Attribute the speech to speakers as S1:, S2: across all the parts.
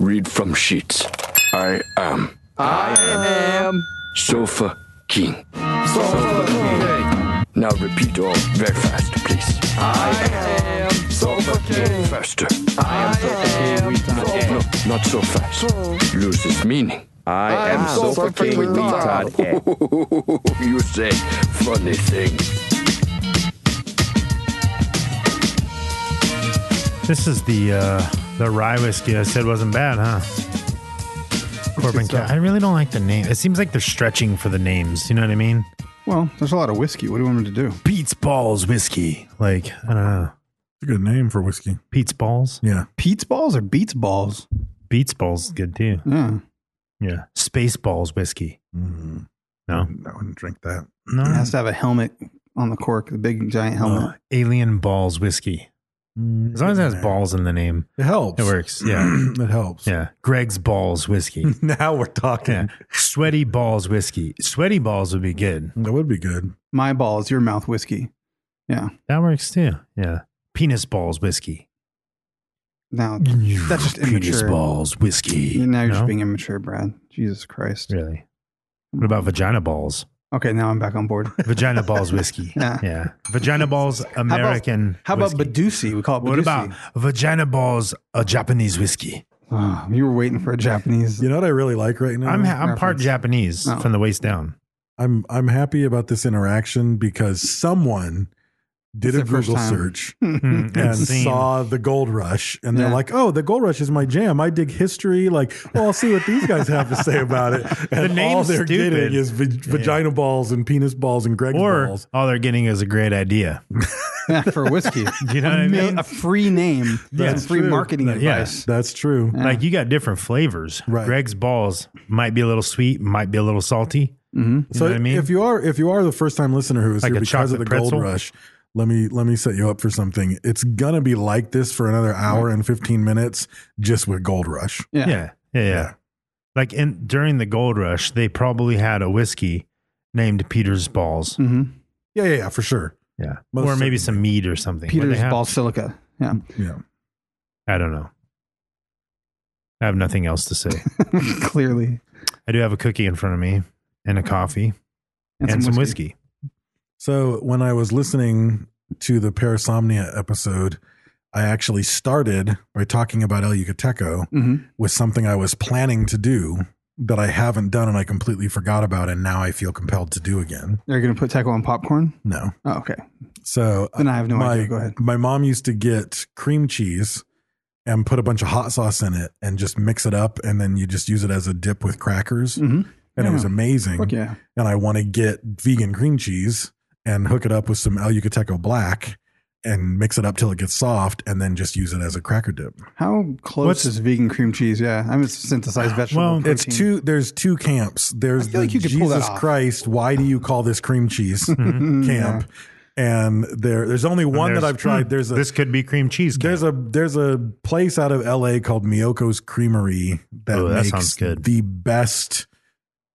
S1: read from sheets. I am. I am. Sofa King. Sofa King. Now repeat all very fast, please. I am. Sofa King. Faster. I am Sofa King. No, no, not so fast. Loses meaning.
S2: I am so fucking with retarded.
S1: you say funny thing.
S3: This is the uh, the rye whiskey I said wasn't bad, huh? Corbin Ca- I really don't like the name. It seems like they're stretching for the names. You know what I mean?
S2: Well, there's a lot of whiskey. What do you want me to do?
S3: Pete's Balls Whiskey. Like, I don't know.
S4: It's a good name for whiskey.
S3: Pete's Balls?
S4: Yeah.
S2: Pete's balls or Beats balls?
S3: Beats Balls is good too.
S2: Yeah.
S3: Yeah. Space Balls Whiskey.
S4: Mm,
S3: No?
S4: I wouldn't drink that.
S3: No.
S2: It has to have a helmet on the cork, the big giant helmet.
S3: Uh, Alien Balls Whiskey. As long as it has balls in the name,
S4: It helps.
S3: it works. Yeah.
S4: it helps.
S3: Yeah. Greg's Balls Whiskey.
S4: Now we're
S3: Yeah.
S4: talking.
S3: Sweaty Balls Whiskey. Sweaty Balls would be good.
S4: That would be good.
S2: My balls, your mouth whiskey. Yeah.
S3: That works too. Yeah. Penis Balls Whiskey.
S2: Now that's just
S3: Penis
S2: immature.
S3: Balls Whiskey.
S2: Now you're just
S3: No?
S2: being immature, Brad. Jesus Christ.
S3: Really? What about vagina balls?
S2: Okay, now I'm back on board.
S3: Vagina balls whiskey.
S2: Yeah.
S3: Vagina balls American.
S2: How about, how about
S3: whiskey.
S2: Badusi? We call it Badusi.
S3: What about vagina balls a Japanese whiskey?
S2: Oh, you were waiting for a Japanese.
S4: You know what I really like right now?
S3: I'm ha- I'm part
S2: Mm, reference. Oh.
S3: Japanese
S2: No.
S3: from the waist down.
S4: I'm I'm happy about this interaction because someone did
S2: It's
S4: a
S2: the first
S4: Google
S2: time.
S4: search
S3: Hmm,
S4: and
S3: seen.
S4: saw the gold rush and they're
S2: Yeah.
S4: like, "Oh, the gold rush is my jam. I dig history. Like, well, I'll see what these guys have to say about it." And all
S3: name's
S4: they're
S3: stupid.
S4: getting is va- vagina balls and penis balls and Greg's
S3: or
S4: balls.
S3: all they're getting is a great idea.
S2: for whiskey.
S3: You know what I
S2: a, ma-
S3: mean?
S2: a free name and
S4: That's
S2: free
S4: true.
S2: marketing
S4: That- yeah,
S2: advice.
S4: that's true.
S3: Like you got different flavors.
S4: Right.
S3: Greg's balls might be a little sweet, might be a little salty. You
S4: so
S3: know what I mean?
S4: if you are if you are the first time listener who is
S3: Like a
S4: here because of the
S3: chocolate
S4: gold
S3: pretzel?
S4: rush, let me let me set you up for something. It's gonna be like this for another hour and fifteen minutes just with gold rush.
S2: Yeah.
S3: yeah, yeah, yeah.
S4: Yeah.
S3: Like in during the gold rush, they probably had a whiskey named Peter's Balls.
S2: hmm
S4: Yeah, yeah, yeah, for sure.
S3: Yeah.
S4: Most
S3: or
S4: certainly.
S3: maybe some meat or something. What
S2: Peter's
S3: they have-
S2: ball silica. Yeah.
S4: Yeah.
S3: I don't know. I have nothing else to say.
S2: Clearly.
S3: I do have a cookie in front of me and a coffee and, some, whiskey.
S4: So when I was listening to the Parasomnia episode, I actually started by talking about El Yucateco
S3: Mm-hmm.
S2: Mhm.
S4: with something I was planning to do that I haven't done and I completely forgot about and now I feel compelled to do again.
S2: They're going to put taco on popcorn?
S4: No.
S2: Oh, okay.
S4: So
S2: Then I have no
S4: my,
S2: idea. Go ahead.
S4: My mom used to get cream cheese and put a bunch of hot sauce in it and just mix it up and then you just use it as a dip with crackers.
S2: Mhm.
S4: And it was
S2: Yeah.
S4: amazing.
S2: Fuck yeah.
S4: And I want to get vegan cream cheese and hook it up with some El Yucateco black and mix it up till it gets soft and then just use it as a cracker dip.
S2: How close
S3: What's-
S2: is vegan cream cheese? Yeah. I mean, it's synthesized vegetable.
S3: Well,
S4: It's
S2: protein.
S4: two there's two camps. There's
S2: I
S4: the
S2: feel like you could pull that
S4: Jesus
S2: off.
S4: Christ, why do you call this cream cheese camp? And there there's only
S3: Mm-hmm. And
S4: one that
S3: there's-
S4: I've tried.
S3: hmm,
S4: There's a
S3: this could be cream cheese. cake.
S4: There's a there's a place out of LA called Miyoko's Creamery that,
S3: Oh, that
S4: makes
S3: sounds good.
S4: the best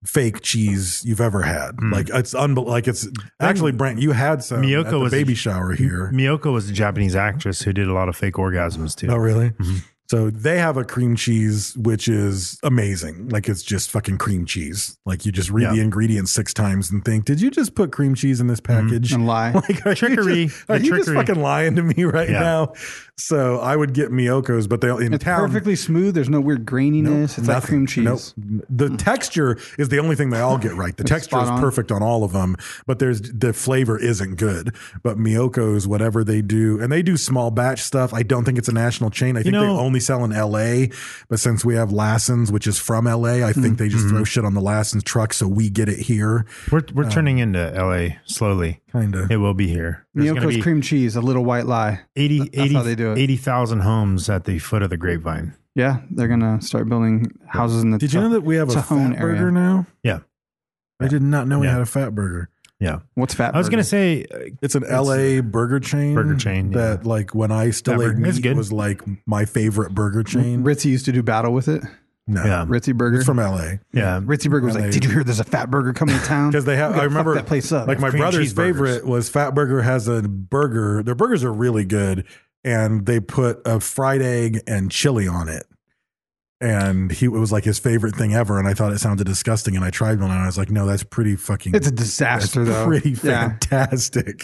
S4: fake cheese you've ever had. Like it's unbel- like it's actually Brent, you had some
S3: Hmm. Miyoko
S4: at the
S3: was a-
S4: baby shower here.
S3: Miyoko was a Japanese actress who did a lot of fake orgasms too.
S4: oh really?
S3: Mm-hmm.
S4: So they have a cream cheese which is amazing. Like it's just fucking cream cheese. Like you just read
S3: Yeah.
S4: the ingredients six times and think, did you just put cream cheese in this package?
S2: And lie.
S4: Like are
S3: Mm-hmm. Trickery.
S4: You just, are
S3: The
S4: you just
S3: trickery.
S4: fucking lying to me right
S3: Yeah.
S4: now? So I would get Miyoko's, but they in
S2: It's
S4: town.
S2: perfectly smooth. There's no weird graininess. it's like
S4: nothing.
S2: cream cheese.
S4: Nope. The texture is the only thing they all get right. The texture is
S2: Spot on.
S4: perfect Mm. on all of them, but there's the flavor isn't good. But Miyoko's, whatever they do, and they do small batch stuff. I don't think it's a national chain. I think
S3: know-
S4: they only sell in LA. But since we have Lassen's, which is from LA, I think they just throw shit on the Lassen's truck, so we get it here.
S3: We're we're turning into LA slowly.
S4: uh, Kinda.
S3: It will be here. There's gonna
S2: Miyoko's
S3: be
S2: cream cheese, a little white lie.
S3: 80
S2: That's how they do it.
S3: 80 80,000 homes at the foot of the grapevine.
S2: Yeah, they're gonna start building houses in the.
S4: Did you know that we have a
S2: Tajon
S4: fat burger now?
S3: Yeah.
S4: I did not know we
S3: Yeah.
S4: had a fat burger.
S3: Yeah.
S2: What's fat?
S3: I was going to say,
S2: burger?
S3: uh,
S4: It's an LA burger chain.
S3: Burger chain, yeah.
S4: that like when I still
S3: Fat
S4: ate
S3: burger is
S4: meat
S3: good.
S4: was like my favorite burger chain.
S2: Ritzy used to do battle with it.
S4: no,
S3: yeah.
S2: Ritzy Burger
S4: it's from LA.
S3: yeah.
S2: Ritzy Burger was
S4: LA.
S2: like, "Did you hear? There's a fat burger coming to town."
S4: Because they have,
S2: We're
S4: I
S2: gonna fuck
S4: remember
S2: that place up.
S4: Like my
S3: Cream
S4: brother's
S3: cheeseburgers.
S4: favorite was Fat Burger has a burger. Their burgers are really good, and they put a fried egg and chili on it. And he it was like his favorite thing ever, and I thought it sounded disgusting. And I tried one, and I was like, "No, that's pretty fucking.
S2: it's a disaster
S4: that's
S2: though.
S4: pretty
S2: yeah.
S4: fantastic."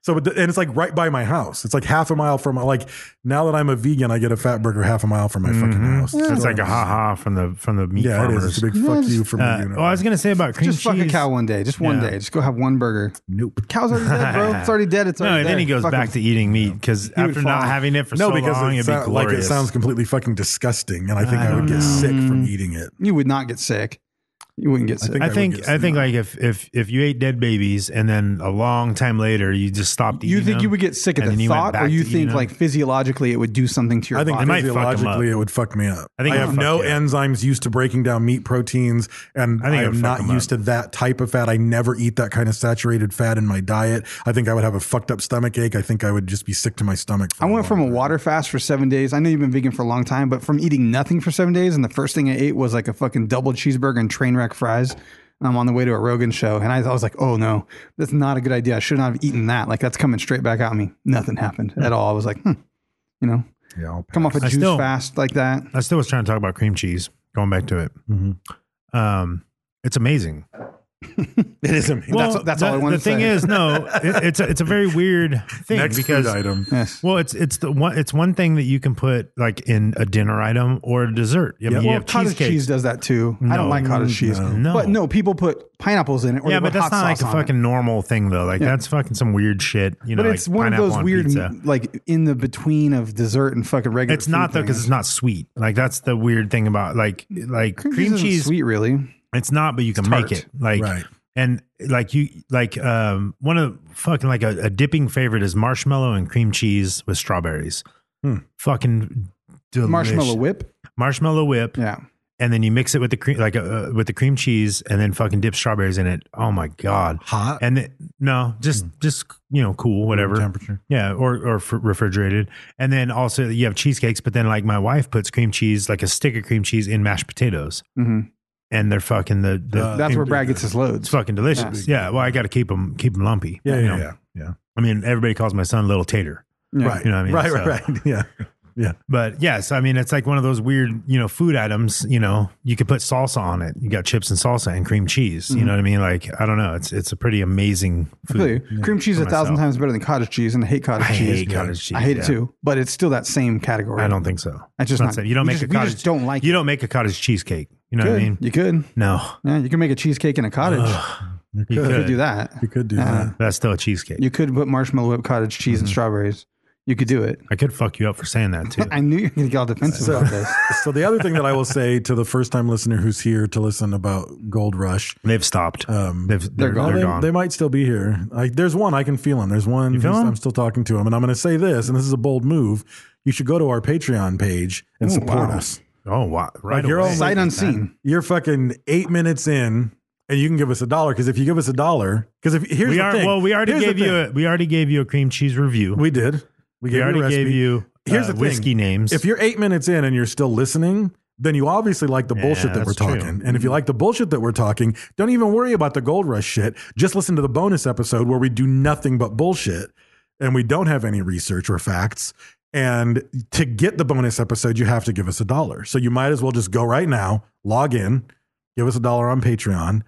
S4: So, but the- and it's like right by my house. It's like half a mile from like now that I'm a vegan, I get a Fat Burger half a mile from my fucking house.
S3: So Mm-hmm. it's
S4: So-
S3: like a ha ha from the from the meat
S4: Yeah, it
S3: farmers.
S4: is. It's a big fuck you for me.
S3: Uh,
S4: you know.
S3: well, I was gonna say about cream
S2: Just
S3: cheese.
S2: fuck a cow one day. Just one
S3: Yeah.
S2: day. Just go have one burger.
S4: nope.
S2: Cow's already dead, bro. It's already dead. It's
S3: No,
S2: already
S3: and then
S2: there.
S3: he goes
S2: Fuck
S3: back
S2: him.
S3: to eating meat because
S2: He would
S3: after not
S2: fall.
S3: having it for so long,
S4: it
S3: it'd be
S4: sound- like it
S3: glorious.
S4: sounds completely fucking disgusting, and I think I, would get sick from eating it.
S2: You would not get sick. You wouldn't get sick.
S4: think
S3: I
S4: I would
S3: think
S4: guess
S3: I think
S4: not.
S3: like if if if you ate dead babies and then a long time later you just stopped eating
S2: you think
S3: them,
S2: you would get sick at
S3: and then
S2: the
S3: you went
S2: thought, or
S3: back to
S2: you
S3: eating
S2: think
S3: them?
S2: like physiologically it would do something to your
S4: I think
S2: body?
S3: might fuck 'em up.
S4: physiologically it would fuck me up.
S3: I
S4: I,
S3: think it
S4: have
S3: would fuck
S4: no
S3: you up.
S4: enzymes used to breaking down meat proteins, and
S3: I
S4: I,
S3: think it would
S4: am
S3: fuck
S4: not
S3: 'em
S4: used
S3: up.
S4: to that type of fat. I never eat that kind of saturated fat in my diet. I think I would have a fucked up stomach ache. I think I would just be sick to my stomach. For
S2: I went
S4: long
S2: from a
S4: time.
S2: water fast for seven days. I know you've been vegan for a long time, but from eating nothing for seven days, and the first thing I ate was like a fucking double cheeseburger and train wreck fries. And I'm on the way to a Rogan show, and I, I was like, "Oh no, that's not a good idea. I should not have eaten that. Like that's coming straight back at me. Nothing happened at all. I was like, hmm, you know,
S4: Yeah, I'll
S2: come off a
S3: I
S2: juice
S3: still-
S2: fast like that.
S3: I still was trying to talk about cream cheese. Going back to it,
S2: Mm-hmm.
S3: um, it's amazing.
S4: It is amazing.
S3: Well,
S2: That's- that's
S3: the,
S2: all I wanted
S3: The
S2: to
S3: thing
S2: say.
S3: is, no, it, it's a, it's a very weird thing
S4: Next
S3: because
S4: food item.
S2: Yes.
S3: Well, it's it's the one it's one thing that you can put like in a dinner item or a dessert. I mean, you
S2: Well,
S3: have
S2: cottage
S3: cheesecake.
S2: cheese does that too. I
S3: No,
S2: don't like cottage cheese.
S3: no.
S2: But no, people put pineapples in it. Or
S3: yeah,
S2: they
S3: but
S2: put
S3: that's
S2: hot
S3: not like
S2: sauce
S3: a
S2: on it.
S3: fucking normal thing though. Like
S2: Yeah.
S3: that's fucking some weird shit. You know,
S2: but it's
S3: like
S2: one of
S3: pineapple
S2: those
S3: on
S2: weird,
S3: pizza.
S2: like in the between of dessert and fucking regular.
S3: It's not though
S2: food thing.
S3: because it's not sweet. Like that's the weird thing about like like cream,
S2: isn't
S3: cheese.
S2: sweet, really.
S3: It's not, but you can make
S2: tart.
S3: it like
S4: Right.
S3: and like you like um one of the fucking like a, a dipping favorite is marshmallow and cream cheese with strawberries. Fucking delicious.
S2: Hmm. Marshmallow whip.
S3: marshmallow whip.
S2: Yeah.
S3: and then you mix it with the cream, like uh, uh, with the cream cheese, and then fucking dip strawberries in it. Oh my god,
S4: Hot? Hmm.
S3: And it, no, just just you know, cool, whatever
S4: temperature.
S3: Yeah, or or f- refrigerated. And then also you have cheesecakes, but then like my wife puts cream cheese, like a stick of cream cheese, in mashed potatoes,
S2: Mhm.
S3: and they're fucking the,
S4: Mm-hmm.
S3: the
S4: Uh,
S2: That's
S3: cream-
S2: where Brad gets his
S3: It's
S2: loads.
S3: fucking delicious. Yeah. well, I got to keep them keep them lumpy.
S4: Yeah,
S3: you
S4: yeah,
S3: know?
S4: yeah, yeah.
S3: I mean, everybody calls my son Little Tater.
S4: Right,
S3: You know what I mean?
S4: right,
S3: So-
S4: right, right. Yeah, yeah.
S3: But yes, I mean it's like one of those weird, you know, food items. You know, you could put salsa on it. You got chips and salsa and cream cheese. You know what I mean? Like I don't know. It's it's a pretty amazing
S2: Mm-hmm. I feel
S3: food.
S2: you. Cream cheese
S3: For
S2: a thousand
S3: myself.
S2: times better than cottage cheese, and I hate cottage
S3: I
S2: cheese.
S3: hate cottage cheese,
S2: I hate
S3: yeah.
S2: it too, but it's still that same category.
S3: I don't think so.
S2: It's just
S3: Not
S2: not-
S3: so- you don't
S2: we
S3: make
S2: just-
S3: a
S2: we just
S3: cottage.
S2: don't like
S3: You
S2: it.
S3: don't make a cottage cheesecake. You know
S2: Good.
S3: what I mean?
S2: You could.
S3: no,
S2: Yeah, you can make a cheesecake in a cottage.
S3: you,
S2: you
S3: could
S2: could do that.
S4: You could do that.
S3: That's still a cheesecake.
S2: You could put marshmallow whip, cottage cheese,
S3: Mm-hmm.
S2: and strawberries. You could do it.
S3: I could fuck you up for saying that too.
S2: I knew you were going to get all defensive
S4: So-
S2: about this.
S4: So the other thing that I will say to the first time listener who's here to listen about Gold Rush
S3: They've stopped.
S4: Um,
S3: They've, they're,
S2: gone.
S3: They're
S4: they,
S3: gone.
S4: they might still be here. Like, there's one I can feel him. There's one
S3: You feel
S4: who's-
S3: him?
S4: I'm still talking to him, and I'm going to say this, and this is a bold move. You should go to our Patreon page and
S2: Oh,
S4: support
S2: wow.
S4: us.
S3: oh wow! Right
S4: Like, you're
S3: away.
S4: all-
S2: Sight unseen.
S4: You're fucking eight minutes in, and you can give us a dollar because if you give us a dollar, because if here's
S3: we
S4: the
S3: are,
S4: thing,
S3: well, we already
S4: Here's the
S3: gave you
S4: thing.
S3: a, we already gave you a cream cheese review.
S4: we did.
S3: We
S4: gave you a
S3: already
S4: recipe.
S3: gave you uh,
S4: Here's the thing.
S3: whiskey names.
S4: If you're eight minutes in and you're still listening, then you obviously like the
S3: Yeah,
S4: bullshit that
S3: that's
S4: we're
S3: true. Mm-hmm.
S4: talking. And if you like the bullshit that we're talking, don't even worry about the gold rush shit. Just listen to the bonus episode where we do nothing but bullshit and we don't have any research or facts. And to get the bonus episode, you have to give us a dollar. So you might as well just go right now, log in, give us a dollar on Patreon.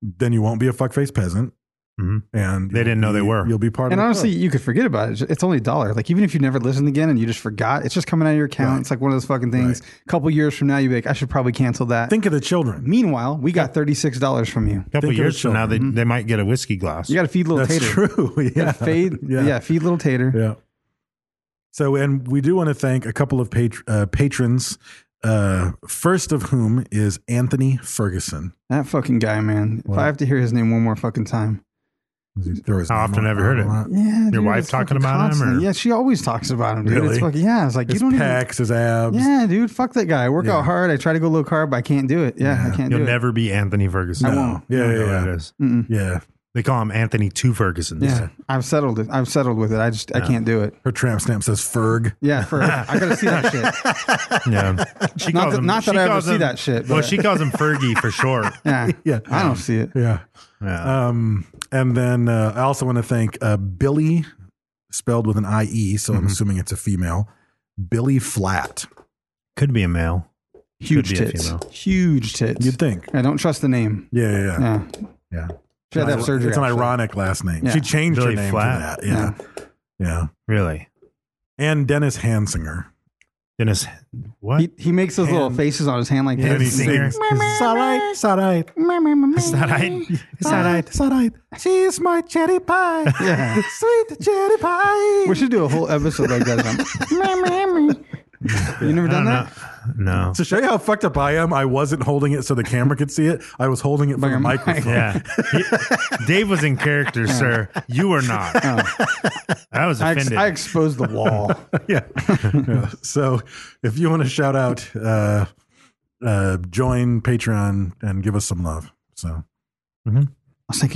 S4: Then you won't be a fuckface peasant. And
S3: Mm-hmm. They didn't know they
S4: you'll be-
S3: were.
S4: You'll be part
S2: And
S4: of. the
S2: honestly,
S4: club.
S2: you could forget about it. It's only a dollar. Like even if you never listened again and you just forgot, it's just coming out of your account.
S4: Right.
S2: It's like one of those fucking things. A couple years from now, you'd be like, I should probably cancel that.
S4: think of the children.
S2: Meanwhile, we got thirty six dollars from you.
S3: a couple
S4: think of
S3: years
S4: the
S3: from now, they,
S4: children.
S3: they might get a whiskey glass.
S2: You got to feed little
S4: That's
S2: tater.
S4: true.
S2: You
S4: Yeah.
S2: gotta Fade. Yeah. feed little tater.
S4: Yeah. So, and we do want to thank a couple of pat- uh, patrons, uh, first of whom is Anthony Ferguson.
S2: That fucking guy, man. If I have to hear his name one more fucking time,
S4: How
S3: How often have you heard it?
S2: Yeah, dude,
S3: wife
S2: it's
S3: talking
S2: fucking
S3: about him,
S2: constant.
S3: or-
S2: Yeah, she always talks about him, dude.
S4: Really?
S2: It's fucking, yeah, it's like
S4: His
S2: you don't even.
S4: pecs, his abs.
S2: Yeah, dude, fuck that guy. I work
S4: Yeah.
S2: out hard. I try to go low carb, but I can't do it. Yeah, I can't
S3: You'll
S2: do
S3: never be Anthony Ferguson.
S2: I won't. Mm.
S4: Yeah,
S3: You
S4: yeah,
S3: know
S4: yeah.
S3: what it is.
S4: Yeah.
S3: They call him Anthony Two Fergusons.
S2: it. Yeah, I've settled it. I've settled with it. I just I can't do it.
S4: Her tramp stamp says Ferg.
S2: Yeah, for I gotta see that shit.
S3: Yeah. She
S2: Not that- not
S3: she
S2: that I ever
S3: calls
S2: see that shit,
S3: Well,
S2: but-
S3: she calls him Fergie for short.
S2: Yeah,
S4: Yeah.
S2: I don't see it.
S4: Yeah.
S3: Yeah.
S4: Um, and then uh, I also want to thank uh, Billy, spelled with an IE, so
S3: Mm-hmm.
S4: I'm assuming it's a female. Billy Flat.
S3: Could be a male.
S2: Huge
S3: be a
S2: tits.
S3: female.
S2: Huge tits.
S4: You'd think.
S2: I don't trust the name.
S4: Yeah, yeah, yeah.
S2: Yeah,
S4: yeah.
S2: she had to have surgery.
S4: It's an
S2: actually.
S4: ironic last name.
S2: Yeah.
S4: She changed
S3: Billy
S4: her name
S3: Flat.
S4: to that. Yeah. yeah.
S3: Really?
S4: And Dennis Hansinger.
S3: Dennis, what?
S2: He, he makes those little
S4: Hand.
S2: faces on his hand like
S3: Yeah,
S4: And he
S2: this.
S3: he's- Hansinger.
S4: sings, It's all right. It's all right.
S3: it's not right. It's not right.
S4: It's all right. She's my cherry pie.
S2: Yeah.
S4: Sweet cherry pie.
S2: We should do a whole episode like that. you never done that?
S3: No.
S4: To show you how fucked up I am, I wasn't holding it so the camera could see it. I was holding it for the
S2: your mic.
S4: microphone.
S3: Yeah. He- Dave was in character, sir. You were not. I was
S2: Oh. I, ex-
S3: offended.
S2: I exposed the wall. Oh,
S4: yeah. Yeah. So if you want to shout out, uh, uh, join Patreon and give us some love. So
S2: thank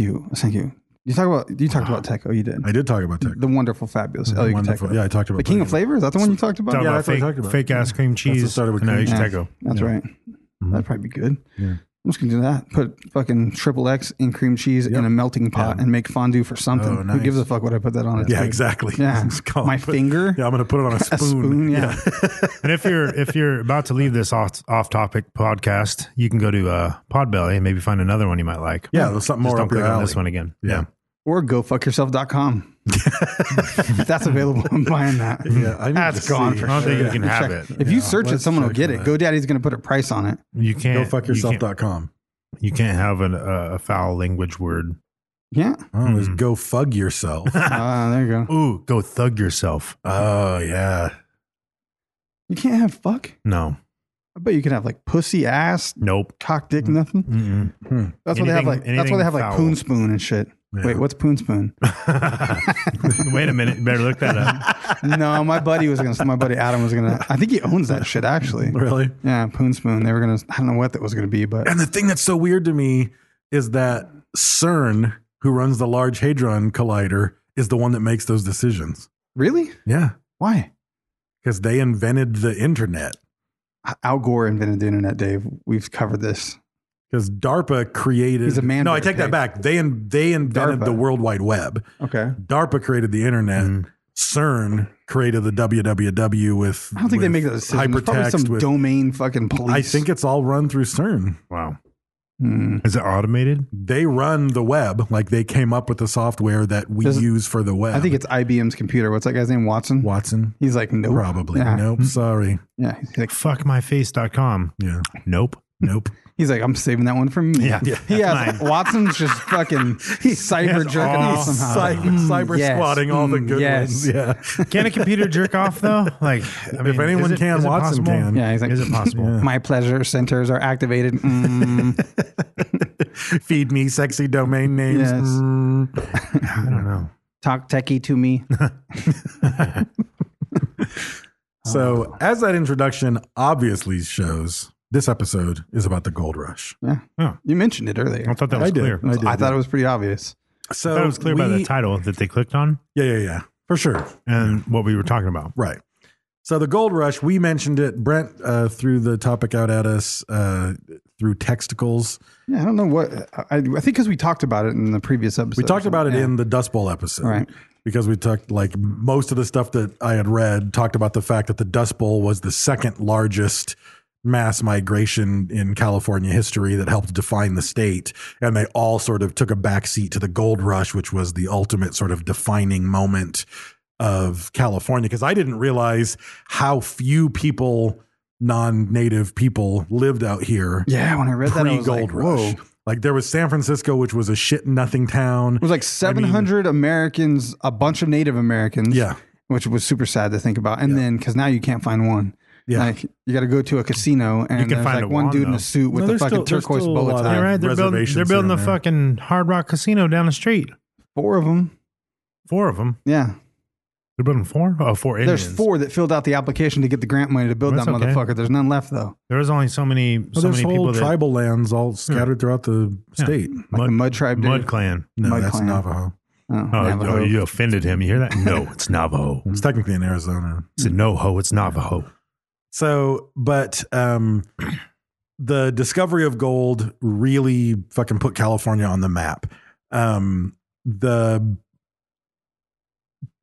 S2: you. Oh, Thank you. You talk about you talked about tech. Oh, you did.
S4: I did talk about tech.
S2: The wonderful, fabulous.
S4: The
S2: Oh, you can
S4: wonderful-
S2: tech.
S4: yeah, I talked about
S2: the king of
S4: Teco.
S2: flavor. Is that the one you talked about?
S3: Talking
S4: Yeah,
S3: about
S4: that's what I
S3: fake,
S4: talked about.
S3: fake ass cream
S4: what
S3: cheese.
S4: started with
S3: and now
S4: cream
S3: you
S4: cheese.
S3: should go.
S2: That's right.
S4: Mm-hmm.
S2: That'd probably be good. I'm just gonna do that. Put fucking triple X in cream cheese in a melting pot and make fondue for something.
S4: Oh, nice.
S2: Who gives a fuck what I put that on? it?
S4: Yeah, exactly.
S2: Yeah.
S4: It's called-
S2: My finger.
S4: Yeah, I'm going to put it on a spoon.
S2: A spoon. Yeah.
S3: And if you're if you're about to leave this off off topic podcast, you can go to uh, Podbelly and maybe find another one you might like.
S4: Yeah, there's something
S3: Just
S4: more
S3: don't
S4: up your
S3: click on
S4: alley.
S3: this one again.
S4: Yeah.
S3: Yeah.
S2: Or gofuckyourself.com. if that's available, I'm buying that.
S4: Yeah, I need
S2: That's
S4: to
S2: gone
S4: see.
S2: for
S3: I don't think
S2: sure.
S3: you can have
S2: Check-
S3: it.
S2: If you search it,
S4: let's
S2: someone will
S4: check
S2: get it.
S4: on
S2: GoDaddy's going to put a price on it.
S3: You
S4: Go
S3: can't
S4: fuck
S3: You can't,
S4: yourself.com.
S3: you can't have an, uh, a foul language word.
S2: Yeah.
S4: Oh,
S3: Mm-hmm.
S4: there's go fug yourself.
S2: Ah, there you go.
S3: Ooh, go thug yourself.
S4: oh, yeah.
S2: You can't have fuck.
S3: No,
S2: I bet you can have like pussy ass,
S3: nope.
S2: cock dick, nothing.
S3: Mm-mm.
S4: Hmm.
S2: That's what they have
S3: Anything-
S2: like. That's what they have like
S3: anything
S2: poon
S3: foul.
S2: spoon and shit.
S4: Yeah.
S2: Wait, what's poon spoon?
S3: Wait a minute, better look that up.
S2: no, my buddy was gonna. My buddy Adam was gonna. I think he owns that shit actually.
S4: Really?
S2: Yeah, poon spoon. They were gonna. I don't know what that was gonna be, but
S4: And the thing that's so weird to me is that CERN, who runs the Large Hadron Collider, is the one that makes those decisions.
S2: really,
S4: Yeah.
S2: why?
S4: Because they invented the internet.
S2: Al Gore invented the internet, Dave. We've covered this.
S4: Because DARPA created.
S2: He's a man
S4: no, I
S2: bear,
S4: take that
S2: Dave.
S4: back. They in, they invented
S2: DARPA. Mm-hmm.
S4: the World Wide Web.
S2: Okay.
S4: DARPA created the internet. CERN created the www with.
S2: I don't think they
S4: with
S2: make that decision. There's probably
S4: hypertext
S2: some
S4: with-
S2: domain fucking police.
S4: I think it's all run through CERN.
S3: Wow, is it automated?
S4: They run the web. Like they came up with the software that we
S2: Doesn't-
S4: use for the web.
S2: I think it's IBM's computer. What's that guy's name? Watson.
S4: Watson.
S2: He's like, nope.
S4: Probably.
S2: Yeah.
S4: Nope. Sorry.
S2: Yeah. He's like,
S3: Fuckmyface.com.
S4: Yeah.
S3: Nope.
S4: Nope.
S2: he's like, I'm saving that one for me.
S3: Yeah. Yeah.
S2: He has
S3: That's
S2: Watson's just fucking cyber
S3: has
S2: jerking
S3: all-
S2: off somehow. Mm,
S4: Cy- cyber
S2: yes.
S4: squatting all the
S2: Mm,
S4: good
S2: yes.
S4: ones. Yeah.
S3: Can a computer jerk off though? Like, I mean,
S4: if anyone
S3: is it-
S4: can,
S3: is it
S4: Watson
S3: possible?
S4: can.
S2: Yeah. He's like,
S3: Is it possible?
S2: My pleasure centers are activated. Mm.
S4: Feed me sexy domain names.
S2: Yes.
S4: Mm.
S3: I don't know.
S2: Talk techie to me. Oh.
S4: So, as that introduction obviously shows, this episode is about the gold rush.
S2: You mentioned it
S3: I
S2: earlier.
S3: thought that was
S4: I did.
S3: clear.
S4: I did.
S2: I thought it was pretty obvious.
S4: So
S3: I thought it was clear by the
S4: we-
S3: title that they clicked on
S4: Yeah, yeah, yeah. For sure.
S3: and what we were talking about.
S4: Right. So the gold rush, we mentioned it. Brent uh, threw the topic out at us uh, through texticles.
S2: Yeah, I don't know what I, I think because we talked about it in the previous episode.
S4: We talked about it
S2: Yeah.
S4: in the Dust Bowl episode.
S2: Right.
S4: Because we talked like most of the stuff that I had read talked about the fact that the Dust Bowl was the second largest mass migration in California history that helped define the state. And they all sort of took a backseat to the gold rush, which was the ultimate sort of defining moment of California. Because I didn't realize how few people, non native people, lived out here
S2: Yeah, when I read that, I
S4: pre
S2: was like,
S4: Gold
S2: whoa.
S4: Rush. Like there was San Francisco, which was a shit nothing town.
S2: It was like 700 Americans, a bunch of Native Americans.
S4: Yeah.
S2: Which was super sad to think about. And then, because now you can't find one.
S4: Yeah.
S2: Like, you got to go to a casino and
S3: can
S2: there's
S3: find
S2: like
S3: a
S2: one
S3: wand,
S2: dude in
S3: though.
S2: a suit with
S4: No,
S2: a
S4: there's
S2: fucking
S4: still- there's
S2: turquoise
S4: still a
S2: bullet
S4: lot of-
S2: tie.
S3: You're right. They're building.
S4: Reservations
S3: They're building
S4: here
S3: the
S4: and there.
S3: fucking Hard Rock Casino down the street.
S2: Four of them.
S3: Four of them.
S2: Yeah.
S3: They put them four? Oh, four Indians.
S2: There's four that filled out the application to get the grant money to build
S3: That's
S2: that
S3: okay.
S2: motherfucker. There's none left though.
S3: There was only so many,
S4: Well,
S3: so
S4: Oh, there's whole
S3: many people that.
S4: tribal lands all scattered throughout the
S3: Yeah.
S4: state.
S2: Like the Mud Tribe did.
S3: Mud Clan.
S4: No,
S2: Mud
S4: that's
S2: Clan.
S4: Navajo.
S2: Oh,
S3: Oh,
S2: Navajo.
S3: oh, you offended him. You hear that? No, it's Navajo.
S4: It's technically in Arizona.
S3: It's a no ho. It's Navajo.
S4: So, but um, the discovery of gold really fucking put California on the map. Um, the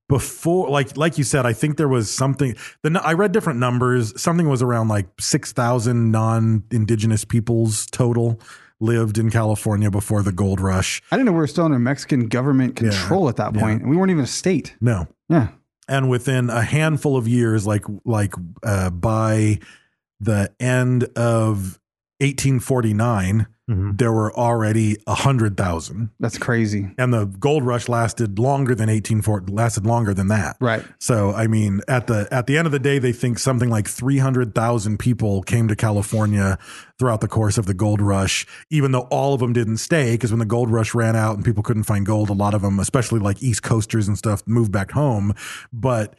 S4: before, like like you said, I think there was something. The nu- I read different numbers. Something was around like six thousand non-indigenous peoples total lived in California before the gold rush.
S2: I didn't know we were still under Mexican government
S4: Yeah.
S2: control at that
S4: Yeah.
S2: point. We weren't even a state.
S4: No,
S2: Yeah.
S4: and within a handful of years like like uh, by the end of 1849 there were already 100,000
S2: That's crazy.
S4: and the gold rush lasted longer than 1840 lasted longer than that
S2: Right.
S4: so i mean at the at the end of the day they think something like 300,000 people came to california throughout the course of the gold rush even though all of them didn't stay because when the gold rush ran out and people couldn't find gold a lot of them especially like east coasters and stuff moved back home but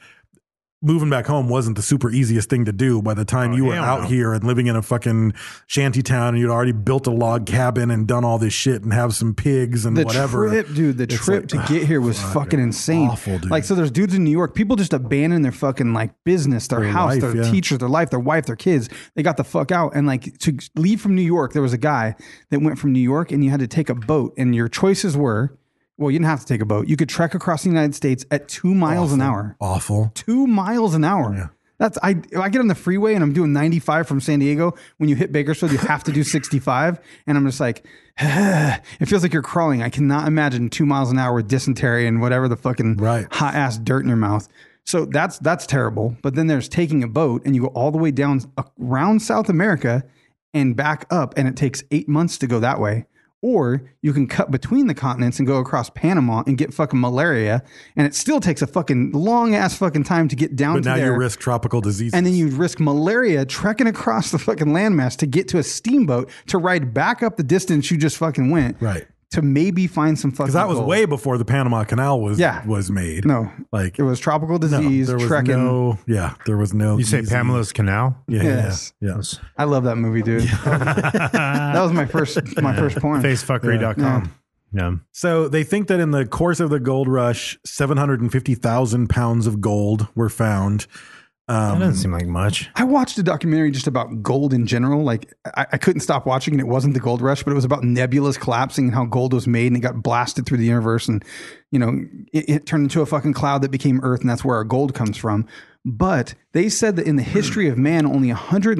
S4: moving back home wasn't the super easiest thing to do by the time you were
S3: Oh, hell
S4: out
S3: no.
S4: here and living in a fucking shanty town and you'd already built a log cabin and done all this shit and have some pigs and
S2: The
S4: whatever
S2: trip, dude, the
S4: It's
S2: trip
S4: like, "Ah,
S2: to get here was
S4: fuck,
S2: fucking
S4: dude.
S2: insane.
S4: Awful, dude.
S2: Like, so there's dudes in New York, people just abandoned their fucking like business, their,
S4: Their
S2: house,
S4: life,
S2: their
S4: yeah.
S2: teacher, their life, their wife, their kids. They got the fuck out. And like to leave from New York, there was a guy that went from New York and you had to take a boat. And your choices were well, you didn't have to take a boat. You could trek across the United States at two miles an hour.
S4: awful
S2: two miles an hour. That's I. If I get on the freeway and I'm doing 95 from San Diego. When you hit Bakersfield, you have to do 65, and I'm just like, it feels like you're crawling. I cannot imagine two miles an hour with dysentery and whatever the fucking
S4: Right.
S2: hot ass dirt in your mouth. So that's that's terrible. But then there's taking a boat and you go all the way down around South America and back up, and it takes eight months to go that way. Or you can cut between the continents and go across Panama and get fucking malaria, and it still takes a fucking long ass fucking time to get down
S4: but
S2: to
S4: now
S2: there.
S4: you risk tropical diseases
S2: and then you risk malaria trekking across the fucking landmass to get to a steamboat to ride back up the distance you just fucking went.
S4: Right.
S2: To maybe find some fucking.
S4: because that was
S2: gold.
S4: way before the Panama Canal was
S2: Yeah.
S4: was made.
S2: No.
S4: like
S2: It was tropical
S4: no,
S2: disease,
S4: there was
S2: trekking.
S4: no- yeah, there was no.
S3: You say
S4: easy-
S3: Pamela's Canal?
S4: Yeah,
S2: Yes.
S4: yeah, yeah.
S2: I love that movie, dude. that was my first my first porn.
S3: Facefuckery.com. Yeah.
S4: So they think that in the course of the gold rush, seven hundred and fifty thousand pounds of gold were found. Um,
S3: that doesn't seem like much.
S2: I watched a documentary just about gold in general. Like I, I couldn't stop watching, and it wasn't the gold rush, but it was about nebulas collapsing and how gold was made, and it got blasted through the universe, and you know it, it turned into a fucking cloud that became Earth, and that's where our gold comes from. But they said that in the history of man, only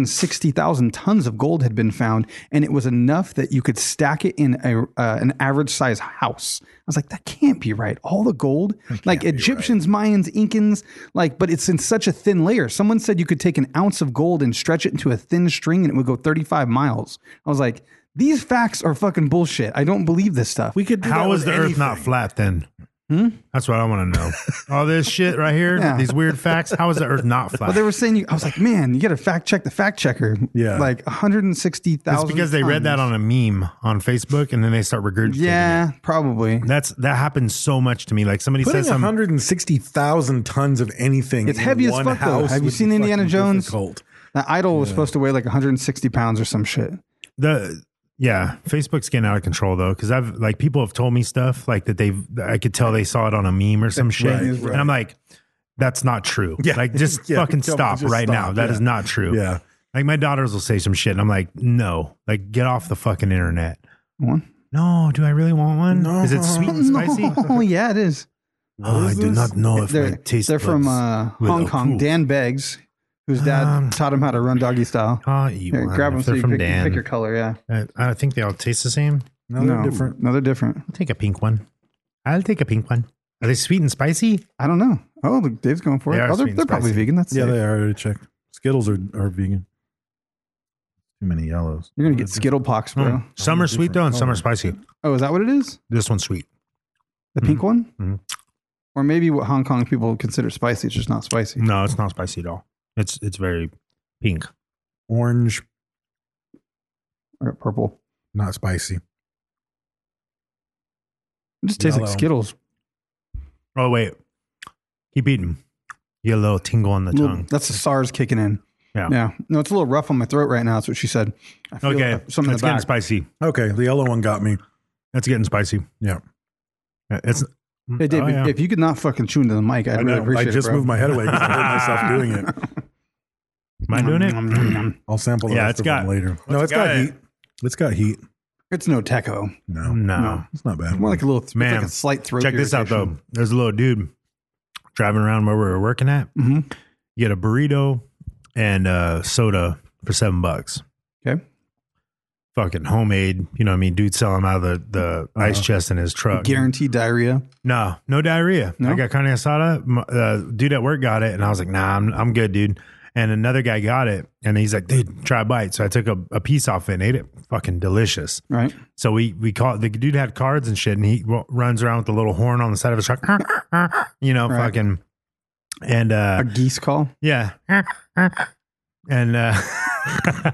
S2: 160,000 tons of gold had been found, and it was enough that you could stack it in a uh, an average size house. I was like, that can't be right. All the gold, like Egyptians, Mayans, Incans, like, but it's in such a thin layer. Someone said you could take an ounce of gold and stretch it into a thin string, and it would go 35 miles. I was like, these facts are fucking bullshit. I don't believe this stuff.
S4: We could. Do that
S3: How
S4: with
S3: is the earth not
S4: anything.
S3: flat then? That's what I want to know. All this shit right here,
S2: Hmm? Yeah.
S3: these weird facts. How is the earth not flat?
S2: But they were saying, you, I was like, man, you got to fact check the fact checker.
S4: Yeah.
S2: Like 160,000.
S3: it's because they read that
S2: tons.
S3: on a meme on Facebook and then they start regurgitating. it.
S2: Yeah, probably.
S3: That's that happens so much to me. Like somebody
S4: Putting
S3: says something.
S4: 160,000 tons of anything.
S2: It's
S4: in
S2: heavy as
S4: one
S2: fuck, though.
S4: house
S2: Have you
S4: would
S2: seen
S4: be
S2: Indiana
S4: fucking
S2: Jones?
S4: difficult.
S2: That idol was supposed to weigh like 160 pounds or some shit.
S3: the yeah facebook's getting out of control though because i've like people have told me stuff like that they've i could tell they saw it on a meme or some shit
S4: Right,
S3: and
S4: right.
S3: i'm like that's not true
S4: Yeah.
S3: like just
S4: Yeah,
S3: fucking
S4: come on,
S3: stop
S4: just
S3: right
S4: stop.
S3: now That is
S4: Yeah.
S3: not true
S4: Yeah.
S3: like my daughters will say some shit and i'm like no like get off the fucking internet no do i really want one
S4: No.
S3: is it sweet and spicy
S2: Oh, yeah, it is.
S3: oh, i do not know if my
S2: They're,
S3: taste
S2: they're from uh,
S3: buds will
S2: Hong Kong.
S3: approve.
S2: Dan Beggs, whose dad
S3: Um,
S2: taught him how to run doggy style.
S3: I'll eat
S2: Here,
S3: one
S2: grab
S3: if
S2: them so
S3: they're
S2: you
S3: from
S2: pick,
S3: Dan.
S2: pick your color. Yeah.
S3: I, I think they all taste the same
S4: No, they're different.
S2: No, they're different.
S3: i'll take a pink one i'll take a pink one are they sweet and spicy
S2: I don't know. Oh, look, Dave's going for
S3: They
S2: it.
S3: are
S2: Oh, they're,
S3: sweet and
S2: they're probably
S3: spicy.
S2: vegan. That's
S4: Yeah,
S2: safe.
S4: they are. I already checked. Skittles are, are vegan. Too many yellows.
S2: You're gonna get Skittle pox, bro.
S3: Mm. Some are sweet though, and some are spicy.
S2: Oh, is that what it is?
S3: This one's sweet.
S2: The pink one?
S3: Mhm.
S2: Or maybe what Hong Kong people consider spicy, it's just not spicy.
S3: No, it's not spicy at all. It's it's very pink.
S4: Orange,
S3: Mm-hmm.
S2: Or purple.
S4: not spicy.
S2: It just tastes
S4: Yellow.
S2: like Skittles.
S3: Oh wait, keep eating. You get a little tingle on the
S2: Little-
S3: tongue.
S2: that's the SARS kicking in.
S3: Yeah.
S2: Yeah. No, it's a little rough on my throat right now. That's what she said. I feel
S3: Okay,
S2: Something in the
S3: it's getting
S2: back.
S3: spicy.
S4: Okay, the yellow one got me.
S3: It's getting spicy.
S4: Yeah, Uh,
S3: Yeah, It's
S2: Hey, Dave,
S3: Oh,
S2: if-
S3: yeah.
S2: if you could not fucking tune to the mic,
S4: I
S2: I'd really
S4: know. I
S2: appreciate it.
S4: just
S2: bro.
S4: moved my head away because I heard myself doing it.
S3: am
S2: Mm-hmm.
S3: I doing it?
S4: I'll sample the
S3: Yeah,
S4: rest
S3: it's
S4: of
S3: got-
S4: them later.
S3: it's
S4: No, it's got,
S3: got it.
S4: heat. It's got heat.
S2: It's no techo.
S4: No,
S3: no.
S4: it's not bad.
S2: More like a little, it's
S3: Man,
S2: Mm-hmm. like a slight throat.
S3: Check this out though.
S2: irritation.
S3: There's a little dude driving around where we were working at.
S2: Mhm.
S3: You get a burrito and a soda for seven bucks.
S2: Okay.
S3: Fucking homemade. You know what I mean? Dude selling out of the, the ice chest in his truck.
S2: Uh-huh. Guaranteed diarrhea.
S3: No, no diarrhea.
S2: No?
S3: I got carne asada. M- Uh, dude at work got it, and I was like, "Nah, I'm I'm good, dude." And another guy got it, and he's like, "Dude, try a bite." So I took a, a piece off it and ate it. Fucking delicious.
S2: Right.
S3: So we we call the dude had cards and shit, and he w- runs around with the little horn on the side of his truck, you know,
S2: Right.
S3: fucking, and uh,
S2: A geese call.
S3: yeah. And uh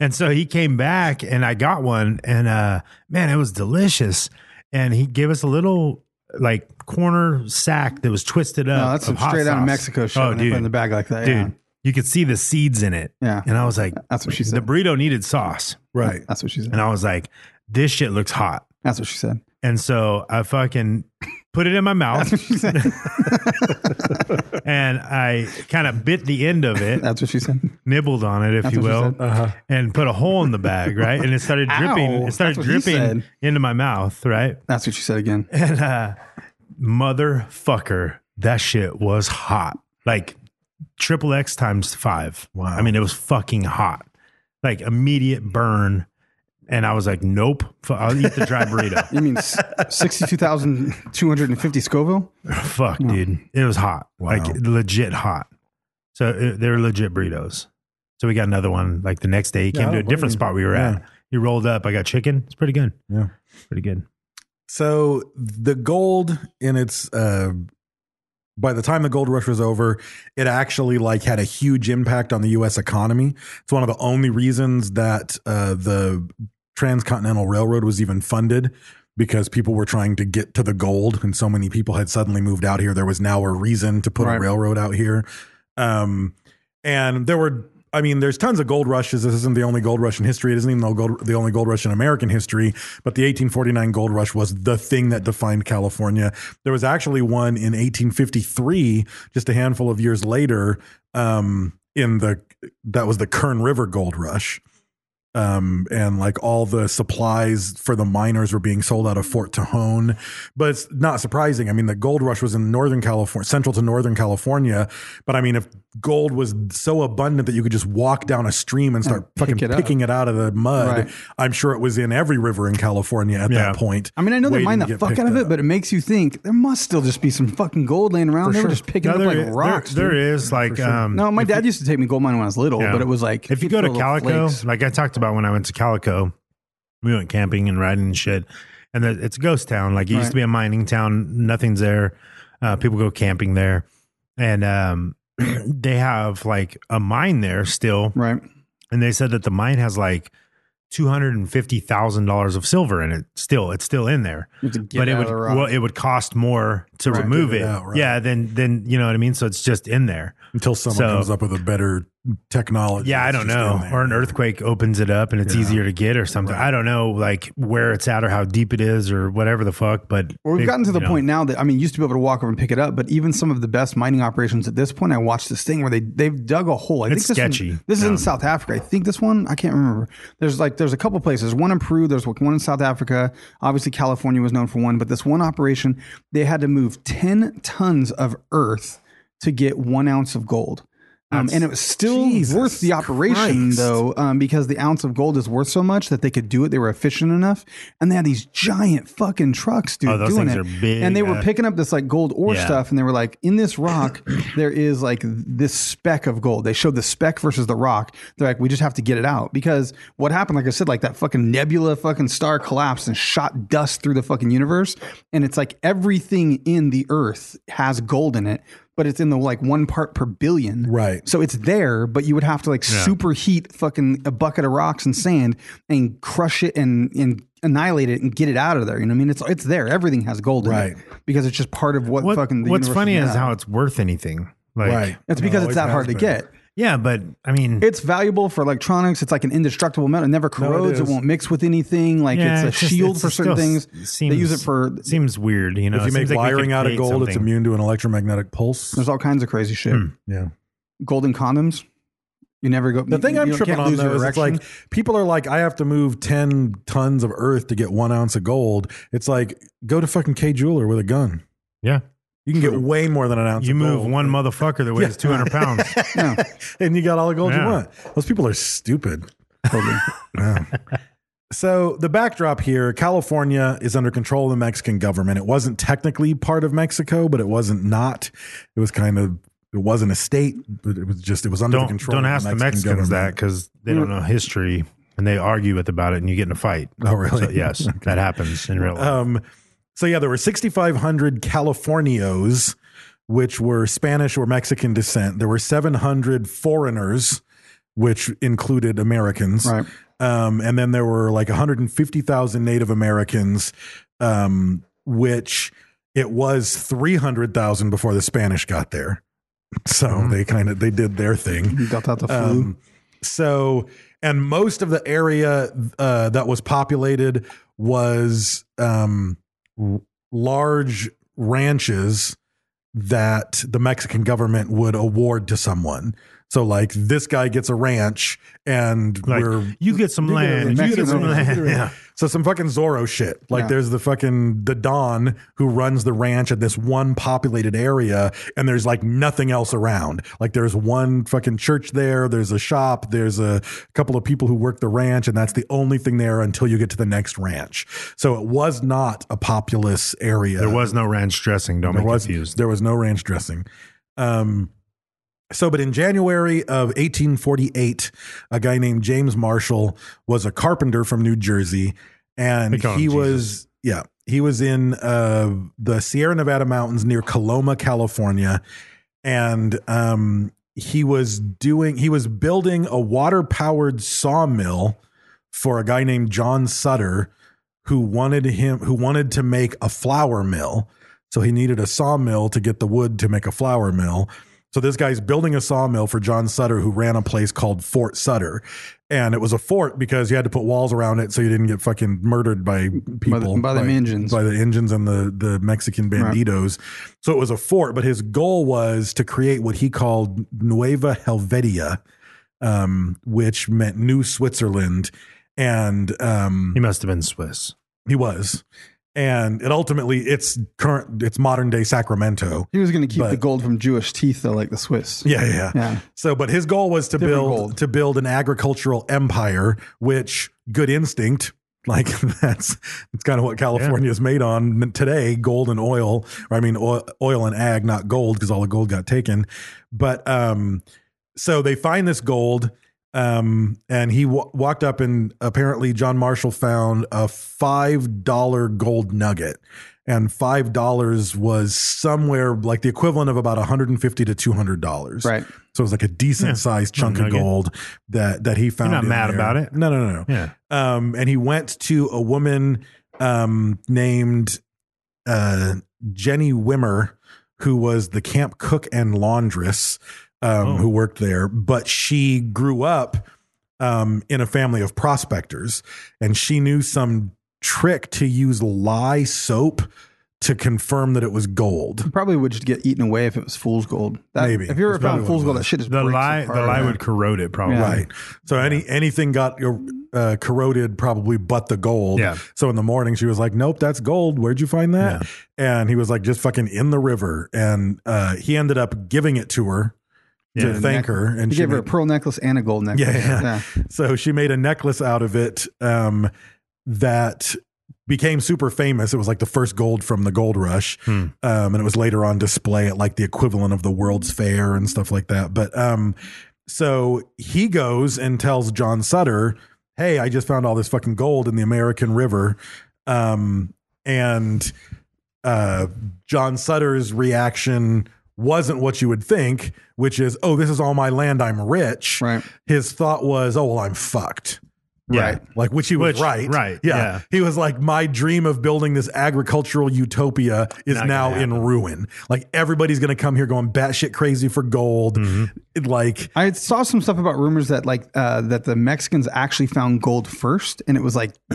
S3: and so he came back and I got one and uh man, it was delicious. And he gave us a little like corner sack that was twisted up.
S2: No, that's
S3: Uh, of
S2: some
S3: hot
S2: straight out of
S3: sauce.
S2: Mexico shit.
S3: Oh,
S2: when they
S3: dude.
S2: Put it in the bag like that.
S3: dude,
S2: Yeah.
S3: you could see the seeds in it.
S2: Yeah.
S3: And I was like,
S2: That's what she
S3: the
S2: said.
S3: burrito needed sauce.
S4: right.
S2: That's what she said.
S3: And I was like, this shit looks hot.
S2: That's what she said.
S3: And so I fucking put it in my mouth
S2: She said-
S3: and I kind of bit the end of it.
S2: That's what she said.
S3: nibbled on it, if
S2: That's
S3: you
S2: what she
S3: will,
S2: said. Uh-huh.
S3: and put a hole in the bag, right? And it started
S2: Ow,
S3: dripping. It
S2: that's
S3: started
S2: what he said.
S3: dripping into my mouth, right?
S2: That's what she said again.
S3: And uh, motherfucker, that shit was hot, like triple X times five. Wow. I mean, it was fucking hot, like immediate burn. And I was like, nope, fu- I'll eat the dry burrito.
S2: You mean s- 62,250 Scoville?
S3: Fuck, dude, it was hot, like legit hot. So it, they were legit burritos. So we got another one like the next day. He
S4: Yeah,
S3: came
S4: I
S3: to a
S4: don't blame
S3: different
S4: you.
S3: spot we were
S4: Yeah.
S3: at. He rolled up. I got chicken. It's pretty good.
S4: Yeah.
S3: pretty good.
S4: So the gold in its uh by the time the gold rush was over, it actually like had a huge impact on the US economy. It's one of the only reasons that uh the Transcontinental Railroad was even funded because people were trying to get to the gold and so many people had suddenly moved out here there was now a reason to put a
S2: Right.
S4: railroad out here. Um and there were I mean, there's tons of gold rushes. This isn't the only gold rush in history. It isn't even the, gold, the only gold rush in American history, but the 1849 gold rush was the thing that defined California. There was actually one in 1853, just a handful of years later, um, in the that was the Kern River gold rush. Um, and like all the supplies for the miners were being sold out of Fort Tejon. But it's not surprising. I mean, the gold rush was in Northern California, central to Northern California. But I mean, if gold was so abundant that you could just walk down a stream and start
S2: pick
S4: fucking
S2: it up.
S4: picking it out of the mud,
S2: Right.
S4: I'm sure it was in every river in California at
S3: Yeah.
S4: that point.
S2: I mean, I know they
S4: waiting
S2: mine
S4: to
S2: the
S4: get
S2: fuck
S4: picked
S2: out of it,
S4: up.
S2: but it makes you think there must still just be some fucking gold laying around.
S4: For
S2: they
S4: sure.
S2: were just picking
S3: No,
S2: it up
S3: there
S2: like
S3: i-
S2: rocks.
S3: there-
S2: dude.
S3: there is like um,
S2: No, my
S3: if
S2: dad
S3: you-
S2: used to take me gold mine when I was little,
S3: yeah.
S2: but it was like
S3: if you
S2: he'd
S3: go to
S2: throw little
S3: Calico,
S2: flakes.
S3: like I talked about when I went to Calico, we went camping and riding and shit, and the, it's a ghost town. Like it used
S2: Right.
S3: to be a mining town. Nothing's there. Uh, people go camping there, and um, they have like a mine there still.
S2: right?
S3: and they said that the mine has like two hundred and fifty thousand dollars of silver in it. Still, it's still in there,
S2: You have to get
S3: but
S2: it
S3: it
S2: out
S3: would
S2: of the rock.
S3: well, it would cost more to
S2: Right.
S3: remove
S4: Get
S3: it.
S4: it out, right.
S3: Yeah, then then you know what I mean. So it's just in there.
S4: until someone
S3: So-
S4: comes up with a better technology.
S3: Yeah, I
S4: It's
S3: don't
S4: just
S3: know.
S4: in there.
S3: Or an earthquake opens it up and it's easier to get or something. I don't know, like where it's at or how deep it is or whatever the fuck. But
S2: Well, we've
S3: it-
S2: gotten to the
S3: you know.
S2: point now that I mean, you used to be able to walk over and pick it up, but even some of the best mining operations at this point, I watched this thing where they they've dug a hole. I
S3: It's
S2: this one-
S3: sketchy.
S2: this is
S3: Yeah.
S2: in South Africa. I think this one I can't remember. There's like there's a couple places. One in Peru. There's like one in South Africa. Obviously, California was known for one, but this one operation they had to move ten tons of earth to get one ounce of gold. Um, and it was still
S4: Jesus
S2: worth the operation,
S4: Christ.
S2: though, um, because the ounce of gold is worth so much that they could do it. They were efficient enough, and they had these giant fucking trucks, dude,
S3: Oh, those
S2: doing
S3: things
S2: it.
S3: are big
S2: and they were
S3: as-
S2: picking up this like gold ore
S3: Yeah.
S2: stuff, and they were like, in this rock, there is like this speck of gold. They showed the speck versus the rock. They're like, we just have to get it out because what happened, like I said, like that fucking nebula fucking star collapsed and shot dust through the fucking universe, and it's like everything in the earth has gold in it. but it's in the like one part per billion.
S4: Right.
S2: So it's there, but you would have to like
S3: Yeah.
S2: superheat fucking a bucket of rocks and sand and crush it and and annihilate it and get it out of there. You know what I mean? It's it's there. Everything has gold
S4: Right.
S2: in it because it's just part of what,
S3: What-
S2: fucking. The
S3: what's
S2: universe
S3: funny
S2: made
S3: is
S2: out of.
S3: how it's worth anything. Like,
S4: Right.
S2: It's because it's
S4: always
S2: that hard to
S4: has been.
S2: get.
S3: Yeah, but I mean,
S2: It's valuable for electronics. It's like an indestructible metal. It never corrodes. it,
S4: is.
S2: won't mix with anything. Like
S3: yeah,
S2: it's a
S3: just-
S2: shield
S3: it's
S2: for
S3: just
S2: certain
S3: still
S2: things.
S3: s-
S2: they use it for.
S3: seems weird. You know,
S4: If
S3: It
S4: you make
S3: seems like we could
S4: wiring out of
S3: create
S4: gold, it's
S3: something.
S4: immune to an electromagnetic pulse.
S2: There's all kinds of crazy shit.
S4: Yeah.
S2: Golden condoms. You never go.
S4: The thing I'm tripping on though is it's like people are like, I have to move ten tons of earth to get one ounce of gold. It's like go to fucking K jeweler with a gun.
S3: Yeah,
S4: You can get way more than an ounce.
S3: you
S4: of
S3: move
S4: gold.
S3: one motherfucker that weighs two hundred pounds.
S4: and you got all the gold
S3: Yeah.
S4: you want. Those people are stupid. Yeah. So the backdrop here, California is under control of the Mexican government. It wasn't technically part of Mexico, but it wasn't not. It was kind of it wasn't a state, but it was just it was under the
S3: Don't
S4: control.
S3: don't
S4: of
S3: ask the Mexicans that
S4: government.
S3: because they don't know history and they argue with about it and you get in a fight.
S4: Oh, really?
S3: So, yes, that happens in real life.
S4: Um, so yeah, there were 6,500 Californios, which were Spanish or Mexican descent. There were 700 foreigners, which included Americans.
S2: Right.
S4: Um, and then there were like 150,000 Native Americans, um, which it was 300,000 before the Spanish got there. So they kind of they did their thing.
S2: got out the flu.
S4: Um, so, and most of the area uh, that was populated was um, r- large ranches that the Mexican government would award to someone. So, like this guy gets a ranch, and
S3: like
S4: we're
S3: you get some land, you get
S2: Mexican
S3: some
S2: land.
S3: land. Yeah.
S4: so some fucking Zorro shit. Like
S2: Yeah.
S4: there's the fucking the Don who runs the ranch at this one populated area, and there's like nothing else around. Like there's one fucking church there, there's a shop, there's a couple of people who work the ranch, and that's the only thing there until you get to the next ranch. So it was not a populous area.
S3: There was no ranch dressing. Don't
S4: there
S3: be
S4: was
S3: confused.
S4: there was no ranch dressing. Um, so, but in January of 1848, a guy named James Marshall was a carpenter from New Jersey, and
S3: They call him
S4: he
S3: Jesus.
S4: was yeah he was in uh, the Sierra Nevada mountains near Coloma, California, and um, he was doing he was building a water powered sawmill for a guy named John Sutter who wanted him who wanted to make a flour mill. So he needed a sawmill to get the wood to make a flour mill. So this guy's building a sawmill for John Sutter who ran a place called Fort Sutter. And it was a fort because you had to put walls around it so you didn't get fucking murdered by people
S2: by them engines.
S4: by the engines and the the Mexican banditos. So it was a fort, but his goal was to create what he called Nueva Helvetia, um, which meant New Switzerland, and um,
S3: He must have been Swiss.
S4: he was, and it ultimately it's current it's modern day Sacramento.
S2: he was going to keep the
S4: but-
S2: gold from Jewish teeth, though, like the Swiss.
S4: Yeah, yeah,
S2: Yeah.
S4: So, but his goal was to
S2: Different
S4: build
S2: gold.
S4: to build an agricultural empire, which good instinct. Like that's it's kind of what California is made on today: gold and oil. Or I mean, oil, oil and ag, not gold, because all the gold got taken. But um, so they find this gold, um, and he wa walked up, and apparently John Marshall found a five dollar gold nugget, and five dollars was somewhere like the equivalent of about one hundred and fifty to two hundred dollars.
S2: Right.
S4: So it was like a decent sized
S3: Little
S4: chunk of
S3: nugget.
S4: gold that that he found.
S3: not
S4: in
S3: mad
S4: there.
S3: about it.
S4: No, no, no, no.
S3: Yeah.
S4: Um, and he went to a woman um, named uh, Jenny Wimmer, who was the camp cook and laundress um, who worked there, but she grew up um, in a family of prospectors, and she knew some trick to use lye soap to confirm that it was gold.
S2: Probably would just get eaten away if it was fool's gold. That,
S4: Maybe.
S2: If you ever
S4: That's probably
S2: found fool's
S4: what it
S2: gold, that
S4: was.
S2: shit is
S3: The lie, the lie would corrode it probably.
S2: Yeah.
S4: Right. So any anything got uh, corroded probably but the gold.
S3: Yeah.
S4: So in the morning she was like, "Nope, that's gold. Where'd you find that?" And he was like, "Just fucking in the river." And uh, he ended up giving it to her
S3: Yeah.
S4: to thank her, and
S2: He
S4: she
S2: gave her a
S4: made-
S2: pearl necklace and a gold necklace.
S4: yeah, yeah. So she made a necklace out of it um, that became super famous. It was like the first gold from the gold rush. Um, and it was later on display at like the equivalent of the World's Fair and stuff like that. But um, so he goes and tells John Sutter, Hey, I just found all this fucking gold in the American River. Um, and uh, John Sutter's reaction wasn't what you would think, which is, oh, this is all my land, I'm rich.
S2: Right.
S4: His thought was, oh, well, I'm fucked.
S3: Yeah.
S4: Like, which he was
S3: Which-
S4: right.
S3: right,
S4: Yeah.
S3: yeah.
S4: He was like, my dream of building this agricultural utopia is
S3: Not
S4: now
S3: gonna
S4: in ruin. Like, everybody's going to come here going batshit crazy for gold.
S3: Mm-hmm.
S4: It, Like,
S2: I saw some stuff about rumors that like uh, that the Mexicans actually found gold first, and it was like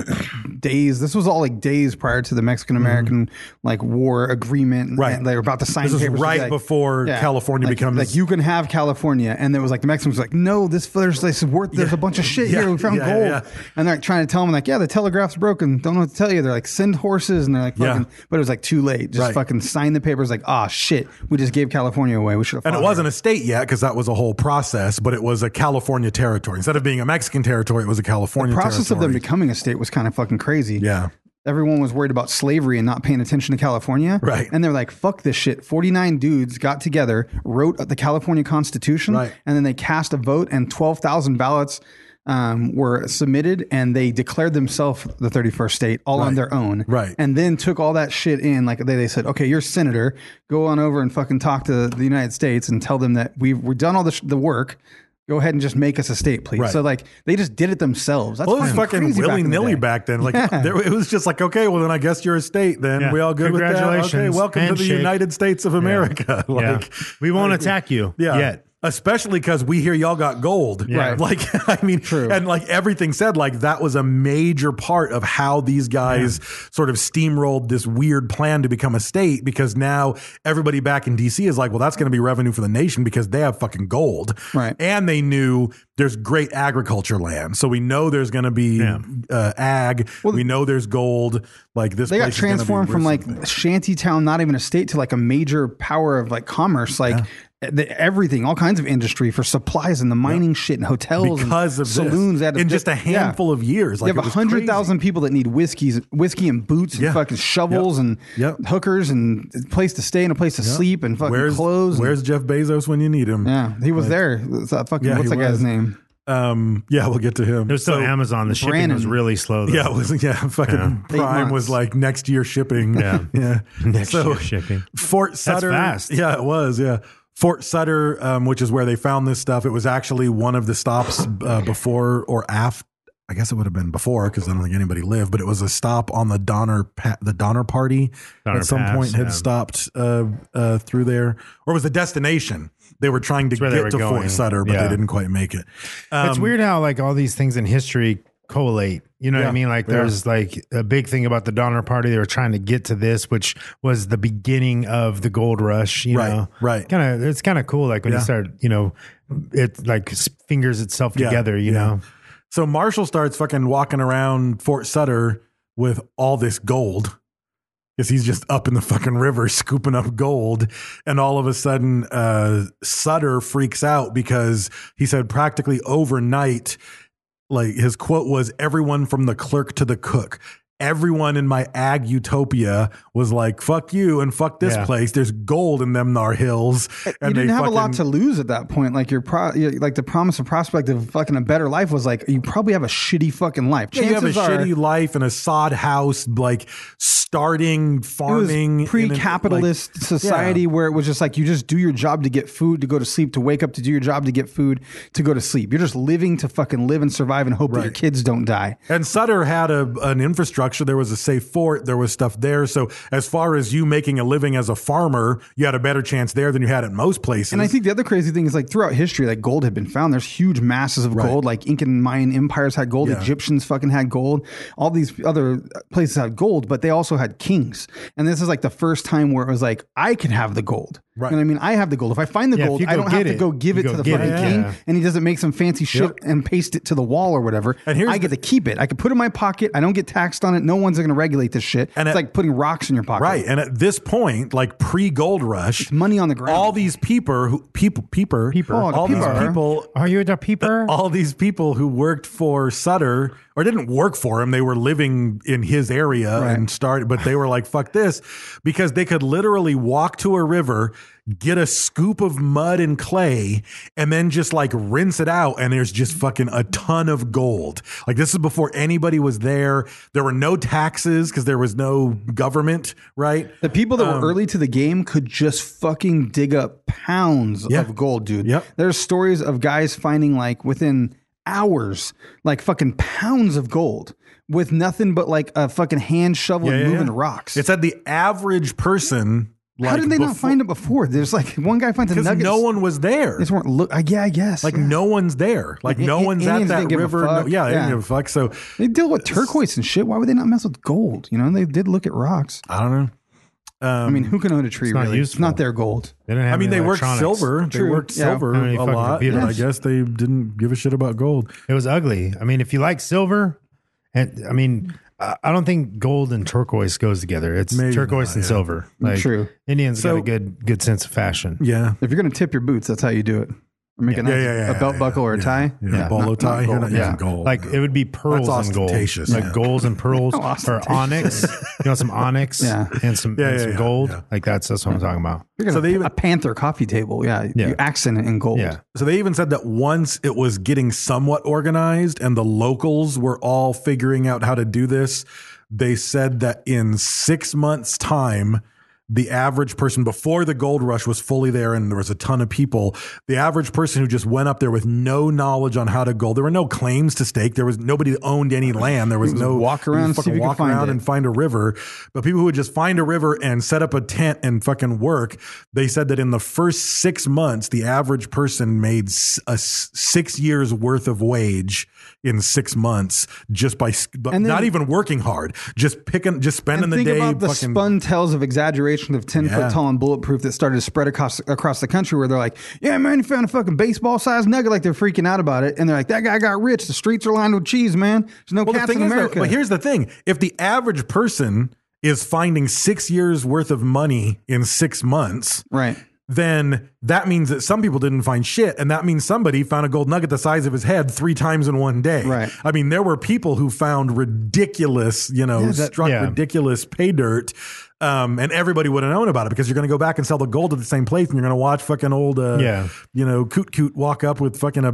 S2: days. This was all like days prior to the Mexican American like war agreement. and
S4: Mm-hmm. Right.
S2: they were about to sign.
S4: This was
S2: papers to be
S4: right
S2: like-
S4: before California
S2: like,
S4: becomes-
S2: like you can have California, and there was like the Mexicans were like, no, this first place is worth. There's
S4: Yeah.
S2: a bunch of shit
S4: Yeah.
S2: here. We found
S4: Yeah, yeah,
S2: gold,
S4: yeah.
S2: and they're like trying to tell them like, yeah, the telegraph's broken. Don't know what to tell you. They're like, send horses, and they're like,
S4: Yeah.
S2: fucking. But it was like too late. Just
S4: Right.
S2: fucking sign the papers. Like, ah, shit, we just gave California away. We should have.
S4: and it
S2: fought
S4: wasn't a state yet because that was a whole process, but it was a California territory. Instead of being a Mexican territory, it was a California
S2: process of them
S4: territory.
S2: becoming a state was kind of fucking crazy.
S4: Yeah.
S2: Everyone was worried about slavery and not paying attention to California.
S4: Right.
S2: And they're like, fuck this shit. 49 dudes got together, wrote the California Constitution,
S4: Right.
S2: and then they cast a vote, and 12,000 ballots um, were submitted, and they declared themselves the 31st state all on
S4: Right.
S2: their own.
S4: Right.
S2: And then took all that shit in. Like they, they said, okay, you're senator. Go on over and fucking talk to the United States and tell them that we've, we've done all the, sh- the work. Go ahead and just make us a state, please.
S4: Right.
S2: So like they just did it themselves. That's
S4: Well, it was fucking
S2: crazy back in
S4: willy
S2: the
S4: nilly
S2: day.
S4: back, then. Like there, it was just like, okay, well then I guess you're a state. Then
S3: Yeah.
S4: we all good with that. Okay,
S3: Congratulations.
S4: welcome to the
S3: Handshake.
S4: United States of America.
S3: Yeah.
S4: like
S3: We won't attack you
S4: Yeah.
S3: yet.
S4: Especially because we hear y'all got gold,
S3: Yeah. Right.
S4: Like, I mean,
S2: True.
S4: and like everything said, like that was a major part of how these guys sort of steamrolled this weird plan to become a state. Because now everybody back in D.C. is like, well, that's going to be revenue for the nation because they have fucking gold,
S2: Right.
S4: And they knew there's great agriculture land, so we know there's going to be
S3: Yeah.
S4: uh, ag. we know there's gold. Like this,
S2: They got
S4: place is gonna be
S2: transformed from
S4: worth
S2: like
S4: something.
S2: shanty town, not even a state, to like a major power of like commerce, like the, everything, all kinds of industry for supplies and the mining shit and hotels
S4: because
S2: and
S4: of
S2: saloons.
S4: this.
S2: that-
S4: in just a
S2: yeah.
S4: handful of years. Like
S2: you
S4: it
S2: have
S4: was
S2: hundred
S4: crazy.
S2: thousand people that need whiskeys, whiskey and boots and
S4: Yeah.
S2: fucking shovels
S4: Yep.
S2: and
S4: Yep.
S2: hookers and a place to stay and a place to sleep and fucking
S4: where's,
S2: clothes. and-
S4: Where's Jeff Bezos when you need him?
S2: yeah, he was there. It's that fucking,
S4: Yeah,
S2: what's
S4: he
S2: that guy's
S4: was.
S2: name?
S4: Um, yeah, we'll get to him.
S3: It was still Amazon. The shipping was
S2: Brandon.
S3: really slow. Though.
S4: yeah, it was yeah. Fucking Prime
S2: months.
S4: was like next year shipping.
S3: Yeah.
S4: yeah.
S3: Next year shipping.
S4: Fort Sutter.
S3: fast.
S4: Yeah, it was. Yeah. Fort Sutter, um, which is where they found this stuff. It was actually one of the stops uh, before or after. I guess it would have been before because I don't think anybody lived, but it was a stop on the Donner pa- the Donner Party
S3: Donner
S4: at some
S3: Pass,
S4: point had
S3: yeah.
S4: stopped uh, uh, through there, or it was the destination they were trying to
S3: where they were
S4: get to
S3: going.
S4: Fort Sutter, but
S3: Yeah.
S4: they didn't quite make it. Um,
S3: it's weird how like all these things in history collate. You know what
S4: Yeah.
S3: I mean? Like there's like a big thing about the Donner Party. They were trying to get to this, which was the beginning of the gold rush. You
S4: Right,
S3: know,
S4: right.
S3: Kind of. It's kind of cool. Like when
S4: Yeah.
S3: you start, you know, it like s- fingers itself
S4: Yeah,
S3: together. You
S4: yeah.
S3: know,
S4: So Marshall starts fucking walking around Fort Sutter with all this gold because he's just up in the fucking river scooping up gold. And all of a sudden, uh, Sutter freaks out because he said practically overnight, like his quote was everyone from the clerk to the cook. Everyone in my ag utopia was like, fuck you and fuck this
S3: Yeah.
S4: place. There's gold in them nar hills.
S2: Eh, you didn't
S4: they
S2: have a
S4: fucking-
S2: lot to lose at that point. Like your pro, your- like the promise and prospect of fucking a better life was like you probably have a shitty fucking life.
S4: Yeah, you have a
S2: Chances are,
S4: shitty life in a sod house, like starting farming.
S2: It
S4: in
S2: was pre-capitalist
S4: an- like-
S2: society
S4: Yeah.
S2: where it was just like you just do your job to get food, to go to sleep, to wake up, to do your job, to get food, to go to sleep. You're just living to fucking live and survive and hope that your
S4: Right.
S2: kids don't die.
S4: And Sutter had a an infrastructure. There was a safe fort. There was stuff there. So as far as you making a living as a farmer, you had a better chance there than you had at most places.
S2: And I think the other crazy thing is like throughout history, like gold had been found. There's huge masses of gold. Like Incan Mayan empires had gold.
S4: Yeah.
S2: Egyptians fucking had gold. All these other places had gold, but they also had kings. And this is like the first time where it was like, I can have the gold.
S4: Right.
S2: And I mean, I have the gold. If I find the
S3: Yeah, if
S2: gold,
S3: you
S2: I
S3: go
S2: don't have
S3: get
S2: to
S3: it,
S2: go give
S3: you
S2: it
S3: go
S2: to the
S3: get
S2: fucking
S3: it.
S2: king.
S3: Yeah.
S2: And he doesn't make some fancy shit
S4: Yep.
S2: and paste it to the wall or whatever.
S4: And here's
S2: I get
S4: the-
S2: to keep it. I can put it in my pocket. I don't get taxed on it. No one's going to regulate this shit.
S4: And
S2: it's
S4: at-
S2: like putting rocks in your pocket.
S4: right. And at this point, like pre Gold Rush,
S2: money on the ground.
S4: All these peeper who people peeper
S3: Peeper.
S2: Oh, the
S4: all these
S2: peeper.
S4: people
S3: are you a peeper?
S2: Uh.
S4: all these people who worked for Sutter or didn't work for him, they were living in his area
S2: Right.
S4: and started, but they were like, fuck this, because they could literally walk to a river, get a scoop of mud and clay and then just like rinse it out and there's just fucking a ton of gold. Like this is before anybody was there. There were no taxes because there was no government, right?
S2: The people
S4: Um,
S2: that were early to the game could just fucking dig up pounds
S4: Yeah.
S2: of gold, dude.
S4: Yep.
S2: There's stories of guys finding like within hours, like fucking pounds of gold with nothing but like a fucking hand shovel and
S4: Yeah, yeah,
S2: moving
S4: yeah.
S2: rocks.
S4: It said the average person like
S2: How did they not
S4: before-
S2: find it before? There's like one guy finds a
S4: Because
S2: nugget.
S4: no one was there.
S2: They just weren't look. I, yeah, I guess.
S4: Like
S2: yeah.
S4: no one's there. Like no
S2: I- I-
S4: one's
S2: Indians
S4: at
S2: didn't
S4: that
S2: give a
S4: river. No-
S2: fuck.
S4: yeah, they didn't
S2: Yeah.
S4: give a fuck. So
S2: They deal with turquoise and shit. Why would they not mess with gold? You know, they did look at rocks.
S4: I don't know.
S2: I
S4: Um,
S2: mean, who can own a tree?
S3: not
S2: really, it's
S3: useful.
S2: not their gold.
S3: They didn't have
S4: I mean,
S3: any
S4: they worked
S3: electronics.
S4: silver. They
S2: True.
S4: worked
S2: Yeah.
S4: silver
S3: How many
S4: a
S3: fucking
S4: lot. And I
S3: computers?
S4: guess they didn't give a shit about gold.
S3: It was ugly. I mean, if you like silver, and I mean, I I don't think gold and turquoise goes together. It's
S4: Maybe
S3: turquoise
S4: not,
S3: and
S4: yeah.
S3: silver. Like,
S2: True.
S3: Indians
S4: So-
S3: got a good good sense of fashion.
S4: Yeah.
S2: If you're gonna tip your boots, that's how you do it. Or make a, nice, a belt buckle or a
S4: yeah,
S2: tie.
S4: Yeah, bolo
S2: Not- not
S4: tie. You're
S2: gold.
S4: not
S3: Yeah,
S4: using gold.
S3: like it would be pearls
S4: That's
S3: and gold,
S4: ostentatious,
S3: like
S4: yeah.
S3: gold and pearls,
S2: No,
S3: or
S2: ostentatious.
S3: onyx. You know, some onyx
S2: Yeah.
S3: and some,
S4: Yeah,
S3: and
S4: yeah,
S3: some
S4: yeah,
S3: gold.
S4: yeah.
S3: Like that's that's what I'm talking about.
S2: You're
S4: So
S2: so
S4: they
S2: they
S4: even-
S2: a Panther coffee table. Yeah,
S3: Yeah.
S2: you accent it in gold.
S3: Yeah,
S4: So they even said that once it was getting somewhat organized and the locals were all figuring out how to do this, they said that in six months' time, the average person before the gold rush was fully there and there was a ton of people. The average person who just went up there with no knowledge on how to gold, there were no claims to stake. There was nobody owned any land. There was,
S2: was
S4: no
S2: walk around
S4: you
S2: and see
S4: fucking
S2: if you could
S4: walk
S2: find
S4: around
S2: it.
S4: and find a river. But people who would just find a river and set up a tent and fucking work, they said that in the first six months, the average person made s- a s- six years worth of wage in six months just by s- but
S2: And then-
S4: not even working hard, just picking, just spending
S2: And
S4: the
S2: think
S4: day
S2: about the
S4: fucking.
S2: spun tales of exaggeration of 10
S4: Yeah.
S2: foot tall and bulletproof that started to spread across across the country where they're like, yeah, man, you found a fucking baseball sized nugget. Like they're freaking out about it. And they're like, that guy got rich. The streets are lined with cheese, man. There's no
S4: well, the
S2: cats
S4: thing
S2: in
S4: is, though,
S2: America.
S4: but here's the thing: if the average person is finding six years worth of money in six months,
S2: right.
S4: then that means that some people didn't find shit. And that means somebody found a gold nugget the size of his head three times in one day.
S2: Right.
S4: I mean, there were people who found ridiculous, you know,
S2: Yeah, that-
S4: struck
S3: yeah.
S4: ridiculous pay dirt. Um, and everybody would have known about it because you're going to go back and sell the gold at the same place and you're going to watch fucking old, uh,
S3: Yeah.
S4: you know, coot coot walk up with fucking a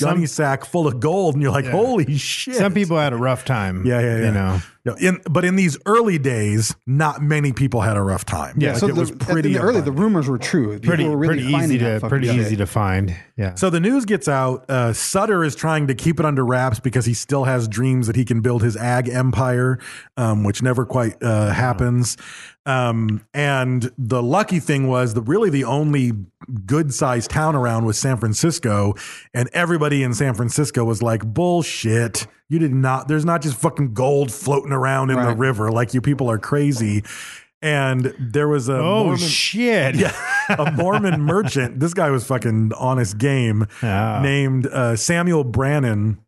S4: gunny sack full of gold. And you're like, holy shit.
S3: some people had a rough time.
S4: Yeah, yeah, yeah.
S3: You know,
S4: Yeah, in, but in these early days, not many people had a rough time.
S3: Yeah,
S4: Like,
S3: so
S4: it was
S2: the,
S4: pretty
S2: in the early. The
S4: abundant.
S2: rumors were true. People
S3: pretty
S2: were really
S3: pretty easy
S2: finding that
S3: to
S2: fucking
S3: pretty
S2: shit.
S3: easy to find. Yeah.
S4: So the news gets out. Uh, Sutter is trying to keep it under wraps because he still has dreams that he can build his ag empire, um, which never quite uh, happens. Um, and the lucky thing was that really the only good sized town around was San Francisco. And everybody in San Francisco was like, bullshit. You did not, there's not just fucking gold floating around in the
S2: Right.
S4: river. Like, you people are crazy. And there was a
S3: oh
S4: Mormon-
S3: shit! Yeah.
S4: a Mormon merchant. This guy was fucking honest game.
S3: Ah.
S4: Named uh, Samuel Brannon.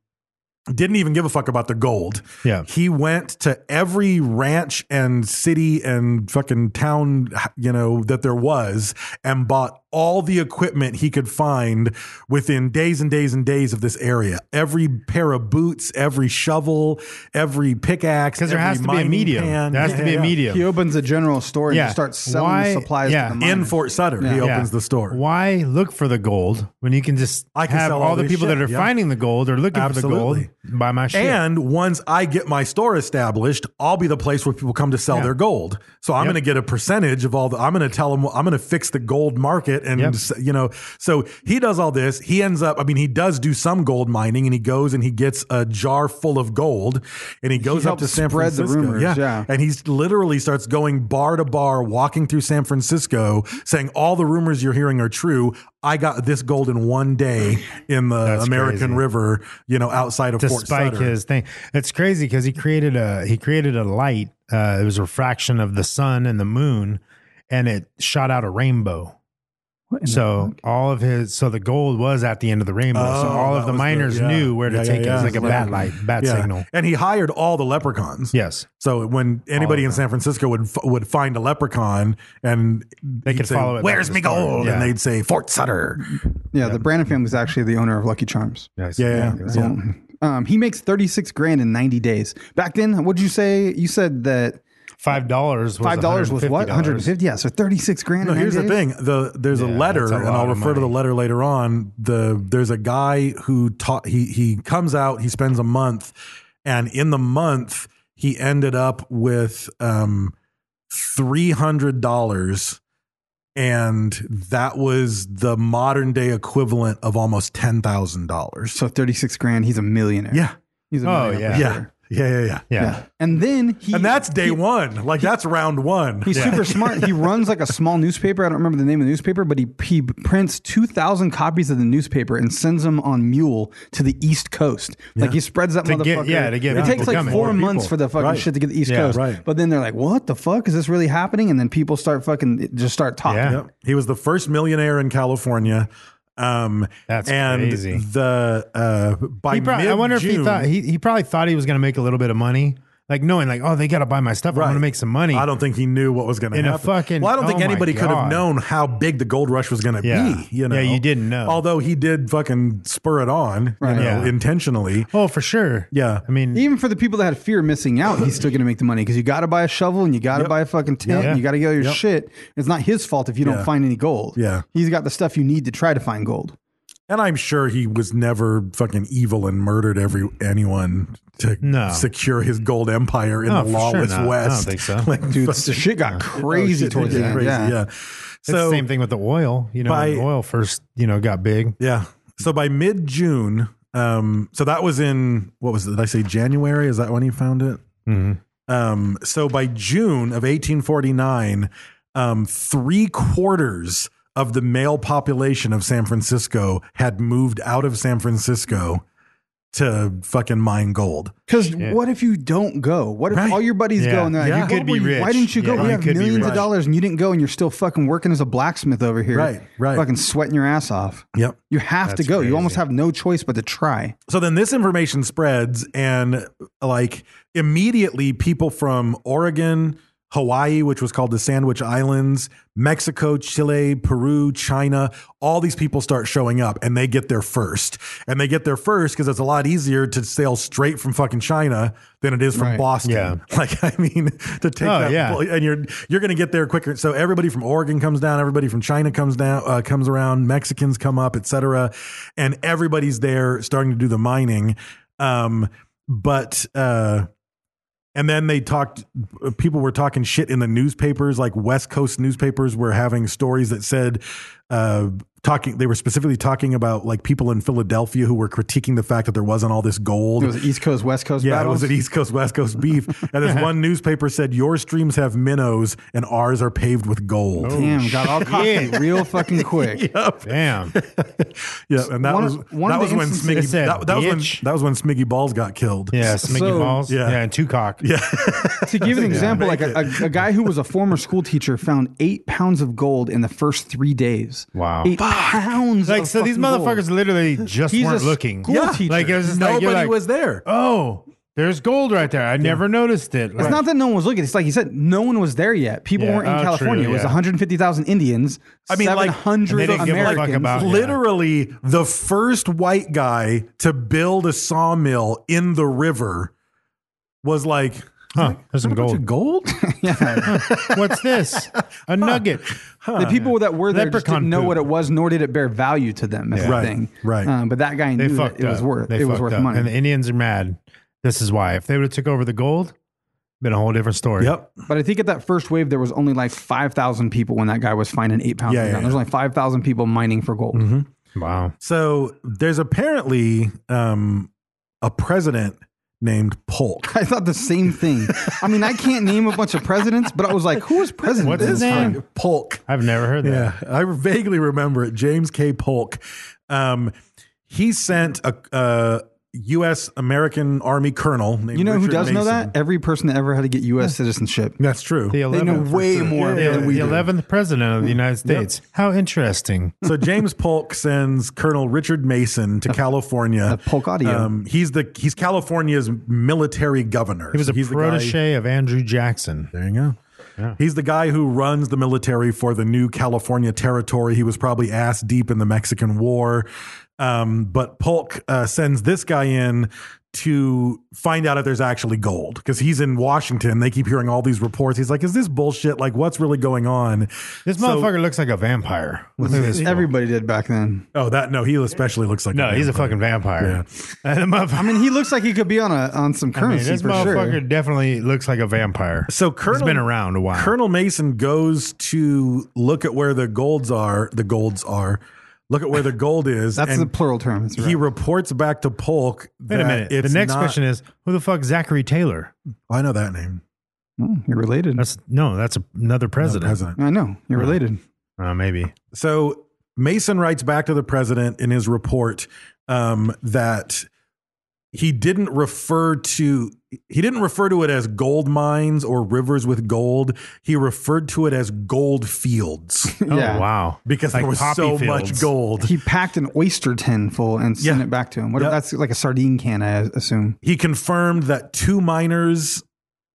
S4: Didn't even give a fuck about the gold.
S3: Yeah.
S4: He went to every ranch and city and fucking town, you know, that there was and bought all the equipment he could find within days and days and days of this area. Every pair of boots, every shovel, every pickaxe.
S3: Because there
S4: every
S3: has to be a
S4: mining
S3: medium.
S4: pan.
S3: There has
S4: Yeah,
S3: to be
S4: yeah,
S3: a
S4: yeah.
S3: medium.
S2: He opens a general store and
S3: Yeah.
S2: just starts selling
S3: Why-
S2: the supplies
S3: yeah.
S2: to the
S4: In
S2: miners.
S4: Fort Sutter, he
S3: Yeah.
S4: opens the store.
S3: Why look for the gold when you can just
S4: I can
S3: have
S4: sell
S3: all,
S4: all
S3: the
S4: this
S3: people
S4: shit,
S3: that are
S4: yeah.
S3: finding the gold or looking
S4: Absolutely.
S3: for the gold? Buy my shit.
S4: And once I get my store established, I'll be the place where people come to sell
S3: Yeah.
S4: their gold. So I'm
S3: Yep.
S4: going to get a percentage of all the. I'm going to tell them. I'm going to fix the gold market, and
S3: Yep.
S4: s- you know. So he does all this. He ends up. I mean, he does do some gold mining, and he goes and he gets a jar full of gold, and he goes up
S2: helped
S4: to San
S2: spread the
S4: Francisco.
S2: rumors, yeah.
S4: and he literally starts going bar to bar, walking through San Francisco, saying all the rumors you're hearing are true. I got this gold in one day in the
S3: That's
S4: American
S3: crazy.
S4: River, you know, outside of Fort
S3: despite
S4: Sutter.
S3: his thing. It's crazy because he created a he created a light. Uh, it was a refraction of the sun and the moon, and it shot out a rainbow.
S2: What in the
S3: So
S2: fuck?
S3: all of his so the gold was at the end of the rainbow. so
S4: Oh,
S3: all of
S4: that
S3: the
S4: was
S3: miners
S4: yeah.
S3: knew where to
S4: Yeah, yeah,
S3: take it. It
S4: yeah.
S3: was like a bat light, bat
S4: Yeah.
S3: signal.
S4: And he hired all the leprechauns.
S3: Yes,
S4: So when anybody in
S3: of them.
S4: San Francisco would f- would find a leprechaun and
S3: They
S4: he'd
S3: could
S4: say,
S3: follow it back
S4: Where's
S3: to
S4: me
S3: the store."
S4: gold?
S3: Yeah.
S4: And they'd say Fort Sutter.
S2: yeah, the Brandon family is actually the owner of Lucky Charms. um,
S3: yes,
S4: Yeah, yeah,
S2: So, um, he makes thirty six grand in ninety days. Back then, what'd you say? You said that
S5: Five dollars.
S2: Five dollars was what? One hundred and fifty. Yeah, so thirty six grand.
S4: No,
S2: in
S4: here's the
S2: nine days?
S4: thing. The there's
S5: Yeah,
S4: a letter,
S5: that's a
S4: and
S5: lot
S4: I'll
S5: of
S4: refer to the
S5: money.
S4: letter later on. The there's a guy who taught he he comes out, he spends a month, and in the month he ended up with um three hundred dollars, and that was the modern day equivalent of almost ten thousand dollars.
S2: So thirty six grand. He's a millionaire.
S4: Yeah,
S2: He's a
S5: Oh,
S2: millionaire.
S5: yeah.
S2: for
S4: yeah, yeah,
S2: sure.
S4: yeah, yeah.
S5: Yeah.
S2: And then he
S4: And that's day
S2: he-
S4: one. Like that's round one.
S2: He's super smart. He runs like a small newspaper. I don't remember the name of the newspaper, but he he prints two thousand copies of the newspaper and sends them on mule to the East Coast. Like he spreads that
S5: To
S2: motherfucker.
S5: get- yeah, to get
S2: it takes
S5: people
S2: like
S5: coming.
S2: four
S5: More
S2: months
S5: people.
S2: for the fucking
S4: Right.
S2: shit to get to the East
S5: Yeah,
S2: Coast.
S4: right.
S2: But then they're like, "What the fuck is this really happening?" And then people start fucking it just start talking.
S5: Yeah.
S4: Yep. He was the first millionaire in California. Um,
S5: That's
S4: and
S5: crazy.
S4: The uh, by
S5: He probably, I wonder if he
S4: mid-June-
S5: thought he, he probably thought he was going to make a little bit of money, like knowing like oh they got to buy my stuff. I'm
S4: Right.
S5: going to make some money.
S4: I don't think he knew what was going to
S5: In a
S4: happen.
S5: fucking-
S4: well, I don't
S5: oh
S4: think
S5: my
S4: anybody could have
S5: God.
S4: known how big the gold rush was going to
S5: Yeah.
S4: be. You know,
S5: Yeah, you didn't know.
S4: Although he did fucking spur it on,
S2: Right.
S4: you know,
S5: Yeah.
S4: intentionally.
S5: Oh, for sure.
S4: Yeah.
S5: I mean,
S2: Even for the people that had fear of missing out, he's still going to make the money because you got to buy a shovel and you got to buy a fucking tent
S5: Yeah.
S2: and you got to get all your
S4: Yep.
S2: shit. It's not his fault if you
S4: Yeah.
S2: don't find any gold.
S4: Yeah.
S2: He's got the stuff you need to try to find gold.
S4: And I'm sure he was never fucking evil and murdered every anyone to
S5: No.
S4: secure his gold empire in
S5: No,
S4: the
S5: for sure
S4: lawless
S5: not. I don't
S4: West.
S5: think so.
S4: Like,
S2: Dude,
S4: fucking-
S2: shit got
S4: Oh,
S2: crazy
S4: shit,
S2: towards
S4: it
S2: the
S4: got
S2: end.
S4: crazy,
S2: yeah.
S5: it's the same thing with the oil. You know,
S4: by-
S5: when oil first you know got big.
S4: Yeah. So by mid June, um, so that was in what was it? Did I say January? Is that when he found it? Um, so by June of 1849, um, three quarters of the male population of San Francisco had moved out of San Francisco to fucking mine gold.
S2: Because what if you don't go? What if
S4: Right.
S2: all your buddies
S5: Yeah.
S2: go and they're like,
S4: You
S2: "What
S5: could be
S2: were you-
S5: rich.
S2: Why didn't you go?
S5: Yeah,
S2: we
S5: you
S2: have
S5: could be
S2: millions of
S5: rich."
S2: dollars and you didn't go and you're still fucking working as a blacksmith over here.
S4: Right, right.
S2: Fucking sweating your ass off.
S4: Yep.
S2: You have to
S5: That's
S2: go.
S5: crazy.
S2: You almost have no choice but to try.
S4: So then this information spreads, and like immediately, people from Oregon, Hawaii, which was called the Sandwich Islands, Mexico, Chile, Peru, China, all these people start showing up and they get there first. And they get there first because it's a lot easier to sail straight from fucking China than it is from
S2: Right.
S4: Boston.
S5: Yeah.
S4: Like, I mean, to take
S5: Oh,
S4: that,
S5: yeah.
S4: pl- and you're you're gonna get there quicker. So everybody from Oregon comes down, everybody from China comes down, uh, comes around, Mexicans come up, etc. And everybody's there starting to do the mining. Um, but uh, and then they talked. People were talking shit in the newspapers, like West Coast newspapers were having stories that said. Uh, talking they were specifically talking about like people in Philadelphia who were critiquing the fact that there wasn't all this gold
S2: It was East Coast, West Coast
S4: yeah,
S2: battle.
S4: it was an East Coast, West Coast beef. And this one newspaper said, Your streams have minnows and ours are paved with gold.
S2: Oh.
S5: Oh,
S2: Damn, got all cocky real fucking quick.
S5: Damn.
S4: Yeah, and that
S2: One
S4: was
S2: of- one
S4: that
S2: of
S4: was
S2: the
S4: when
S2: instances-
S4: Smiggy
S5: It said,
S4: that, that was when
S5: "Bitch."
S4: that was when Smiggy Balls got killed.
S5: Yeah, Smiggy
S2: So-
S5: Balls.
S4: Yeah.
S5: Yeah. and two cock. Yeah.
S2: to give an example, like a, a, a guy who was a former school teacher found eight pounds of gold in the first three days.
S5: Wow.
S2: Eight pounds.
S5: Like
S2: of
S5: so, these
S2: fucking gold.
S5: motherfuckers literally just
S2: He's a
S5: weren't looking.
S2: school Yeah. teacher.
S5: Like it was just like,
S4: Nobody
S5: you're like,
S4: was there.
S5: Oh, there's gold right there. I never noticed it.
S2: It's not that no one was looking. It's like you said, no one was there yet. People
S5: Yeah.
S2: weren't in
S5: Oh, true,
S2: California. It was
S5: yeah.
S2: 150,000 Indians.
S4: I mean, like-
S5: And
S2: 700
S5: they didn't give a fuck
S2: Americans.
S5: about it.
S4: Literally the first white guy to build a sawmill in the river was like
S5: Huh, there's some
S4: "Got a bunch
S5: gold.
S4: of gold?
S5: What's this? A nugget.
S2: the people that were there just
S5: Leprechaun
S2: didn't know
S5: poop.
S2: what it was, nor did it bear value to them. Is
S5: Yeah.
S2: the
S4: Right,
S2: thing.
S4: right.
S2: Um, but that guy
S5: They
S2: knew that
S5: fucked
S2: it
S5: up.
S2: was worth.
S5: They
S2: it was
S5: fucked
S2: worth
S5: up.
S2: money.
S5: And the Indians are mad. This is why. If they would have took over the gold, been a whole different story.
S4: Yep.
S2: But I think at that first wave, there was only like 5,000 people when that guy was finding eight pounds
S4: Yeah,
S2: of
S4: yeah,
S2: gold. There's
S4: yeah.
S2: only 5,000 people mining for gold.
S5: Mm-hmm. Wow.
S4: So there's apparently um, a president named Polk.
S2: I thought the same thing. I mean, I can't name a bunch of presidents, but I was like, who was president?
S5: What's his
S2: this time?
S5: name?
S4: Polk.
S5: I've never heard that.
S4: Yeah, I vaguely remember it. James K. Polk. Um, he sent a, a U.S. American Army colonel named
S2: You know who
S4: Richard
S2: does know
S4: Mason.
S2: that? Every person that ever had to get U.S. citizenship.
S4: That's true.
S5: The 11th,
S2: They know way more
S5: the,
S2: than we
S5: the
S2: do.
S5: 11th president of the United
S4: Yep.
S5: States. How interesting.
S4: so James Polk sends Colonel Richard Mason to California. Um,
S2: a Polkadio.
S4: he's the he's California's military governor.
S5: He was a
S4: he's the guy-
S5: protege of Andrew Jackson.
S4: There you go. He's the guy who runs the military for the new California territory. He was probably ass deep in the Mexican War. Um, but Polk uh, sends this guy in to find out if there's actually gold because he's in Washington. They keep hearing all these reports. He's like, "Is this bullshit? Like, what's really going on?"
S5: This
S4: So-
S5: motherfucker looks like a vampire. Look at this.
S2: Everybody did back then.
S4: Oh, that no, he especially looks like
S5: No, he's a fucking vampire. And the motherfucker-
S2: I mean, he looks like he could be on a on
S5: I
S2: some
S5: mean,
S2: currency
S5: this
S2: for
S5: motherfucker
S2: sure.
S5: definitely looks like a vampire.
S4: So Colonel
S5: he's been around a while.
S4: Colonel Mason goes to look at where the golds are. The golds are. Look at where the gold is.
S2: That's
S4: and
S2: the plural term. That's
S4: He
S2: right.
S4: reports back to Polk.
S5: Wait a
S4: that
S5: minute. The
S4: it's
S5: next
S4: not-
S5: question is who the fuck Zachary Taylor?
S4: I know that name.
S2: Oh, you're related.
S5: That's no, that's another president.
S4: President.
S2: I know you're related.
S5: Uh, maybe.
S4: So Mason writes back to the president in his report um, that he didn't refer to he didn't refer to it as gold mines or rivers with gold. He referred to it as gold fields
S5: Oh
S2: Yeah.
S5: wow.
S4: because
S5: Like
S4: there was
S5: poppy
S4: so much
S5: fields.
S4: gold.
S2: He packed an oyster tin full and sent
S4: Yeah.
S2: it back to him. What
S4: Yeah.
S2: if that's like a sardine can? I assume.
S4: He confirmed that two miners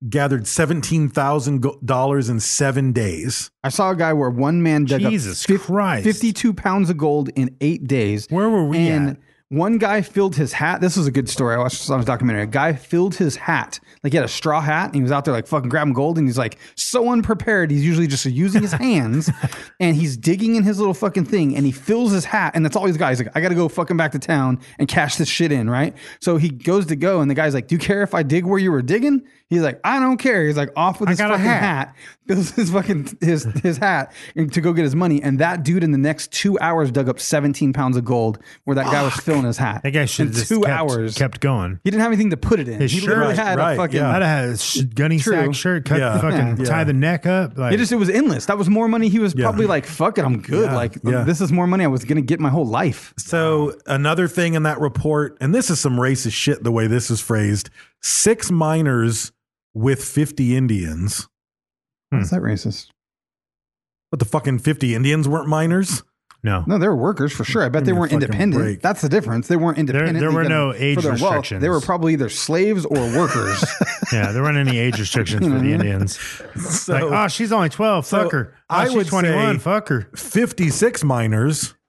S4: gathered seventeen thousand dollars in seven days.
S2: I saw a guy where one man dug
S5: Jesus
S2: up fif-
S5: Christ.
S2: 52 pounds of gold in eight days.
S5: Where were we
S2: And
S5: at?
S2: one guy filled his hat. This was a good story. I watched this on his documentary. A guy filled his hat. Like he had a straw hat and he was out there like fucking grabbing gold and he's like so unprepared. He's usually just using his hands and he's digging in his little fucking thing and he fills his hat and that's all he's got. He's like, I gotta go fucking back to town and cash this shit in, right? So he goes to go and the guy's like, Do you care if I dig where you were digging? He's like, I don't care. He's like off with his
S5: got a
S2: fucking
S5: hat.
S2: hat hat, fills his fucking his his hat and to go get his money. And that dude in the next two hours dug up 17 pounds of gold where that guy was filling his hat.
S5: That guy should
S2: in
S5: have just
S2: two
S5: kept,
S2: hours.
S5: kept going.
S2: he didn't have anything to put it in.
S5: His
S2: he
S5: shirt,
S2: literally
S4: right,
S2: had
S4: right,
S2: a fucking.
S4: yeah.
S5: I'd have had a sh- gunny
S2: True.
S5: sack shirt, cut
S4: Yeah.
S5: the fucking
S4: Yeah.
S5: tie the neck up. Like,
S2: It just it was endless. That was more money. He was
S4: Yeah.
S2: probably like, "Fuck it, I'm good."
S4: Yeah,
S2: Like
S4: yeah.
S2: this is more money I was gonna get my whole life.
S4: So another thing in that report, and this is some racist shit the way this is phrased: six miners with fifty Indians,
S5: Hmm.
S2: Is that racist?
S4: but the fucking fifty Indians weren't miners.
S5: no.
S2: No, they were workers for sure. I bet
S4: Give
S2: they
S4: me a
S2: weren't
S4: fucking
S2: independent.
S4: break.
S2: That's the difference. They weren't independent.
S5: there were no age
S2: They were
S5: restrictions.
S2: probably either slaves or workers.
S5: Yeah, there weren't any age restrictions for the Indians.
S4: So
S5: like, oh, she's only 12.
S4: So,
S5: fuck her. Oh,
S4: I
S5: she's
S4: would
S5: 21.
S4: say-
S5: fuck her.
S4: fifty-six miners.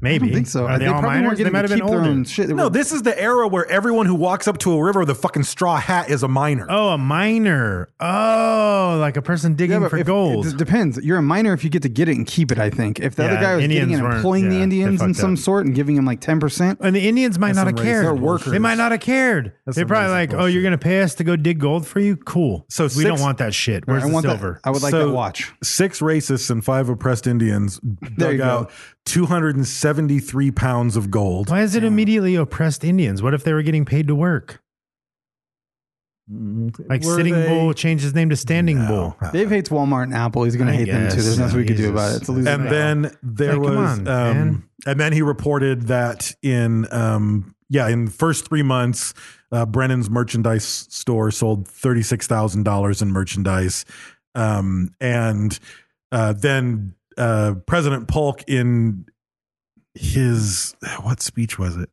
S5: Maybe.
S2: I don't think so.
S5: Are they, all
S2: probably
S5: minors? They
S2: weren't getting
S5: might
S2: to
S5: have been
S2: keep their own
S5: older.
S2: shit. They
S4: No,
S2: were-
S4: this is the era where everyone who walks up to a river with a fucking straw hat is a miner.
S5: Oh, a minor. Oh, like a person digging
S2: but
S5: for
S2: if-
S5: gold.
S2: It depends. You're a minor if you get to get it and keep it. I think if the other
S5: Yeah,
S2: guy was
S5: Indians
S2: getting it and
S5: weren't-
S2: employing
S5: yeah,
S2: the
S5: they
S2: Indians in
S5: fucked
S2: some
S5: up.
S2: sort and giving him like ten percent.
S5: and the Indians might
S4: That's
S5: not have
S4: some racist
S5: cared.
S4: They're workers.
S5: They might not have cared.
S4: That's
S5: they
S4: some
S5: probably
S4: racist
S5: like, oh,
S4: bullshit.
S5: you're going to pay us to go dig gold for you? Cool.
S4: So
S5: we
S4: six-
S5: don't want that shit. Where's
S2: I
S5: the
S2: want that-
S5: silver?
S2: I would like
S4: So,
S2: that watch.
S4: Six racists and five oppressed Indians
S2: There
S4: dug
S2: you go.
S4: out 273 pounds of gold.
S5: Why is it immediately oppressed Indians? What if they were getting paid to work? Like
S4: Mm, Were
S5: Sitting
S4: they-
S5: Bull changed his name to Standing Bull.
S2: Dave hates Walmart and Apple. He's gonna
S5: I
S2: hate them too.
S5: guess,
S2: There's nothing we could do
S5: Jesus.
S2: about it. It's a loser.
S4: and
S2: battle.
S4: then there
S5: Like,
S4: was um,
S5: come on, man.
S4: and then he reported that in um yeah in the first three months uh, brennan's merchandise store sold $36000 in merchandise um and uh then uh president polk in his what speech was it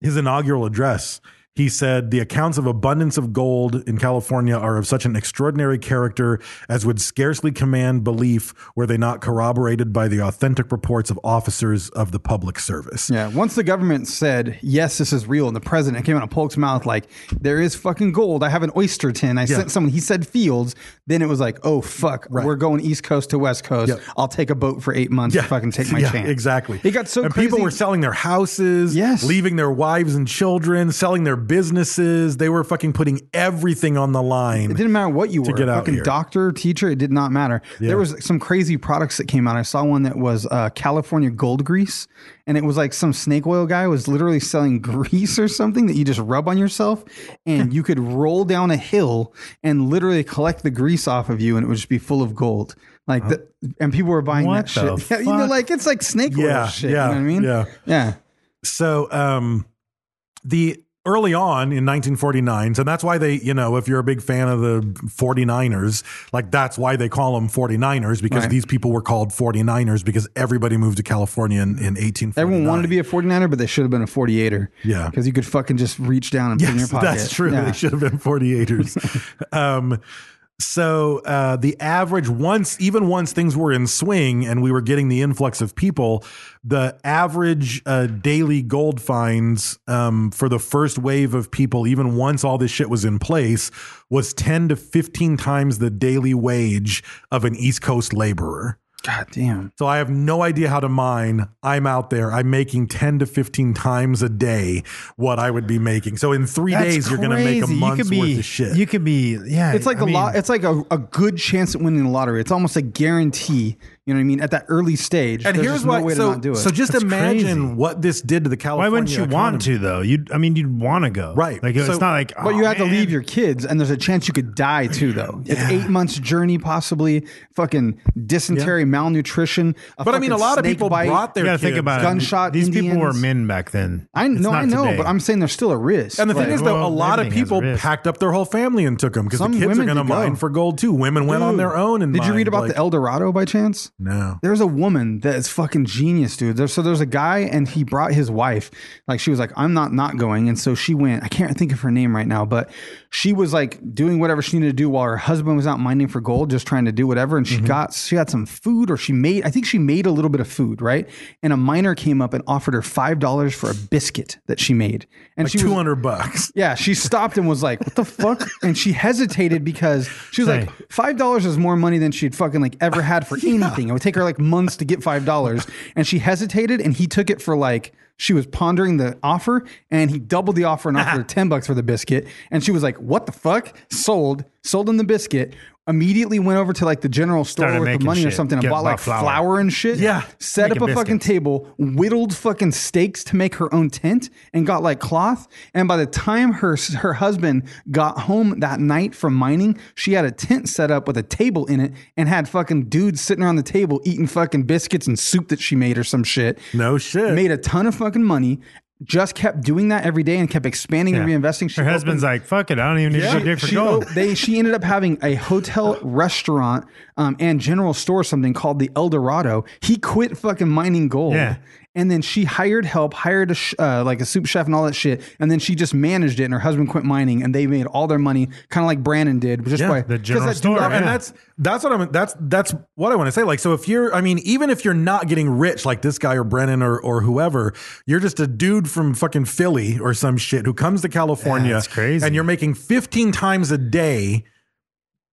S4: his inaugural address he said the accounts of abundance of gold in california are of such an extraordinary character as would scarcely command belief were they not corroborated by the authentic reports of officers of the public service
S2: Yeah. Once the government said, yes, this is real, and the president came out of Polk's mouth like, there is fucking gold. I have an oyster tin. I sent someone, he said fields. Then it was like, oh, fuck,
S4: Right.
S2: we're going East Coast to West Coast.
S4: Yep.
S2: I'll take a boat for eight months to fucking take my
S4: Yeah,
S2: chance.
S4: Exactly.
S2: It got so
S4: and
S2: crazy.
S4: people were selling their houses,
S2: Yes.
S4: leaving their wives and children, selling their businesses. They were fucking putting everything on the line.
S2: It didn't matter what you
S4: to
S2: were,
S4: get out
S2: fucking
S4: here.
S2: doctor, teacher. It did not matter.
S4: Yeah.
S2: There was some crazy products that came out. I saw one that was uh, California gold grease, and it was like some snake oil guy was literally selling grease or something that you just rub on yourself, and you could roll down a hill and literally collect the grease off of you, and it would just be full of gold. Like the, and people were buying
S5: What
S2: that
S5: the
S2: shit. Yeah, you know,
S5: fuck?
S2: like it's like snake
S4: Yeah,
S2: oil
S4: yeah,
S2: shit. you know what I mean?
S4: yeah.
S2: yeah.
S4: So, um, the early on in 1949, so that's why they, you know, if you're a big fan of the 49ers, like that's why they call them 49ers because
S2: Right.
S4: these people were called 49ers because everybody moved to California in, in 1849.
S2: Everyone wanted to be a 49er, but they should have been a 48er.
S4: Yeah.
S2: Because you could fucking just reach down and put it in your pocket.
S4: That's true.
S2: Yeah.
S4: They should have been 48ers. um, So uh, the average once, even once things were in swing and we were getting the influx of people, the average uh, daily gold finds um, for the first wave of people, even once all this shit was in place, was ten to fifteen times the daily wage of an East Coast laborer.
S2: God damn.
S4: So I have no idea how to mine. I'm out there. I'm making 10 to 15 times a day what I would be making. So in three
S3: That's
S4: days, you're going to make a
S3: crazy. You
S4: month's
S3: could be-
S4: worth of shit.
S3: You could be, yeah.
S2: It's like
S3: I
S2: the
S3: mean,
S2: lot. It's like a, a good chance at winning the lottery. It's almost a guarantee. You know what I mean? At that early stage,
S4: and
S2: there's
S4: here's
S2: just no
S4: why.
S2: way
S4: so,
S2: to not do it.
S4: so just
S3: That's
S4: imagine
S3: crazy.
S4: what this did to the
S3: Why
S4: California.
S3: wouldn't you want
S4: economy.
S3: to though? You, I mean, you'd want to go,
S4: Right.
S3: Like it's
S4: So-
S3: not like,
S2: But
S3: "Oh,
S2: you have to
S3: man."
S2: leave your kids, and there's a chance you could die too, though. It's eight months journey, possibly fucking dysentery, malnutrition. a
S4: But I mean, a
S2: fucking
S4: lot of
S2: snake
S4: people
S2: bite.
S4: brought
S3: You
S4: their
S3: gotta think
S4: kids.
S3: about it.
S2: Gunshot
S3: These people were
S2: Indians.
S3: men back then.
S2: I
S3: It's
S2: no, I
S3: not
S2: know,
S3: today.
S2: but I'm saying there's still a risk.
S4: And the thing
S2: Like,
S4: is, though, a
S3: well,
S4: lot of
S3: everything has
S4: people
S3: risk.
S4: packed up their whole family and took them because the
S2: Some
S4: kids are
S2: women
S4: going to
S2: did go.
S4: mine for gold too. Women went on
S2: dude,
S4: their own. And
S2: did you read
S4: mined,
S2: about
S4: like-
S2: the El Dorado by chance?
S4: No.
S2: There's a woman that is fucking genius, dude. There's, so there's a guy, and he brought his wife. Like she was like, "I'm not not going," and so she went. I can't think of her name right now, but she was like doing whatever she needed to do while her husband was out mining for gold, just trying to do whatever. And she
S4: Mm-hmm.
S2: got she got some food, or she made. I think she made a little bit of food, right? And a miner came up and offered her five dollars for a biscuit that she made, and
S4: Like
S2: she was-
S4: two hundred bucks.
S2: yeah, she stopped and was like, "What the fuck?" And she hesitated because she was
S3: Hey.
S2: like, five dollars is more money than she'd fucking like ever had for anything. It would take her like months to get five dollars, and she hesitated, and he took it for like she was pondering the offer, and he doubled the offer and offered her ten bucks for the biscuit, and she was like, "What the fuck?" Sold, sold him the biscuit. Immediately went over to like the general store
S3: Started
S2: with the
S3: making
S2: money or
S3: shit.
S2: something and
S3: Get-
S2: bought
S3: bought
S2: like
S3: flour.
S2: flour. and shit.
S4: Yeah.
S2: set up a
S3: Making
S2: fucking
S3: biscuits.
S2: table table, whittled fucking steaks to make her own tent, and got like cloth. And by the time her her husband got home that night from mining, she had a tent set up with a table in it, and had fucking dudes sitting around the table eating fucking biscuits and soup that she made or some shit.
S4: No shit.
S2: Made a ton of fucking money. Just kept doing that every day and kept expanding
S3: Yeah.
S2: and reinvesting. She
S3: Her husband's
S2: opened-
S3: like, fuck it, I don't even need to go dig for
S2: she,
S3: gold.
S2: they she ended up having a hotel restaurant um, and general store something called the El Dorado. He quit fucking mining gold.
S3: Yeah.
S2: And then she hired help, hired a sh- uh, like a soup chef and all that shit. And then she just managed it. And her husband quit mining, and they made all their money, kind of like Brandon did, just
S4: Yeah,
S2: by
S3: the
S2: 'cause
S3: general
S2: that dude-
S3: store, yeah.
S4: and that's that's what I'm that's that's what I want to say. Like, so if you're, I mean, even if you're not getting rich like this guy or Brennan or or whoever, you're just a dude from fucking Philly or some shit who comes to California.
S3: Yeah, it's crazy.
S4: and you're making 15 times a day.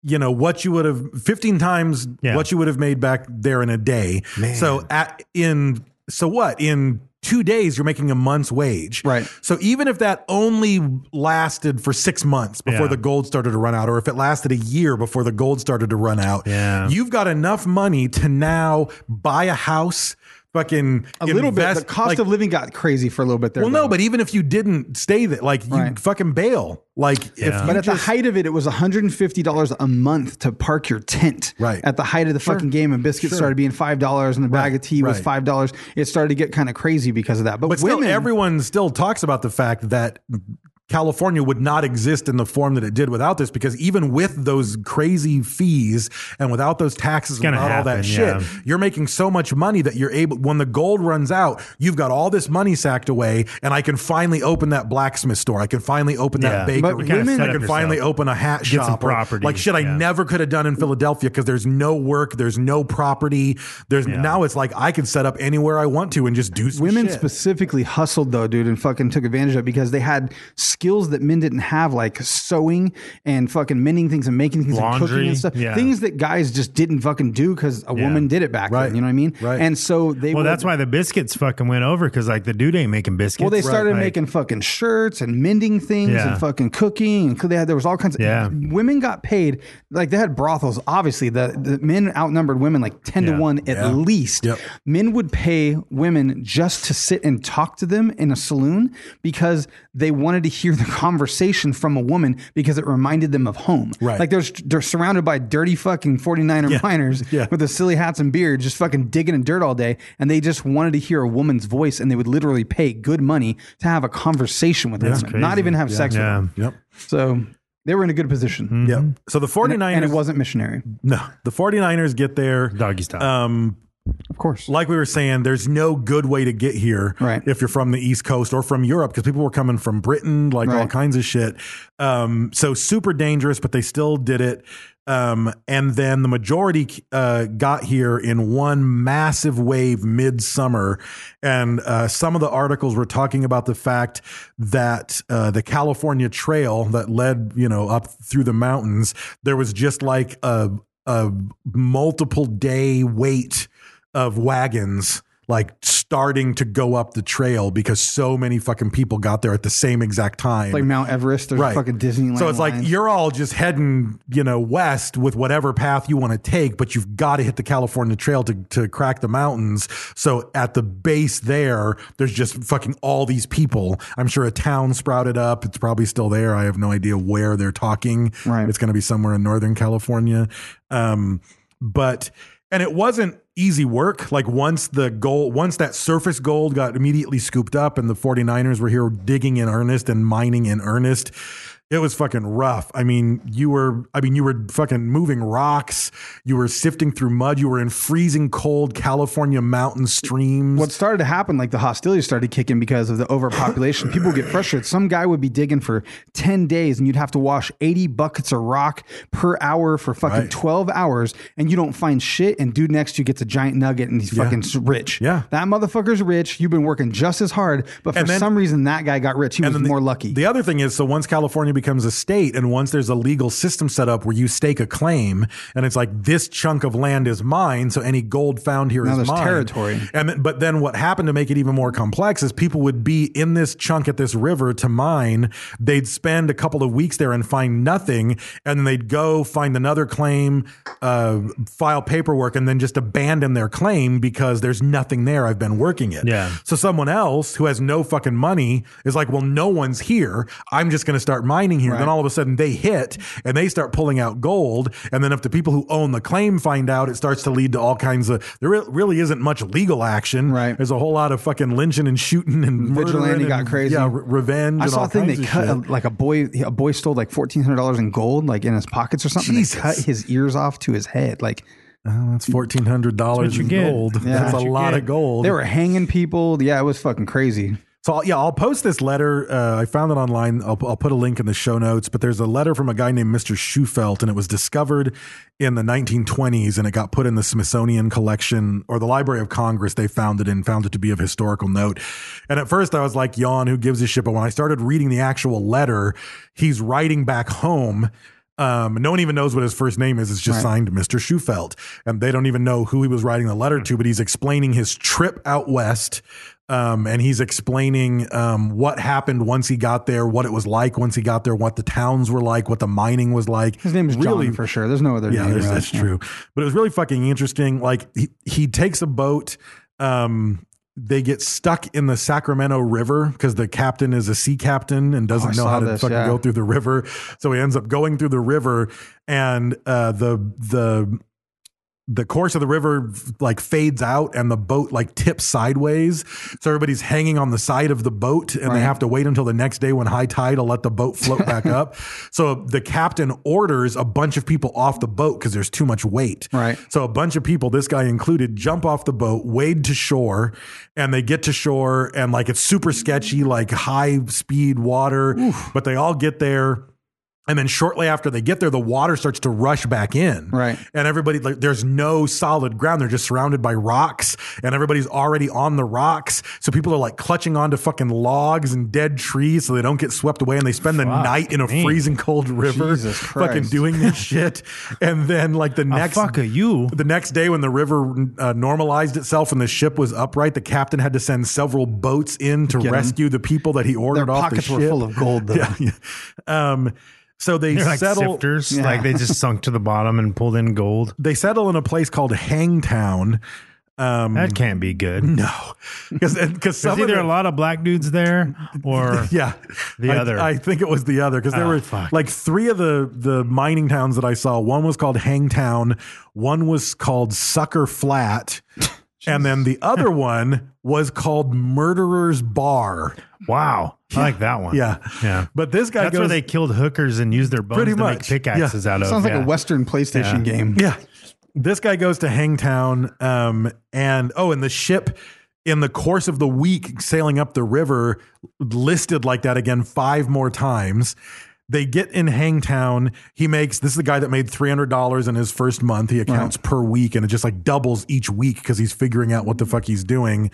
S4: You know what you would have 15 times
S3: Yeah.
S4: what you would have made back there in a day. So at in so what in. Two days, you're making a month's wage.
S2: Right.
S4: So even if that only lasted for six months before
S3: Yeah.
S4: the gold started to run out, or if it lasted a year before the gold started to run out,
S3: Yeah.
S4: you've got enough money to now buy a house, fucking
S2: a little bit. The
S4: invest-
S2: cost
S4: like-
S2: of living got crazy for a little bit there.
S4: Well, no,
S2: though.
S4: but even if you didn't stay there, like you
S2: Right.
S4: fucking bail, like if you
S2: But at
S4: just,
S2: the height of it, it was $150 a month to park your tent.
S4: Right.
S2: At the height of the fucking game, and biscuits
S4: Sure.
S2: started being $5 and a bag of tea was
S4: right.
S2: $5. It started to get kind of crazy because of that. But,
S4: but
S2: women,
S4: still, everyone still talks about the fact that California would not exist in the form that it did without this, because even with those crazy fees and without those taxes and
S3: gonna
S4: without all that
S3: happen,
S4: shit,
S3: yeah.
S4: you're making so much money that you're able. When the gold runs out, you've got all this money sacked away, and I can finally open that blacksmith store. I can finally open
S3: Yeah.
S4: that
S3: But
S4: bakery.
S3: you kinda set
S4: I
S3: up
S4: can finally
S3: yourself.
S4: open a hat
S3: Get some
S4: shop. or-
S3: property,
S4: Like shit, I
S3: yeah.
S4: never could have done in Philadelphia because there's no work, there's no property. There's now it's like I can set up anywhere I want to and just do some
S2: women
S4: shit.
S2: specifically hustled though, dude, and fucking took advantage of it because they had skills that men didn't have, like sewing and fucking mending things and making things and
S3: Laundry,
S2: cooking and stuff.
S3: yeah.
S2: Things that guys just didn't fucking do because a
S3: Yeah.
S2: woman did it back
S4: Right.
S2: then. You know what I mean?
S4: Right.
S2: And so they
S3: Well,
S2: would-
S3: that's why the biscuits fucking went over because like the dude ain't making biscuits.
S2: Well, they started
S3: Like,
S2: making fucking shirts and mending things
S3: Yeah.
S2: and fucking cooking. And they had, there was all kinds of
S3: Yeah.
S2: women got paid like they had brothels. Obviously, the, the men outnumbered women like 10
S3: Yeah.
S2: to 1 at
S4: Yeah.
S2: least.
S4: Yep.
S2: Men would pay women just to sit and talk to them in a saloon because they wanted to hear the conversation from a woman because it reminded them of home.
S4: Right.
S2: Like there's they're surrounded by dirty fucking 49er
S4: Yeah.
S2: miners
S4: Yeah.
S2: with the silly hats and beards just fucking digging in dirt all day and they just wanted to hear a woman's voice and they would literally pay good money to have a conversation with a woman, not
S3: crazy.
S2: even have sex
S3: Yeah.
S2: with them.
S4: Yep.
S2: So they were in a good position.
S4: Yep. So the
S2: Mm-hmm. And, it,
S4: 49ers
S2: and it wasn't missionary,
S4: no, the 49ers get there.
S3: doggy style.
S4: Um,
S2: of course.
S4: like we were saying, there's no good way to get here
S2: Right.
S4: if you're from the East Coast or from Europe because people were coming from Britain, like all
S2: Right.
S4: kinds of shit. Um, so super dangerous, but they still did it. Um, and then the majority uh, got here in one massive wave midsummer. And uh, some of the articles were talking about the fact that uh, the California Trail that led, you know, up through the mountains, there was just like a, a multiple day wait of wagons like starting to go up the trail because so many fucking people got there at the same exact time.
S2: It's like Mount Everest, there's fucking Disneyland.
S4: So it's like
S2: lines.
S4: you're all just heading, you know, west with whatever path you want to take, but you've got to hit the California Trail to, to crack the mountains. So at the base there, there's just fucking all these people. I'm sure a town sprouted up. It's probably still there. I have no idea where they're talking.
S2: Right.
S4: It's going to be somewhere in Northern California. Um, but and it wasn't easy work like once the gold once that surface gold got immediately scooped up and the 49ers were here digging in earnest and mining in earnest it was fucking rough i mean you were i mean you were fucking moving rocks you were sifting through mud you were in freezing cold california mountain streams
S2: what started to happen, like the hostilities started kicking because of the overpopulation. People would get frustrated. Some guy would be digging for 10 days and you'd have to wash 80 buckets of rock per hour for fucking
S4: Right.
S2: 12 hours and you don't find shit. And dude next to you gets a giant nugget and he's
S4: Yeah.
S2: fucking s- rich.
S4: Yeah.
S2: That motherfucker's rich. You've been working just as hard, but for
S4: And then-
S2: some reason that guy got rich. He was
S4: the-
S2: more lucky.
S4: The other thing is, so once California becomes a state, and once there's a legal system set up where you stake a claim, and it's like this chunk of land is mine, so any gold found here is
S2: Now there's
S4: mine.
S2: territory.
S4: And then- but then what happened to make it even more complex is people would be in this chunk at this river to mine. They'd spend a couple of weeks there and find nothing, and then they'd go find another claim, uh, file paperwork, and then just abandon their claim because there's nothing there. I've been working it.
S3: Yeah.
S4: So someone else who has no fucking money is like, well, no one's here. I'm just going to start mining here. Then
S2: Right.
S4: all of a sudden they hit and they start pulling out gold. And then if the people who own the claim find out, it starts to lead to all kinds of. There re- really isn't much legal action.
S2: Right.
S4: There's a whole lot of fucking lynching and shooting and murdering
S2: Vigilante
S4: and,
S2: got crazy.
S4: Yeah, re- revenge.
S2: I
S4: and
S2: saw
S4: all
S2: a thing
S4: kinds
S2: they
S4: of
S2: cut a,
S4: shit.
S2: like a boy. A boy stole like fourteen hundred dollars in gold, like in his pockets or something. and
S4: Jesus.
S2: They cut his ears off to his head. Like
S4: Oh, that's fourteen hundred dollars
S3: you
S4: in
S3: get.
S4: gold.
S3: Yeah.
S4: That's
S3: That's
S4: a
S3: what you
S4: lot
S3: get.
S4: of gold.
S2: they were hanging people. Yeah, it was fucking crazy.
S4: So I'll, yeah, I'll post this letter. Uh, I found it online. I'll, I'll put a link in the show notes. But there's a letter from a guy named Mr. Schufelt, and it was discovered in the 1920s, and it got put in the Smithsonian collection or the Library of Congress. They found it and found it to be of historical note. And at first, I was like, "Yawn, who gives a shit?" But when I started reading the actual letter, he's writing back home. Um, no one even knows what his first name is. It's just signed Mr. Schufelt. And they don't even know who he was writing the letter to, but he's explaining his trip out west. Um, and he's explaining um, what happened once he got there, what it was like once he got there, what the towns were like, what the mining was like.
S2: His name is John for sure. There's no other
S4: Yeah,
S2: name.
S4: there's-
S2: really.
S4: that's true. But it was really fucking interesting. Like he, he takes a boat. Um, they get stuck in the Sacramento River because the captain is a sea captain and doesn't
S2: Oh, I
S4: know
S2: saw
S4: how to
S2: this,
S4: fucking
S2: yeah.
S4: go through the river. So he ends up going through the river, and uh, the the the course of the river like fades out and the boat like tips sideways so everybody's hanging on the side of the boat and they
S2: Right.
S4: have to wait until the next day when high tide to let the boat float back up so the captain orders a bunch of people off the boat because there's too much weight
S2: Right.
S4: so a bunch of people this guy included jump off the boat wade to shore and they get to shore and like it's super sketchy like high speed water but they all get there and then shortly after they get there, the water starts to rush back in.
S2: Right.
S4: And everybody, like, there's no solid ground. They're just surrounded by rocks, and everybody's already on the rocks. So people are like clutching onto fucking logs and dead trees so they don't get swept away. And they spend the
S3: Fuck
S4: night in a
S3: me.
S4: freezing cold river,
S2: Jesus
S4: fucking
S2: Christ.
S4: doing this shit. And then, like, the
S3: Ah,
S4: next
S3: fuck a you.
S4: the next day, when the river uh, normalized itself and the ship was upright, the captain had to send several boats in to
S2: Get 'em.
S4: rescue the people that he ordered
S2: Their
S4: off
S2: pockets
S4: the ship.
S2: were full of gold, though.
S4: Yeah, yeah. Um, so they
S3: They're like
S4: settle.
S3: sifters.
S2: Yeah.
S3: Like they just sunk to the bottom and pulled in gold.
S4: They settle in a place called Hangtown. Um, Mm.
S3: That can't be good. No.
S4: Because
S3: There's
S4: some of
S3: either
S4: the-
S3: a lot of black dudes there or
S4: yeah,
S3: The
S4: I,
S3: other.
S4: I think it was the other because there
S3: Ah,
S4: were
S3: fuck.
S4: like three of the the mining towns that I saw. One was called Hangtown. One was called Sucker Flat. And then the other one was called Murderer's Bar.
S3: wow. I like that one.
S4: Yeah,
S3: Yeah.
S4: But this guy
S3: That's
S4: goes
S3: where they killed hookers and used their bones
S4: Pretty
S3: to make
S4: much.
S3: pickaxes out of.
S2: Sounds like
S3: yeah.
S2: a Western PlayStation game.
S4: Yeah. This guy goes to Hangtown. Um, and oh, and the ship in the course of the week sailing up the river listed like that again five more times. They get in Hangtown. He makes this is the guy that made three hundred dollars in his first month. He accounts per week, and it just like doubles each week because he's figuring out what the fuck he's doing.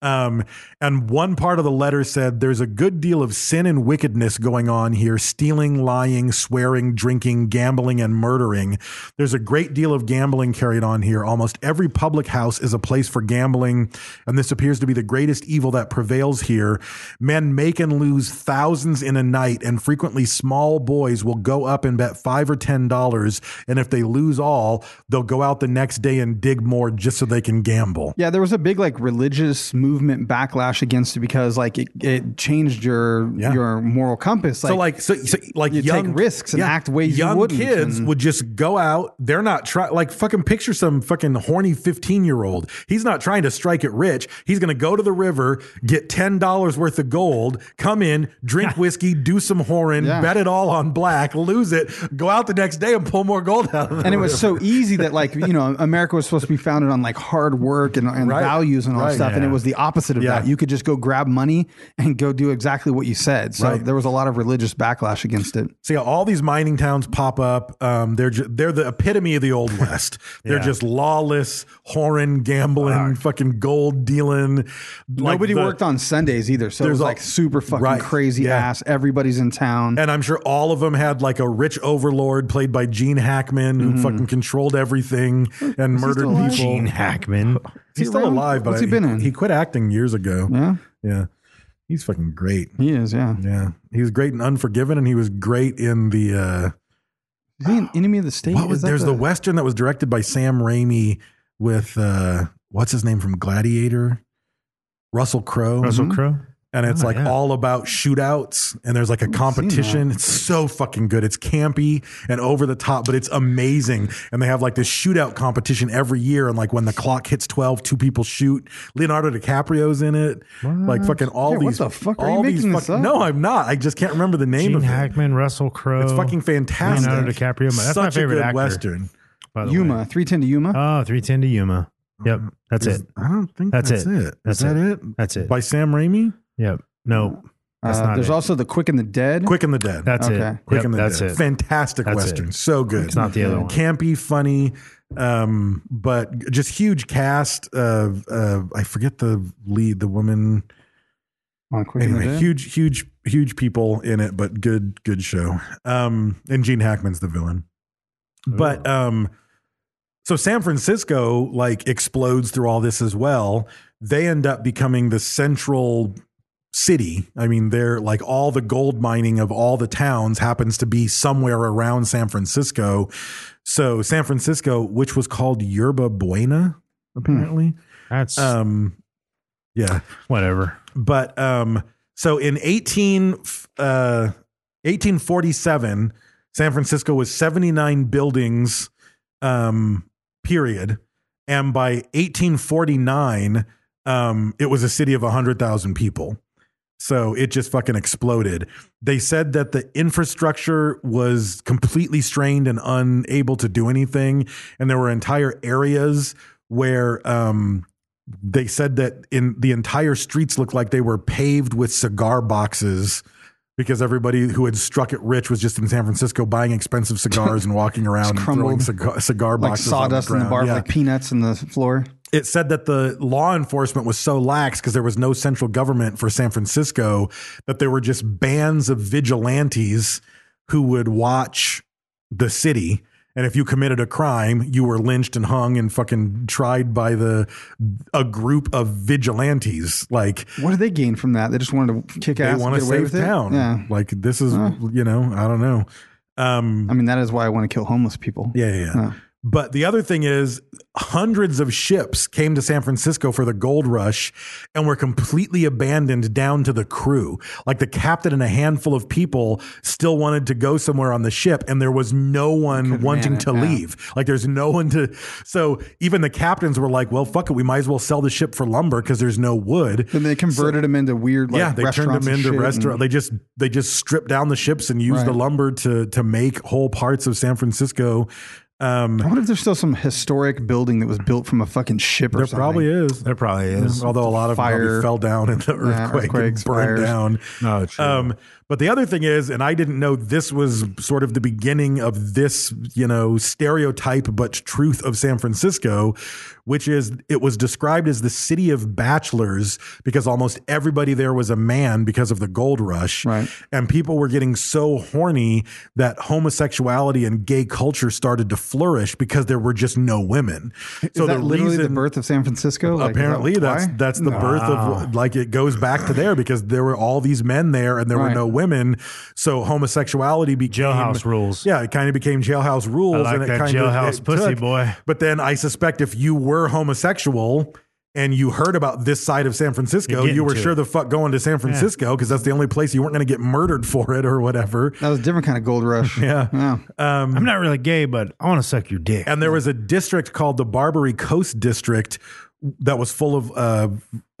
S4: Um, and one part of the letter said, "There's a good deal of sin and wickedness going on here: stealing, lying, swearing, drinking, gambling, and murdering. There's a great deal of gambling carried on here. Almost every public house is a place for gambling, and this appears to be the greatest evil that prevails here. Men make and lose thousands in a night, and frequently small boys will go up and bet five or ten dollars, and if they lose all, they'll go out the next day and dig more just so they can gamble."
S2: Yeah, there was a big like religious movement backlash against it because like it, it changed your
S4: Yeah.
S2: your moral compass.
S4: so like so, so like
S2: you
S4: young
S2: take risks and
S4: yeah,
S2: act ways
S4: young
S2: you wouldn't.
S4: kids
S2: and-
S4: would just go out they're not try like fucking picture some fucking horny 15 year old he's not trying to strike it rich he's gonna go to the river get $10 worth of gold come in drink whiskey do some whoring
S2: Yeah.
S4: bet it all on black lose it go out the next day and pull more gold out of the
S2: and it was
S4: river.
S2: so easy that like you know America was supposed to be founded on like hard work and, and
S4: Right.
S2: values and all
S4: Right.
S2: that stuff, and it
S4: Yeah.
S2: was the opposite of
S4: Yeah.
S2: that. You could just go grab money and go do exactly what you said. So
S4: Right.
S2: there was a lot of religious backlash against it.
S4: So yeah, all these mining towns pop up. Um, they're ju- they're the epitome of the old west. They're
S3: Yeah.
S4: just lawless, whoring, gambling, fucking gold dealing.
S2: Nobody worked on Sundays either, so it
S4: There's
S2: was
S4: a-
S2: like super fucking
S4: Right.
S2: crazy
S4: Yeah.
S2: ass. Everybody's in town.
S4: And I'm sure all of them had like a rich overlord played by Gene Hackman who fucking controlled everything and murdered
S2: Mm-hmm. still alive?
S4: people.
S3: Gene Hackman.
S4: He's
S2: Is he
S4: still
S2: around?
S4: alive, but
S2: What's he
S4: I-
S2: been in?
S4: He quit acting years ago.
S2: yeah,
S4: Yeah. He's fucking great.
S2: he is. Yeah,
S4: Yeah. He was great in Unforgiven and he was great in the uh
S2: is he an enemy of the state?
S4: what
S2: Is
S4: was
S2: that
S4: there's the, Western that was directed by Sam Raimi with uh what's his name from Gladiator? Russell Crowe. Mm-hmm.
S3: Russell Crowe.
S4: and it's
S3: Oh,
S4: like
S3: yeah.
S4: all about shootouts and there's like a competition it's so fucking good it's campy and over the top but it's amazing and they have like this shootout competition every year and like when the clock hits 12 two people shoot leonardo dicaprio's in it like fucking all
S2: Yeah, what
S4: these
S2: the fuck? Are
S4: all
S2: you
S4: these
S2: making this
S4: fucking-
S2: up?
S4: no i'm not i just can't remember the name
S3: Gene
S4: of it
S3: Hackman, Russell Crowe.
S4: it's fucking fantastic
S3: Leonardo DiCaprio. That's my
S4: Such a
S3: favorite
S4: good
S3: actor,
S4: western
S3: by the
S2: Yuma
S3: way.
S2: three ten to Yuma.
S4: Uh,
S2: Uh,
S3: Oh, 310 to Yuma. Yep. That's
S4: Is-
S3: it.
S4: i don't think
S3: That's
S4: that's,
S3: it.
S4: it.
S3: That's
S4: is that
S3: it.
S4: it.
S3: That's it.
S4: by sam raimi
S3: Yep. No. That's
S2: Uh,
S3: not
S2: there's
S3: it.
S2: also the Quick and the Dead.
S4: quick and the dead
S3: That's
S2: Okay.
S3: it.
S4: Quick
S3: Yep,
S4: and the
S3: that's
S4: Dead.
S3: it.
S4: Fantastic
S3: That's
S4: Western.
S3: it.
S4: So good.
S3: It's not the other one.
S4: Campy, funny, um, but just huge cast of uh, I forget the lead, the woman.
S2: on Oh, Quick and the
S4: Anyway,
S2: Dead.
S4: huge, huge, huge people in it, but good, good show. Um, and Gene Hackman's the villain. But um, so San Francisco like explodes through all this as well. They end up becoming the central city. I mean, they're like all the gold mining of all the towns happens to be somewhere around San Francisco. So San Francisco, which was called Yerba Buena, apparently.
S3: That's
S4: Um, yeah
S3: whatever.
S4: but um so in 18 uh 1847 san francisco was 79 buildings um period and by 1849 um it was a city of 100000 people so it just fucking exploded. They said that the infrastructure was completely strained and unable to do anything. And there were entire areas where um, they said that in the entire streets looked like they were paved with cigar boxes because everybody who had struck it rich was just in San Francisco buying expensive cigars and walking around and throwing
S2: crumbled.
S4: cigar, cigar
S2: like
S4: boxes on
S2: sawdust in the
S4: ground.
S2: bar,
S4: Yeah
S2: like peanuts in the floor.
S4: it said that the law enforcement was so lax because there was no central government for San Francisco that there were just bands of vigilantes who would watch the city. And if you committed a crime, you were lynched and hung and fucking tried by the a group of vigilantes. Like
S2: What did they gain from that? They just wanted to kick
S4: they
S2: ass,
S4: want
S2: and
S4: to
S2: get away
S4: save
S2: with it.
S4: town.
S2: Yeah,
S4: Like this is you know I don't know.
S2: I mean that is why I want to kill homeless people.
S4: Yeah, yeah. yeah. But the other thing is, hundreds of ships came to San Francisco for the gold rush and were completely abandoned down to the crew. Like the captain and a handful of people still wanted to go somewhere on the ship, and there was no one wanting
S2: man it,
S4: to
S2: yeah.
S4: leave. Like there's no one to. So even the captains were like, well, fuck it, we might as well sell the ship for lumber because there's no wood.
S2: Then they converted them into weird. Like,
S4: yeah, they turned
S2: restaurants
S4: them
S2: and
S4: into
S2: shit
S4: restaurant.
S2: and-
S4: They just they just stripped down the ships and used
S2: Right.
S4: the lumber to to make whole parts of San Francisco.
S2: I wonder if there's still some historic building that was built from a fucking ship or
S4: There
S2: something.
S4: probably is.
S3: There probably is.
S4: Although a lot of it probably
S2: Fire-
S4: fell down in the earthquake and
S2: earthquakes,
S4: burned
S2: fires.
S4: down.
S3: No, true.
S4: Um, But the other thing is, and I didn't know this was sort of the beginning of this, you know, stereotype but truth of San Francisco, which is it was described as the city of bachelors because almost everybody there was a man because of the gold rush.
S2: Right.
S4: And people were getting so horny that homosexuality and gay culture started to flourish because there were just no women.
S2: So is that literally the birth of San Francisco? Like, is that
S4: apparently that's
S2: why?
S4: that's the
S2: No.
S4: birth of like it goes back to there because there were all these men there and there were
S2: Right.
S4: no women so homosexuality became
S3: Jailhouse rules.
S4: yeah it kind of became jailhouse rules
S3: I like
S4: and it
S3: that
S4: kind of
S3: jailhouse
S4: it
S3: pussy,
S4: took-
S3: boy.
S4: but then i suspect if you were homosexual and you heard about this side of San Francisco,
S3: You're getting
S4: you were
S3: to
S4: sure
S3: it.
S4: the fuck going to San Francisco because that's the only place you weren't going to get murdered for it or whatever.
S2: That was a different kind of gold rush.
S4: Yeah.
S2: Yeah.
S3: I'm not really gay, but I want to suck your dick.
S4: um, And there was a district called the Barbary Coast District that was full of uh,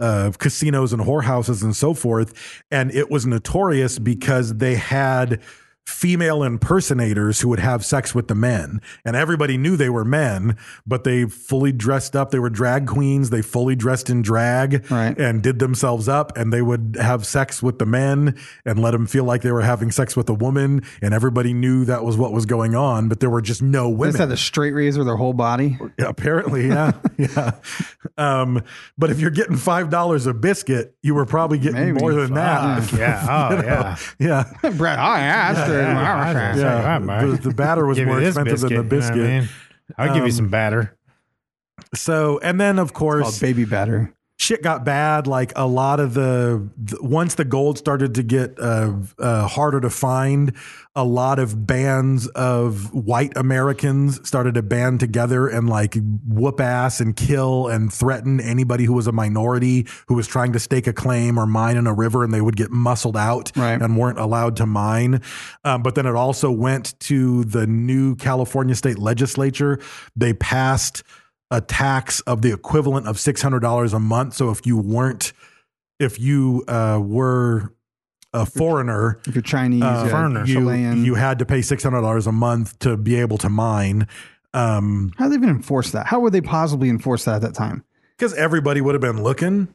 S4: uh, casinos and whorehouses and so forth. And it was notorious because they had female impersonators who would have sex with the men. And everybody knew they were men, but they fully dressed up. They were drag queens. They fully dressed in drag
S2: Right.
S4: and did themselves up. And they would have sex with the men and let them feel like they were having sex with a woman. And everybody knew that was what was going on, but there were just no
S2: They
S4: women.
S2: just had a straight razor their whole body.
S4: Yeah, apparently, yeah, yeah. Um, but if you're getting five dollars a biscuit, you were probably getting
S2: Maybe
S4: more than that.
S3: Fuck, yeah. Oh, yeah.
S4: Yeah,
S3: Oh,
S2: Brad, I asked her.
S3: Yeah.
S4: Yeah. The- the batter was
S3: Give you
S4: more
S3: this
S4: expensive than the
S3: biscuit, you know what I
S4: biscuit.
S3: will give you
S4: Um,
S3: some batter.
S4: So, and then of
S2: Called
S4: course,
S2: baby batter.
S4: shit got bad. Like a lot of the, th- once the gold started to get uh, uh, harder to find, a lot of bands of white Americans started to band together and like whoop ass and kill and threaten anybody who was a minority who was trying to stake a claim or mine in a river, and they would get muscled out
S2: Right.
S4: and weren't allowed to mine. Um, but then it also went to the new California state legislature. They passed a tax of the equivalent of $600 a month. So if you weren't, if you uh, were a foreigner,
S2: If you're Chinese,
S4: uh,
S2: foreigner,
S4: you,
S2: Chilean.
S4: you had to pay $600 a month to be able to mine. Um,
S2: How do they even enforce that? How would they possibly enforce that at that time?
S4: because everybody would have been looking.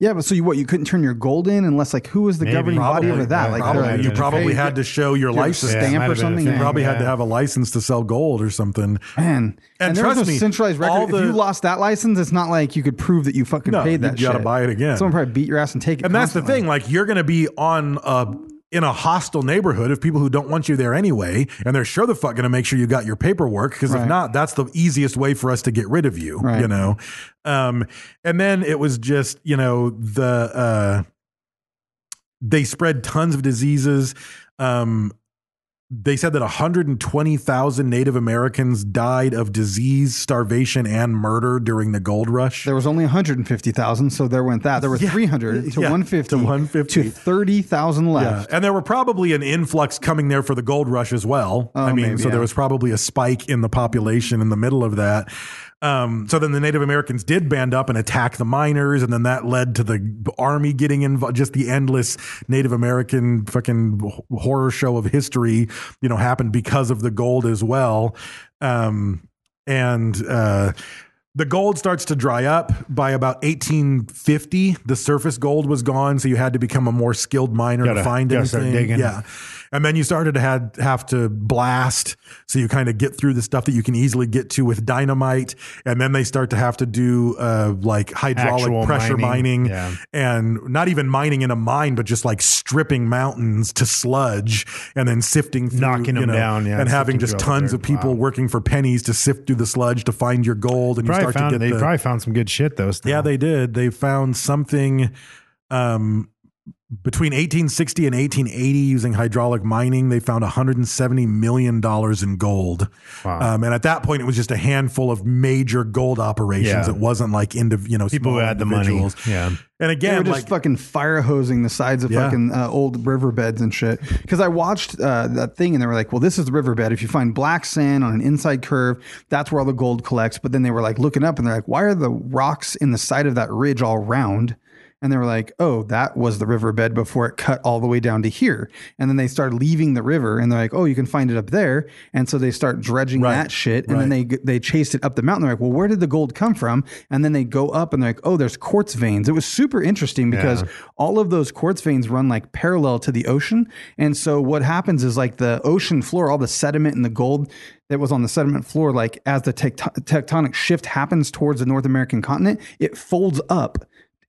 S2: Yeah, but so you what? You couldn't turn your gold in unless like who was the
S3: Maybe.
S2: governing body
S3: Probably,
S2: over that?
S3: yeah,
S2: Like
S4: Probably,
S2: they're like,
S4: you
S2: hey,
S4: probably
S2: you
S4: had to show your
S2: get a
S4: license.
S3: Yeah, it might
S2: stamp
S3: have
S2: or
S3: been a
S2: something.
S3: thing.
S4: You probably had
S3: Yeah.
S4: to have a license to sell gold or something.
S2: Man, and, there was
S4: trust
S2: no
S4: me,
S2: centralized
S4: all
S2: record.
S4: the-
S2: if you lost that license, it's not like you could prove that you fucking
S4: No,
S2: paid that.
S4: you gotta
S2: shit.
S4: buy it again.
S2: Someone probably beat your ass and take it.
S4: and that's the
S2: constantly.
S4: thing like you're going to be on a in a hostile neighborhood of people who don't want you there anyway and they're sure the fuck going to make sure you got your paperwork because if
S2: Right.
S4: not that's the easiest way for us to get rid of you
S2: Right.
S4: you know um and then it was just you know the uh they spread tons of diseases um they said that 120,000 Native Americans died of disease, starvation, and murder during the gold rush.
S2: There was only 150,000, so there went that. There were
S4: Yeah.
S2: 300 to
S4: Yeah,
S2: 150
S4: to 150.
S2: to 30,000 left.
S4: Yeah. And there were probably an influx coming there for the gold rush as well.
S2: Oh,
S4: I mean,
S2: maybe,
S4: so there
S2: yeah.
S4: was probably a spike in the population in the middle of that. Um, so then the Native Americans did band up and attack the miners, and then that led to the army getting involved. Just the endless Native American fucking wh- horror show of history, you know, happened because of the gold as well. Um, and uh, the gold starts to dry up by about 1850. The surface gold was gone, so you had to become a more skilled miner
S3: Gotta-
S4: to find
S3: gotta
S4: anything.
S3: start digging.
S4: Yeah, and then you started to had have to blast, so you kind of get through the stuff that you can easily get to with dynamite, and then they start to have to do uh, like hydraulic
S3: Actual
S4: pressure
S3: mining.
S4: mining,
S3: Yeah.
S4: and not even mining in a mine, but just like stripping mountains to sludge and then sifting, through,
S3: Knocking
S4: you
S3: them
S4: know,
S3: down, yeah,
S4: and having
S3: sifting
S4: just
S3: through all
S4: tons
S3: the
S4: of
S3: dirt.
S4: people
S3: Wow.
S4: working for pennies to sift through the sludge to find your gold, and you
S3: Probably
S4: start
S3: found,
S4: to get
S3: they
S4: the,
S3: probably found some good shit, though. still.
S4: yeah, they did. They found something um, between 1860 and 1880 using hydraulic mining. They found 170 million dollars in gold.
S3: Wow.
S4: Um, and at that point, it was just a handful of major gold operations.
S3: Yeah.
S4: It wasn't like indiv- you know
S3: People who
S4: small
S3: had the money.
S4: individuals.
S3: Yeah.
S4: and
S2: They were
S4: again,
S2: just
S4: like,
S2: fucking fire hosing the sides of
S4: Yeah.
S2: fucking uh, old riverbeds and shit. Because I watched uh, that thing and they were like, well, this is the riverbed. If you find black sand on an inside curve, that's where all the gold collects. But then they were like looking up and they're like, why are the rocks in the side of that ridge all round? and they were like, "Oh, that was the riverbed before it cut all the way down to here." And then they start leaving the river, and they're like, "Oh, you can find it up there." And so they start dredging that shit, and then they they chased it up the mountain. They're like, "Well, where did the gold come from?" And then they go up, and they're like, "Oh, there's quartz veins." It was super interesting because all of those quartz veins run like parallel to the ocean, and so what happens is like the ocean floor, all the sediment and the gold that was on the sediment floor, like as the tecto- tectonic shift happens towards the North American continent, it folds up.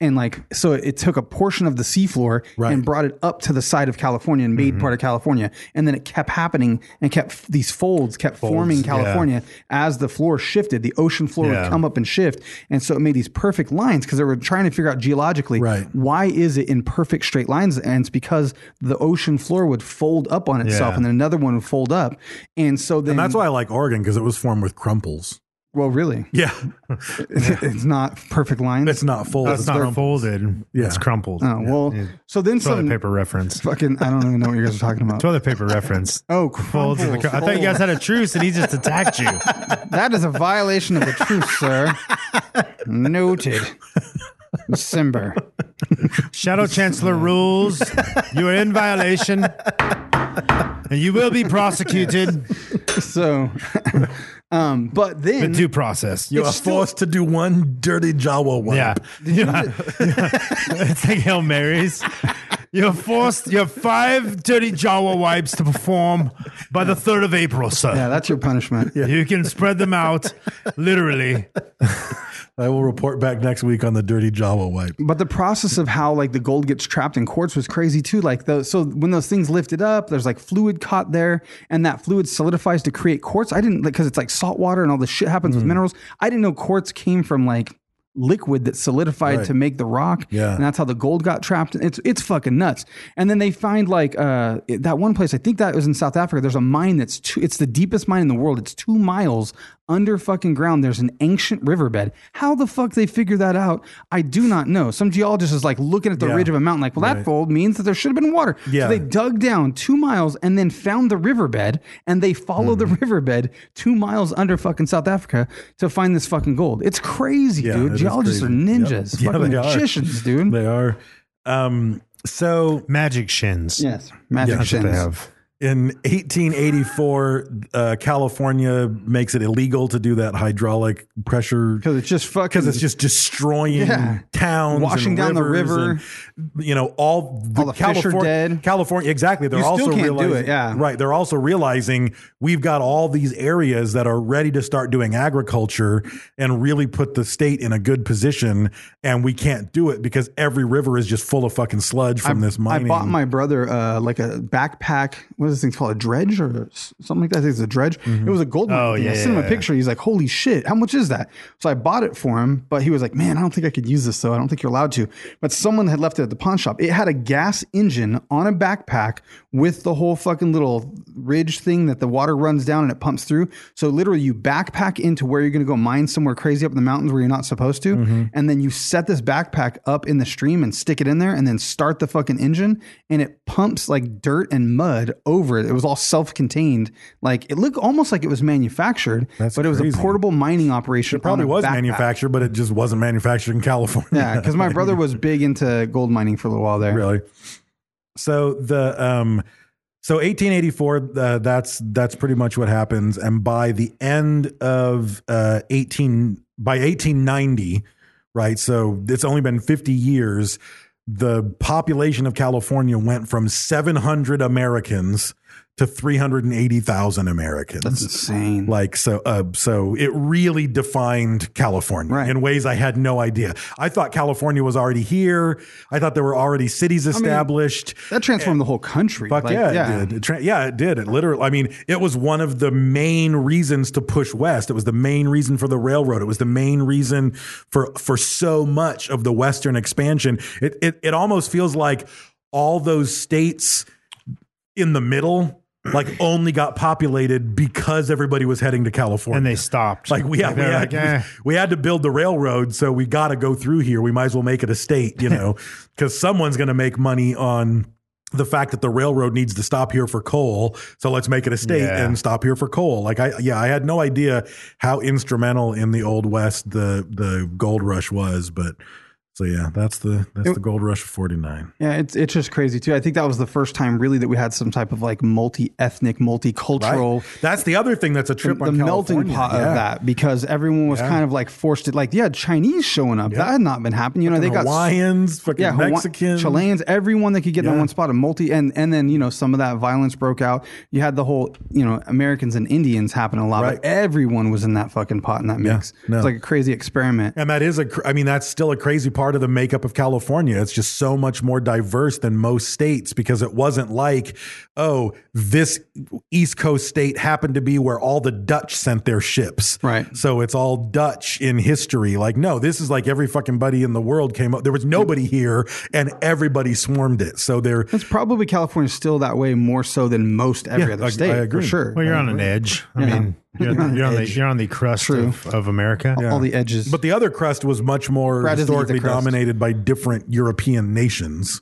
S2: And like, so it took a portion of the seafloor and brought it up to the side of California and
S3: Mm-hmm.
S2: made part of California. And then it kept happening and kept these folds kept forming
S3: Folds, yeah.
S2: California as the floor shifted. The ocean floor
S3: Yeah.
S2: would come up and shift. And so it made these perfect lines because they were trying to figure out geologically
S4: Right.
S2: why is it in perfect straight lines? And it's because the ocean floor would fold up on itself
S3: Yeah.
S2: and then another one would fold up. And so then
S4: And that's why I like Oregon because it was formed with crumples.
S2: well, really,
S4: Yeah.
S2: it's not perfect lines.
S4: It's not full.
S3: That's
S4: It's
S3: not
S4: crumpled.
S3: folded.
S4: Yeah.
S3: It's crumpled.
S2: Oh well, so then
S3: Toilet
S2: some
S3: paper reference.
S2: fucking I don't even know what you guys are talking about.
S3: Toilet paper reference.
S2: Oh,
S3: Folds in the cr- I thought you guys had a truce and he just attacked you.
S2: that is a violation of the truth, sir. Noted. Simber.
S3: Shadow Chancellor rules. You are in violation. And you will be prosecuted
S2: So, um, but then
S3: with due process.
S4: You are forced to do one dirty Jawa one.
S3: Yeah. Yeah. it's like Hail Marys. You're forced, you have five dirty Jawa wipes to perform by the 3rd of April, sir.
S2: yeah, that's your punishment.
S3: You can spread them out literally.
S4: I will report back next week on the dirty Jawa wipe.
S2: But the process of how like the gold gets trapped in quartz was crazy too. Like the so when those things lifted up, there's like fluid caught there, and that fluid solidifies to create quartz. I didn't like because it's like salt water and all this shit happens with minerals. I didn't know quartz came from like liquid that solidified
S4: Right.
S2: to make the rock.
S4: Yeah.
S2: And that's how the gold got trapped. It's it's fucking nuts. And then they find like uh it- that one place, I think that was in South Africa. There's a mine that's two it's the deepest mine in the world. It's two miles under fucking ground. There's an ancient riverbed. How the fuck they figure that out, I do not know. Some geologist is like looking at the
S4: Yeah.
S2: ridge of a mountain, like, well, that fold means that there should have been water.
S4: Yeah.
S2: So they dug down two miles and then found the riverbed and they follow
S4: Hmm.
S2: the riverbed two miles under fucking South Africa to find this fucking gold. It's crazy,
S4: Yeah, it
S2: dude.
S4: is
S2: Geologists are
S4: crazy. Yep.
S2: ninjas,
S4: Yeah,
S2: fucking
S4: they are.
S2: magicians, dude.
S4: They are. Um, so
S3: Magic shins.
S2: yes, magic
S4: that's
S3: That's what
S2: shins.
S3: they have.
S4: in 1884, uh, California makes it illegal to do that hydraulic pressure
S2: Because it's just fucking.
S4: because it's just destroying
S2: Yeah.
S4: towns,
S2: Washing
S4: and
S2: down the
S4: rivers
S2: river.
S4: and, you know, all the,
S2: All the fish are
S4: Californ-
S2: dead.
S4: California, exactly. They're
S2: You still
S4: also
S2: can't do
S4: realizing,
S2: it, yeah.
S4: right. They're also realizing we've got all these areas that are ready to start doing agriculture and really put the state in a good position, and we can't do it because every river is just full of fucking sludge from this mining.
S2: I bought my brother uh, like a backpack. What is this thing called? A dredge or s- something like that? I think it's a dredge.
S4: Mm-hmm.
S2: It was a gold mine.
S3: Oh,
S2: thing. I
S3: yeah,
S2: sent him
S3: yeah,
S2: a
S3: yeah.
S2: picture. He's like, "Holy shit! How much is that?" So I bought it for him, but he was like, "Man, I don't think I could use this though. I don't think you're allowed to." But someone had left it at the pawn shop. It had a gas engine on a backpack with the whole fucking little ridge thing that the water runs down and it pumps through. So literally, you backpack into where you're going to go mine somewhere crazy up in the mountains where you're not supposed to, and then you set this backpack up in the stream and stick it in there, and then start the fucking engine, and it pumps like dirt and mud over it. It was all self-contained. Like it looked almost like it was manufactured,
S4: That's
S2: but it was
S4: crazy.
S2: a portable mining operation.
S4: It probably
S2: on a
S4: was
S2: backpack.
S4: manufactured, but it just wasn't manufactured in California.
S2: Yeah, because my brother was big into gold mining for a little while there.
S4: really. So the um, so 1884. Uh, that's that's pretty much what happens. And by the end of uh 18 by 1890, right? So it's only been 50 years. The population of California went from 700 Americans to 380,000 Americans.
S2: That's insane.
S4: Like so, uh, so it really defined California
S2: Right.
S4: in ways I had no idea. I thought California was already here. I thought there were already cities established.
S2: that transformed the whole country.
S4: Fuck
S2: Like,
S4: yeah, it did. It tra- yeah, it did. It literally. I mean, it was one of the main reasons to push west. It was the main reason for the railroad. It was the main reason for for so much of the western expansion. It it, it almost feels like all those states in the middle. Like only got populated because everybody was heading to California,
S3: And they stopped.
S4: like we had, we,
S3: they're
S4: had,
S3: like, eh.
S4: we had to build the railroad, so we got to go through here. We might as well make it a state, you know, because someone's going to make money on the fact that the railroad needs to stop here for coal. So let's make it a state
S3: Yeah.
S4: and stop here for coal. Like I, yeah, I had no idea how instrumental in the old west the the gold rush was, but So yeah, that's the that's the gold rush of 49.
S2: Yeah, it's it's just crazy too. I think that was the first time really that we had some type of like multi-ethnic, multicultural.
S4: That's the other thing that's a trip
S2: the,
S4: on
S2: the melting
S4: California,
S2: pot
S4: yeah.
S2: of that because everyone was
S4: Yeah.
S2: kind of like forced to like yeah Chinese showing up that had not been happening you know they
S4: Fucking
S2: got
S4: Hawaiians, fucking
S2: Hawa-
S4: Mexicans.
S2: Chileans everyone that could get in
S4: Yeah.
S2: one spot a multi and and then you know some of that violence broke out you had the whole you know Americans and Indians happen a lot
S4: Right.
S2: but everyone was in that fucking pot in that mix
S4: no.
S2: it's like a crazy experiment
S4: And that is a, cr- I mean, that's still a crazy part of the makeup of California. It's just so much more diverse than most states because it wasn't like, oh, this East Coast state happened to be where all the Dutch sent their ships.
S2: Right.
S4: So it's all Dutch in history. Like, no, this is like every fucking buddy in the world came up. There was nobody here and everybody swarmed it. So they're,
S2: it's probably California still that way more so than most every
S4: Yeah,
S2: other
S4: I-
S2: state
S4: I
S2: for
S4: agree.
S2: sure
S5: Well, you're
S2: I
S5: on an
S2: agree.
S5: edge. I
S2: Yeah.
S5: mean, you're,
S2: You're on
S5: you're on the
S2: edge.
S5: you're on the crust
S2: True.
S5: of, of America.
S2: all the edges
S4: but the other crust was much more
S2: Brad doesn't eat the
S4: historically
S2: crust.
S4: dominated by different European nations.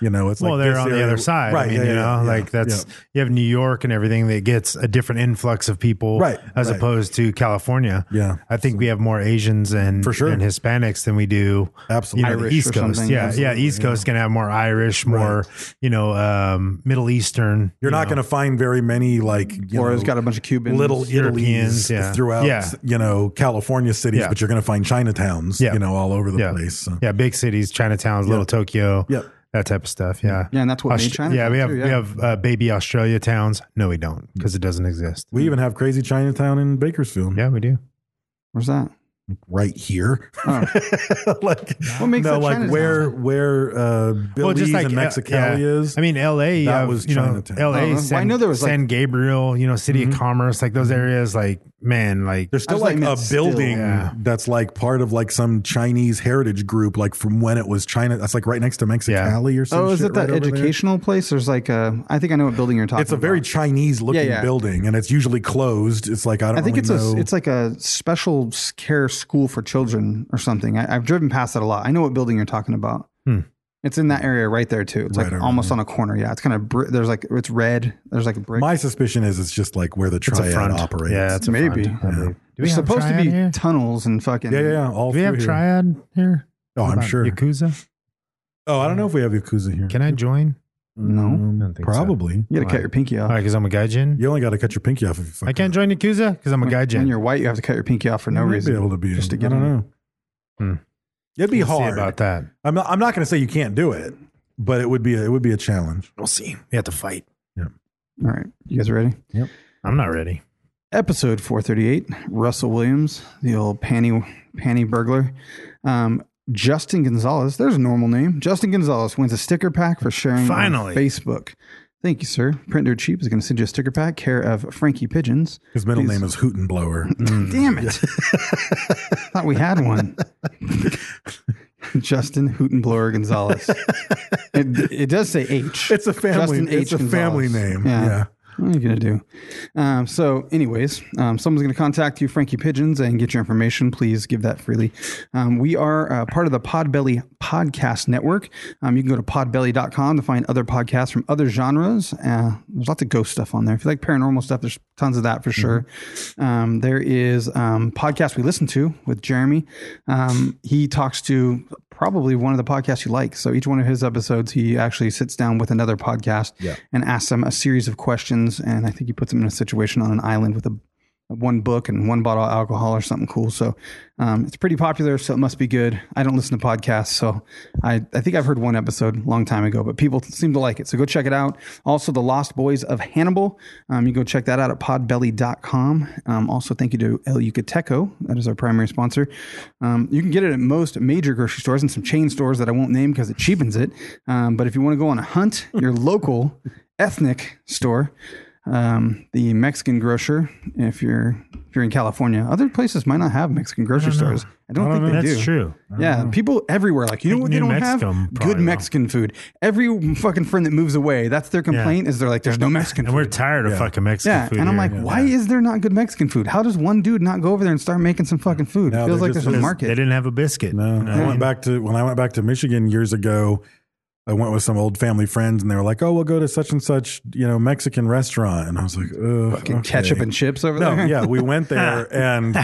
S4: You know, it's
S5: well,
S4: like
S5: they're
S4: this
S5: on the
S4: area-
S5: other side, I
S4: right?
S5: mean,
S4: yeah,
S5: you
S4: yeah,
S5: know,
S4: yeah,
S5: like that's
S4: yeah.
S5: you have New York and everything that gets a different influx of people,
S4: Right,
S5: as
S4: right.
S5: opposed to California.
S4: Yeah.
S5: I think we have more Asians and
S4: For sure.
S5: and Hispanics than we do.
S4: Absolutely.
S5: you know, the
S2: Irish
S5: East
S2: or
S5: Coast,
S2: something,
S5: yeah,
S4: absolutely,
S5: yeah. East Coast can have more Irish, more you know, um, Middle Eastern. you
S4: You're not
S5: know.
S4: going to find very many like you
S2: Florida's
S4: know,
S2: got a bunch of Cubans.
S4: little Italians
S5: Europeans, yeah.
S4: throughout
S5: Yeah.
S4: you know California cities,
S5: Yeah.
S4: but you're going to find Chinatowns
S5: Yeah.
S4: you know all over the
S5: yeah.
S4: place. So.
S5: Yeah, big cities, Chinatowns, Little Tokyo,
S4: Yep.
S5: that type of stuff. Yeah,
S2: Yeah, and that's what made Chinatown
S5: Yeah, we have
S2: too, yeah.
S5: we have uh, baby Australia towns. No, we don't because it doesn't exist.
S4: We even have crazy Chinatown in Bakersfield,
S5: yeah, we do.
S2: Where's that?
S4: right here. like
S2: What makes
S4: no,
S2: that
S4: like
S2: Chinatown?
S4: where where uh, Billy's and
S5: uh,
S4: Mexicali
S5: yeah.
S4: is.
S5: I mean, L.A.
S4: That
S5: That
S4: was
S5: was you know,
S4: Chinatown. Mm-hmm.
S5: L.A.
S2: Oh, well,
S5: San,
S2: I know there was, like-
S5: San Gabriel, you know, City of Commerce, like those areas. Like man, like
S4: There's
S2: I
S4: still
S2: was
S4: like
S2: like,
S4: a
S2: that's still-
S4: building
S5: Yeah.
S4: that's like part of like some Chinese heritage group, like from when it was China. That's like right next to Mexicali or something.
S2: Oh, is it that educational place? There's like a. I think I know what building you're talking.
S4: It's a very
S2: about.
S4: Chinese looking
S2: yeah.
S4: building, and it's usually closed. It's like I don't.
S2: I think
S4: really
S2: it's
S4: know.
S2: a. It's like a special s- care school for children or something. I, I've driven past it a lot. I know what building you're talking about. It's in that area right there too. It's
S4: Hmm. Right
S2: like
S4: over
S2: almost on a corner. Yeah, it's kind of. Br- there's like it's red. There's like a brick.
S4: My suspicion is it's just like where the
S5: it's a
S4: triad
S5: front.
S4: operates.
S5: Yeah, it's a
S2: Maybe.
S5: front, I
S4: Yeah.
S5: believe. Do we
S2: There's
S5: have
S2: supposed to
S5: triad
S2: be
S5: here?
S2: tunnels and fucking.
S4: yeah, yeah, yeah. All
S5: Do we
S4: through
S5: have
S4: here.
S5: triad here?
S4: Oh, I'm
S5: About
S4: sure.
S5: Yakuza.
S4: Oh, I don't know if we have yakuza here.
S5: Can I join?
S2: No,
S5: I don't think so.
S4: Probably.
S2: you gotta cut your pinky
S5: All
S2: off.
S5: right, because I'm a gaijin.
S4: You only got to cut your pinky off if you. Fuck
S5: I can't join Yakuza because I'm a
S2: When you're
S5: gaijin.
S2: white, you have to cut your pinky off for no
S4: You might
S2: reason.
S4: Be able to be
S2: just to
S4: I
S2: get
S4: don't
S2: in.
S4: know. It'd
S5: Hmm.
S4: be
S5: We'll see
S4: hard
S5: about that.
S4: I'm not. I'm not going to say you can't do it, but it would be. A, it would be a challenge.
S5: We'll see. We have to fight.
S2: All right, you guys ready?
S5: I'm not ready.
S2: episode 438 russell williams the old panty panty burglar um, justin gonzalez there's a normal name justin gonzalez wins a sticker pack for sharing
S5: Finally.
S2: on facebook thank you sir printer cheap is going to send you a sticker pack care of frankie pigeons
S4: His middle
S2: Please.
S4: name is Hootenblower.
S5: Hmm.
S2: damn it thought we had one justin hootenblower gonzalez it, it does say h
S4: It's a family.
S2: Justin
S4: it's a
S2: H.
S4: family
S2: Gonzalez.
S4: name.
S2: Yeah.
S4: Yeah.
S2: What are you gonna do? Um, so, anyways, um, someone's gonna contact you, Frankie Pigeons, and get your information. Please give that freely. Um, we are uh, part of the Podbelly Podcast Network. Um, you can go to podbelly.com to find other podcasts from other genres. Uh, there's lots of ghost stuff on there. If you like paranormal stuff, there's tons of that for sure. Um, there is um, podcast we listen to with Jeremy. Um, he talks to probably one of the podcasts you like. So each one of his episodes, he actually sits down with another podcast and asks them a series of questions. And I think he puts them in a situation on an island with a one book and one bottle of alcohol or something cool. So um, it's pretty popular. So it must be good. I don't listen to podcasts. So I, I think I've heard one episode a long time ago, but people seem to like it. So go check it out. Also, The Lost Boys of Hannibal. Um, you can go check that out at podbelly.com. Um, also, thank you to El Yucateco. That is our primary sponsor. Um, you can get it at most major grocery stores and some chain stores that I won't name because it cheapens it. Um, but if you want to go on a hunt, your local ethnic store, um, the Mexican grocer. If you're if you're in California, other places might not have Mexican grocery stores. I don't, think they
S5: That's
S2: do.
S5: true.
S2: Yeah, people everywhere like you know
S5: Like
S2: what they
S5: New
S2: don't
S5: Mexico,
S2: have
S5: probably
S2: good
S5: don't.
S2: Mexican food. Every fucking friend that moves away, that's their complaint is they're like there's no Mexican
S5: And
S2: food.
S5: we're tired of fucking Mexican
S2: yeah,
S5: food.
S2: and I'm
S5: here.
S2: like, why is there not good Mexican food? How does one dude not go over there and start making some fucking food?
S4: No,
S2: it feels
S4: they're
S2: like
S4: just-
S2: there's a
S5: They
S4: it's-
S2: market.
S5: didn't have a biscuit.
S4: No, I
S2: Yeah.
S4: went back to when I went back to Michigan years ago. I went with some old family friends, and they were like, "Oh, we'll go to such and such, you know, Mexican restaurant." And I was like, Ugh,
S2: Fucking ketchup
S4: okay."
S2: and chips over
S4: no,
S2: there.
S4: yeah, we went there, and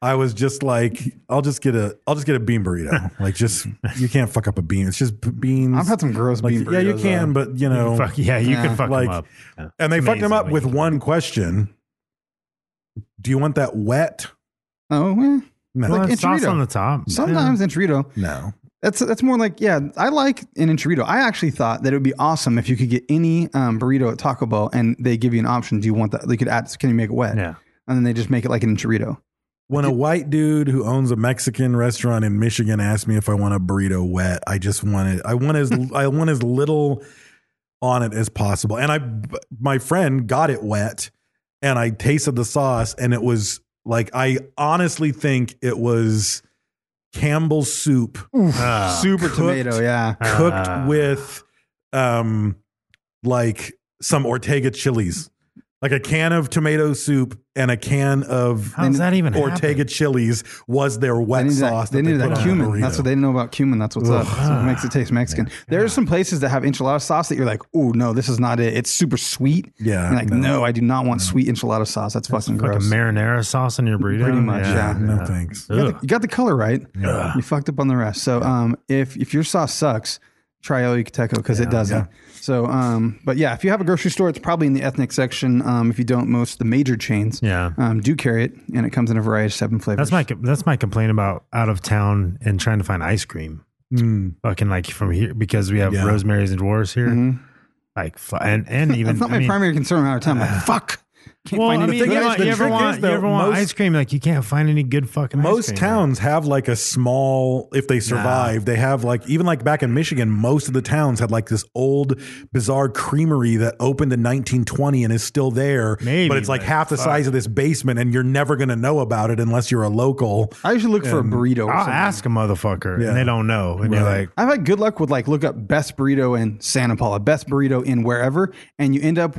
S4: I was just like, I'll just get a, I'll just get a bean burrito. Like, just you can't fuck up a bean. It's just b- beans.
S2: I've had some gross
S4: Like,
S2: bean
S4: Yeah, you
S2: burritos,
S4: can,
S2: though.
S4: but you know,
S3: fuck, yeah, you
S2: Yeah.
S3: can fuck
S4: like,
S3: them up. Yeah.
S4: and they
S3: It's
S4: fucked them
S3: amazing
S4: up
S3: what
S4: with
S3: you can
S4: one question. Do you want that wet?
S2: Oh, yeah.
S4: No,
S2: Like
S3: do. Sauce
S2: enchilada.
S3: on the top.
S2: Sometimes enchilada.
S4: no.
S2: That's that's more like yeah. I like an enchilada. I actually thought that it would be awesome if you could get any um, burrito at Taco Bell and they give you an option. Do you want that? They could add. Can you make it wet?
S3: Yeah.
S2: And then they just make it like an enchilada.
S4: When a white dude who owns a Mexican restaurant in Michigan asked me if I want a burrito wet, I just want it. I want as I want as little on it as possible. And I, my friend got it wet, and I tasted the sauce, and it was like I honestly think it was Campbell's soup
S3: Ah.
S2: Super
S4: cooked-
S2: tomato. Yeah.
S4: cooked
S3: Ah.
S4: with um like some Ortega chilies. Like a can of tomato soup and a can of
S3: How does that even
S4: Ortega
S3: happen?
S4: chilies was their
S2: They
S4: wet
S2: need
S4: sauce.
S2: that, they need
S4: put on
S2: that
S4: a
S2: cumin.
S4: burrito.
S2: That's what they didn't know about cumin. That's what's up. That's what makes it taste Mexican. There are some places that have enchilada sauce that you're like, oh no, this is not it. It's super sweet.
S4: Yeah,
S2: You're like
S4: no.
S2: no, I do not want sweet enchilada sauce. That's, fucking
S3: Like a
S2: gross.
S3: marinara sauce in your burrito.
S2: Pretty much, yeah.
S4: No, thanks.
S2: You got, the, you got the color right. You fucked up on the rest. So um, if if your sauce sucks, try El Yucateco because it doesn't. So um, but yeah, if you have a grocery store, it's probably in the ethnic section. Um, if you don't, most of the major chains
S3: Yeah.
S2: um, do carry it, and it comes in a variety of seven flavors.
S3: That's my that's my complaint about out of town and trying to find ice cream. Fucking like from here because we have
S4: Mm. Yeah.
S3: Rosemary's and Dwarfs here. Like fu- and and even
S2: Mm-hmm. That's not
S3: I
S2: my
S3: mean-
S2: primary concern out of time. Like, fuck. Can't
S3: Well,
S2: find
S3: I
S2: any
S3: mean,
S2: food.
S3: you,
S4: is,
S3: know,
S4: the
S3: you ever
S4: trick
S3: want
S4: is, though,
S3: you ever want
S4: most-
S3: ice cream like you can't find any good fucking ice
S4: Most
S3: cream.
S4: towns have like a small, if they survive, they have like, even like back in Michigan, most of the towns had like this old bizarre creamery that opened in 1920 and is still there.
S3: Maybe,
S4: but it's like
S3: but
S4: half the
S3: fuck.
S4: size of this basement and you're never going to know about it unless you're a local.
S2: I usually look for a burrito.
S3: I'll
S2: Or something.
S3: ask a motherfucker
S4: Yeah.
S3: and they don't know and you're
S4: Right.
S3: like
S2: I've had good luck with like look up best burrito in Santa Paula, best burrito in wherever, and you end up.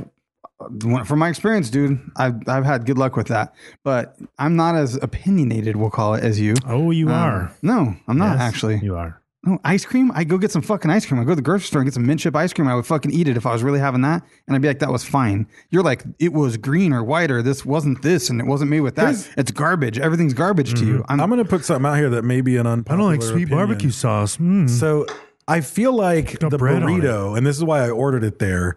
S2: uh, From my experience, dude, I've I've had good luck with that, but I'm not as opinionated, we'll call it, as you.
S3: oh you
S2: Um,
S3: are
S2: No, I'm not
S3: Yes,
S2: actually.
S3: you are
S2: No, ice cream. I go get some fucking ice cream. I go to the grocery store and get some mint chip ice cream. I would fucking eat it if I was really having that, and I'd be like, that was fine. You're like, it was green or white or this wasn't this, and it wasn't made with that.
S4: Here's-
S2: it's garbage. Everything's garbage to you. I'm,
S4: I'm going to put something out here that may be an
S3: I
S4: unpopular.
S3: don't like sweet
S4: opinion.
S3: barbecue sauce. Mm.
S4: So I feel like
S3: Got
S4: the
S3: bread on
S4: burrito, and this is why I ordered it there.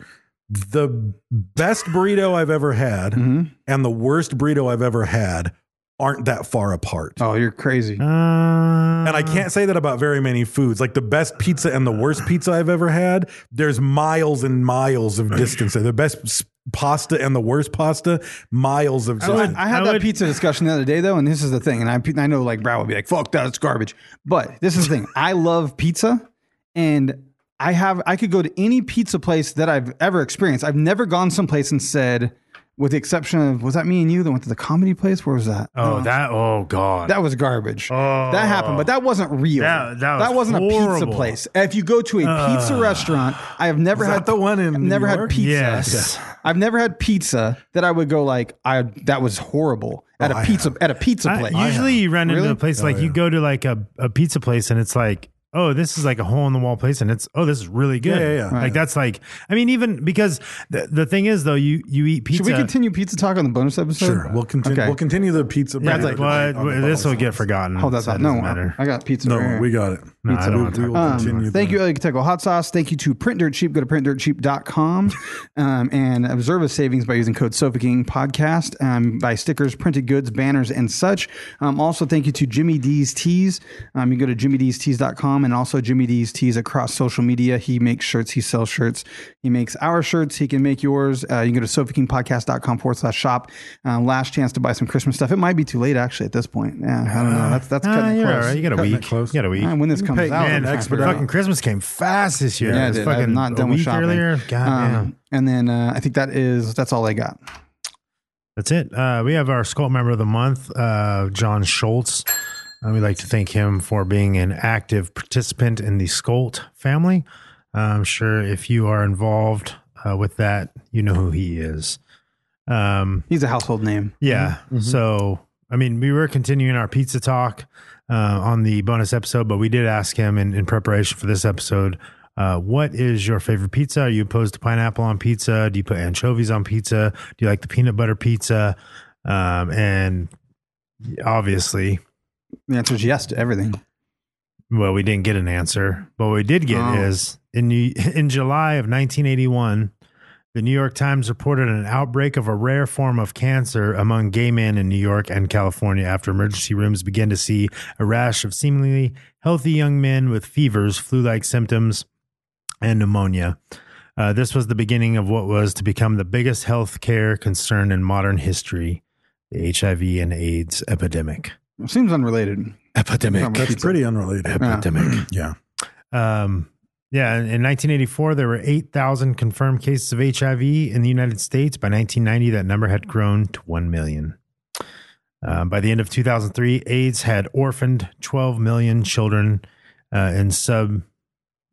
S4: The best burrito I've ever had
S2: Mm-hmm.
S4: and the worst burrito I've ever had aren't that far apart.
S2: oh, you're crazy.
S3: Uh,
S4: And I can't say that about very many foods. Like the best pizza and the worst pizza I've ever had, there's miles and miles of distance. there. The best s- pasta and the worst pasta, miles of
S2: So I,
S4: distance.
S2: I had
S3: I
S2: that
S3: would-
S2: pizza discussion the other day though, and this is the thing. And I, I know like Brad will be like, "Fuck that, it's garbage." But this is the thing. I love pizza, and I have I could go to any pizza place that I've ever experienced. I've never gone someplace and said, with the exception of was that me and you that went to the comedy place? Where was that?
S3: oh that oh god
S2: That was garbage. that happened,
S4: Oh.
S2: but that wasn't real.
S3: That- that was
S2: not a pizza
S3: horrible.
S2: place. If you go to a pizza restaurant, I have never
S4: Was that
S2: had
S4: the one in
S2: I've
S4: New
S2: never had
S4: York?
S2: pizza.
S3: Yes.
S2: I've never had pizza that I would go like I that was horrible at a
S4: Oh, I
S2: pizza at a pizza
S3: I- Oh,
S2: place.
S3: usually you run into
S2: Really?
S3: a place like you go to like a, a pizza place and it's like, oh, this is like a hole in the wall place and it's oh, this is really good.
S4: Yeah, yeah, yeah.
S3: Like that's like I mean, even because the, the thing is though, you you eat pizza.
S2: Should we continue pizza talk on the bonus episode?
S4: Sure, we'll continue.
S2: Okay.
S4: We'll continue the pizza.
S3: Yeah,
S4: burrito
S3: like,
S4: debate
S3: well,
S4: on the
S3: this will
S4: bonus
S3: get
S4: episode.
S3: forgotten.
S2: Hold that
S3: so it
S2: thought.
S3: doesn't
S2: No,
S3: matter.
S2: I got pizza. right
S4: No,
S2: here.
S4: we got it.
S3: No, I
S4: Pizza.
S3: don't
S4: We-
S3: want to
S4: we
S3: talk
S4: will
S2: Um,
S4: continue
S2: thank
S4: the-
S2: you, El Yucateco Hot Sauce. Thank you to Print Dirt Cheap. Go to printdirtcheap.com um, and observe a savings by using code SofaKing Podcast um, by stickers, printed goods, banners, and such. Um, also, thank you to Jimmy D's Tees. Um, you can go to jimmydstees.com and also Jimmy D's Tees across social media. He makes shirts, he sells shirts, he makes our shirts, he can make yours. Uh, you can go to sofakingpodcast.com forward slash shop. Um, last chance to buy some Christmas stuff. It might be too late actually at this point. Yeah, I don't know. Uh, That's, that's
S3: Ah,
S2: cutting it
S3: you're all
S2: close.
S3: right. You got a
S4: Cutting it
S3: week.
S4: close.
S3: You got a week.
S2: Ah, when this
S4: pay-
S2: comes out,
S3: man,
S2: I'm trying to figure it out.
S3: fucking Christmas came fast this year.
S2: Yeah,
S3: It was
S2: dude,
S3: fucking
S2: I'm not done
S3: a
S2: with
S3: week
S2: shopping. Um,
S3: earlier. God damn.
S2: And then uh, I think that is that's all I got.
S3: That's it. Uh, we have our Sculpt member of the month, uh, John Schultz. Uh, we'd like to thank him for being an active participant in the Sculpt family. Uh, I'm sure if you are involved uh, with that, you know who he is. Um,
S2: He's a household name.
S3: yeah. So, I mean, we were continuing our pizza talk uh, on the bonus episode, but we did ask him in, in preparation for this episode uh, what is your favorite pizza? Are you opposed to pineapple on pizza? Do you put anchovies on pizza? Do you like the peanut butter pizza? Um, and Obviously.
S2: The answer is yes to everything.
S3: Well, we didn't get an answer, but what we did get
S2: Oh.
S3: is in New- in July of 1981, the New York Times reported an outbreak of a rare form of cancer among gay men in New York and California after emergency rooms began to see a rash of seemingly healthy young men with fevers, flu-like symptoms, and pneumonia. Uh, this was the beginning of what was to become the biggest health care concern in modern history, the HIV and AIDS epidemic.
S2: It seems unrelated.
S3: Epidemic.
S2: That's
S4: Pretty unrelated.
S3: Epidemic.
S4: Yeah.
S3: Um, yeah, in in 1984, there were 8,000 confirmed cases of HIV in the United States. By 1990, that number had grown to 1 million. Um, by the end of 2003, AIDS had orphaned 12 million children uh, in sub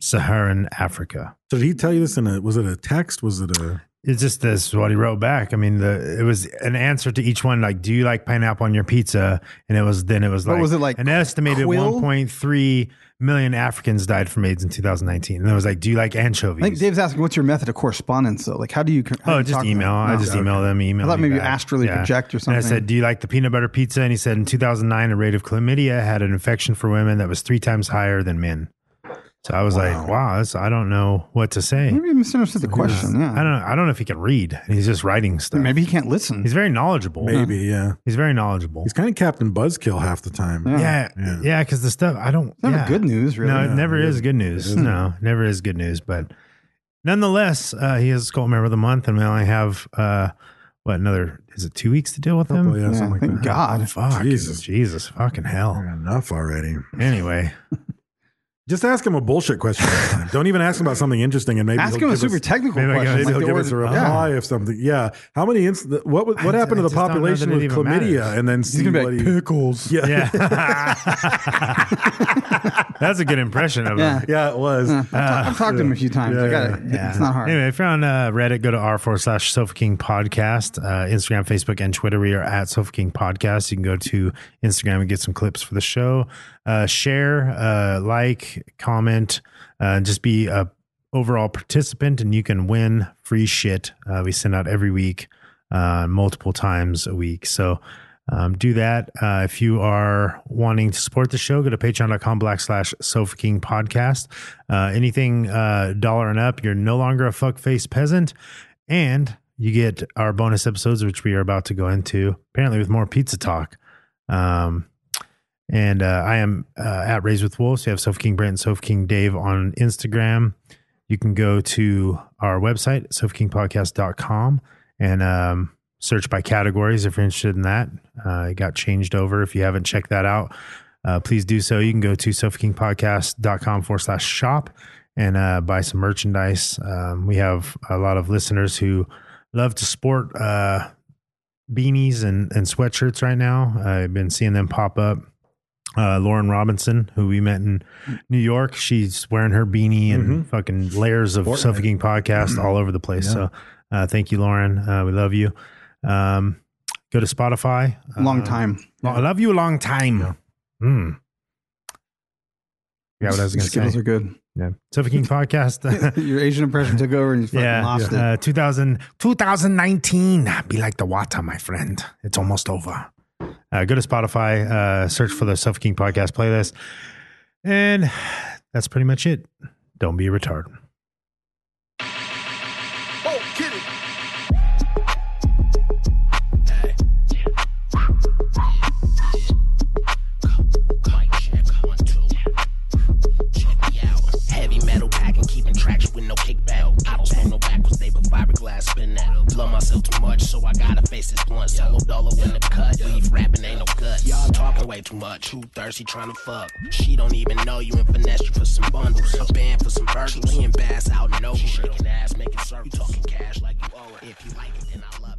S3: Saharan Africa.
S4: So did he tell you this in a was it a text? Was it a
S3: It's just this what he wrote back. I mean, the it was an answer to each one. Like, do you like pineapple on your pizza? And it was then it was
S2: But
S3: like
S2: was it like
S3: an estimated
S2: quill?
S3: 1.3 million Africans died from AIDS in 2019. And it was like, do you like anchovies?
S2: I think Dave's asking, what's your method of correspondence? Though, like, how do you? how do
S3: Oh,
S2: you
S3: just
S2: talk to
S3: email.
S2: them?
S3: I
S2: No.
S3: just emailed them. Email.
S2: I thought
S3: me
S2: maybe
S3: back.
S2: astrally project or
S3: And I
S2: something.
S3: said, "Do you like the peanut butter pizza?" And he said, "In 2009, a rate of chlamydia had an infection for women that was three times higher than men." So I was like, "Wow, this, I don't know what to say.
S2: Maybe you misunderstood the question. Yeah.
S3: I don't. Know, I don't know if he can read. And he's just writing stuff.
S2: Maybe he can't listen.
S3: He's very knowledgeable.
S4: Mm-hmm. maybe, yeah.
S3: He's very knowledgeable.
S4: He's kind of Captain Buzzkill half the time.
S3: yeah,
S4: Yeah.
S3: yeah. Because the stuff I don't.
S2: never
S3: yeah.
S2: good news, really.
S3: No, it
S2: No,
S3: never
S4: it
S3: is good news. No, never is good news. But nonetheless, uh, he is cult member of the month, and we only have uh, what another is it two weeks to deal with him?
S4: Couple, yeah, something like
S2: thank
S4: that.
S2: God.
S3: Fuck,
S4: Jesus.
S3: Jesus, Jesus, fucking hell.
S4: Enough already.
S3: Anyway,
S4: Just ask him a bullshit question. next time. Don't even ask him about something interesting, and maybe
S2: Ask
S4: he'll
S2: him a
S4: give
S2: super
S4: us-
S2: technical
S3: maybe I
S2: question.
S3: got-
S4: Maybe
S2: like
S4: he'll
S2: the
S4: give
S2: word-
S4: us a
S2: Yeah.
S4: reply of something. Yeah. How many? Inc- what what
S3: I- I
S4: happened to the
S3: just don't know that
S4: population
S3: it
S4: with
S3: even
S4: chlamydia?
S3: matters.
S4: And then
S2: He's
S4: see
S2: gonna be
S4: what
S2: like
S4: he,
S2: pickles.
S4: Yeah,
S3: yeah, that's a good impression of
S2: Yeah.
S3: him.
S4: yeah, it was.
S2: I've, talked- I've talked to him a few times. I
S4: Yeah,
S2: gotta, It's not hard.
S3: "Uh, Anyway, if you're on uh, Reddit, go to r forward slash Sofa King Podcast, uh, Instagram, Facebook, and Twitter. We are at Sofa King Podcast. You can go to Instagram and get some clips for the show. Uh, share, uh, like, comment, uh, just be a overall participant, and you can win free shit. Uh, we send out every week, uh, multiple times a week. So. Um, do that. Uh, if you are wanting to support the show, go to patreon.com black slash sofa king podcast. Uh, anything uh, dollar and up, you're no longer a fuckface peasant. And you get our bonus episodes, which we are about to go into, apparently with more pizza talk. Um, and uh, I am uh, at Raised with Wolves. You have Sofa King Brent and Sofa King Dave on Instagram. You can go to our website, sofakingpodcast.com, and um, search by categories if you're interested in that. Uh, it got changed over. If you haven't checked that out, uh, please do so. You can go to sofakingpodcast.com forward slash shop and uh, buy some merchandise. Um, we have a lot of listeners who love to sport uh, beanies and, and sweatshirts right now. I've been seeing them pop up. Uh, Lauren Robinson, who we met in New York, she's wearing her beanie and
S2: Mm-hmm.
S3: fucking layers of suffocating podcast all over the place. So, uh, thank you, Lauren. Uh, we love you. Um, go to Spotify.
S2: Long
S3: Uh,
S2: time.
S3: I love you a long time. Hmm. Yeah, what I was going to
S2: Skills
S3: say.
S2: are good.
S3: Yeah. Sofa King Podcast.
S2: Your Asian impression took over and you fucking
S3: yeah.
S2: lost it.
S3: Uh, 2000, 2019. Be like the water, my friend. It's almost over. Uh, go to Spotify, uh, search for the Sofa King Podcast playlist. And that's pretty much it. Don't be a retard.
S6: Oh, kitty.
S7: Heavy metal packing, keeping tracks with no kick bell. I don't smoke no backwards, they but fiberglass spin that. Love myself too much, so I gotta face this blunt. Solo dollar in the cut, leave rapping ain't no guts. Y'all talking way too much, too thirsty trying to fuck. She don't even know you and finesse you for some bundles. A band for some virtuals, me and Bass out in Oakland. Shaking ass, making circles. You talking cash like you owe it. If you like it, then I love it.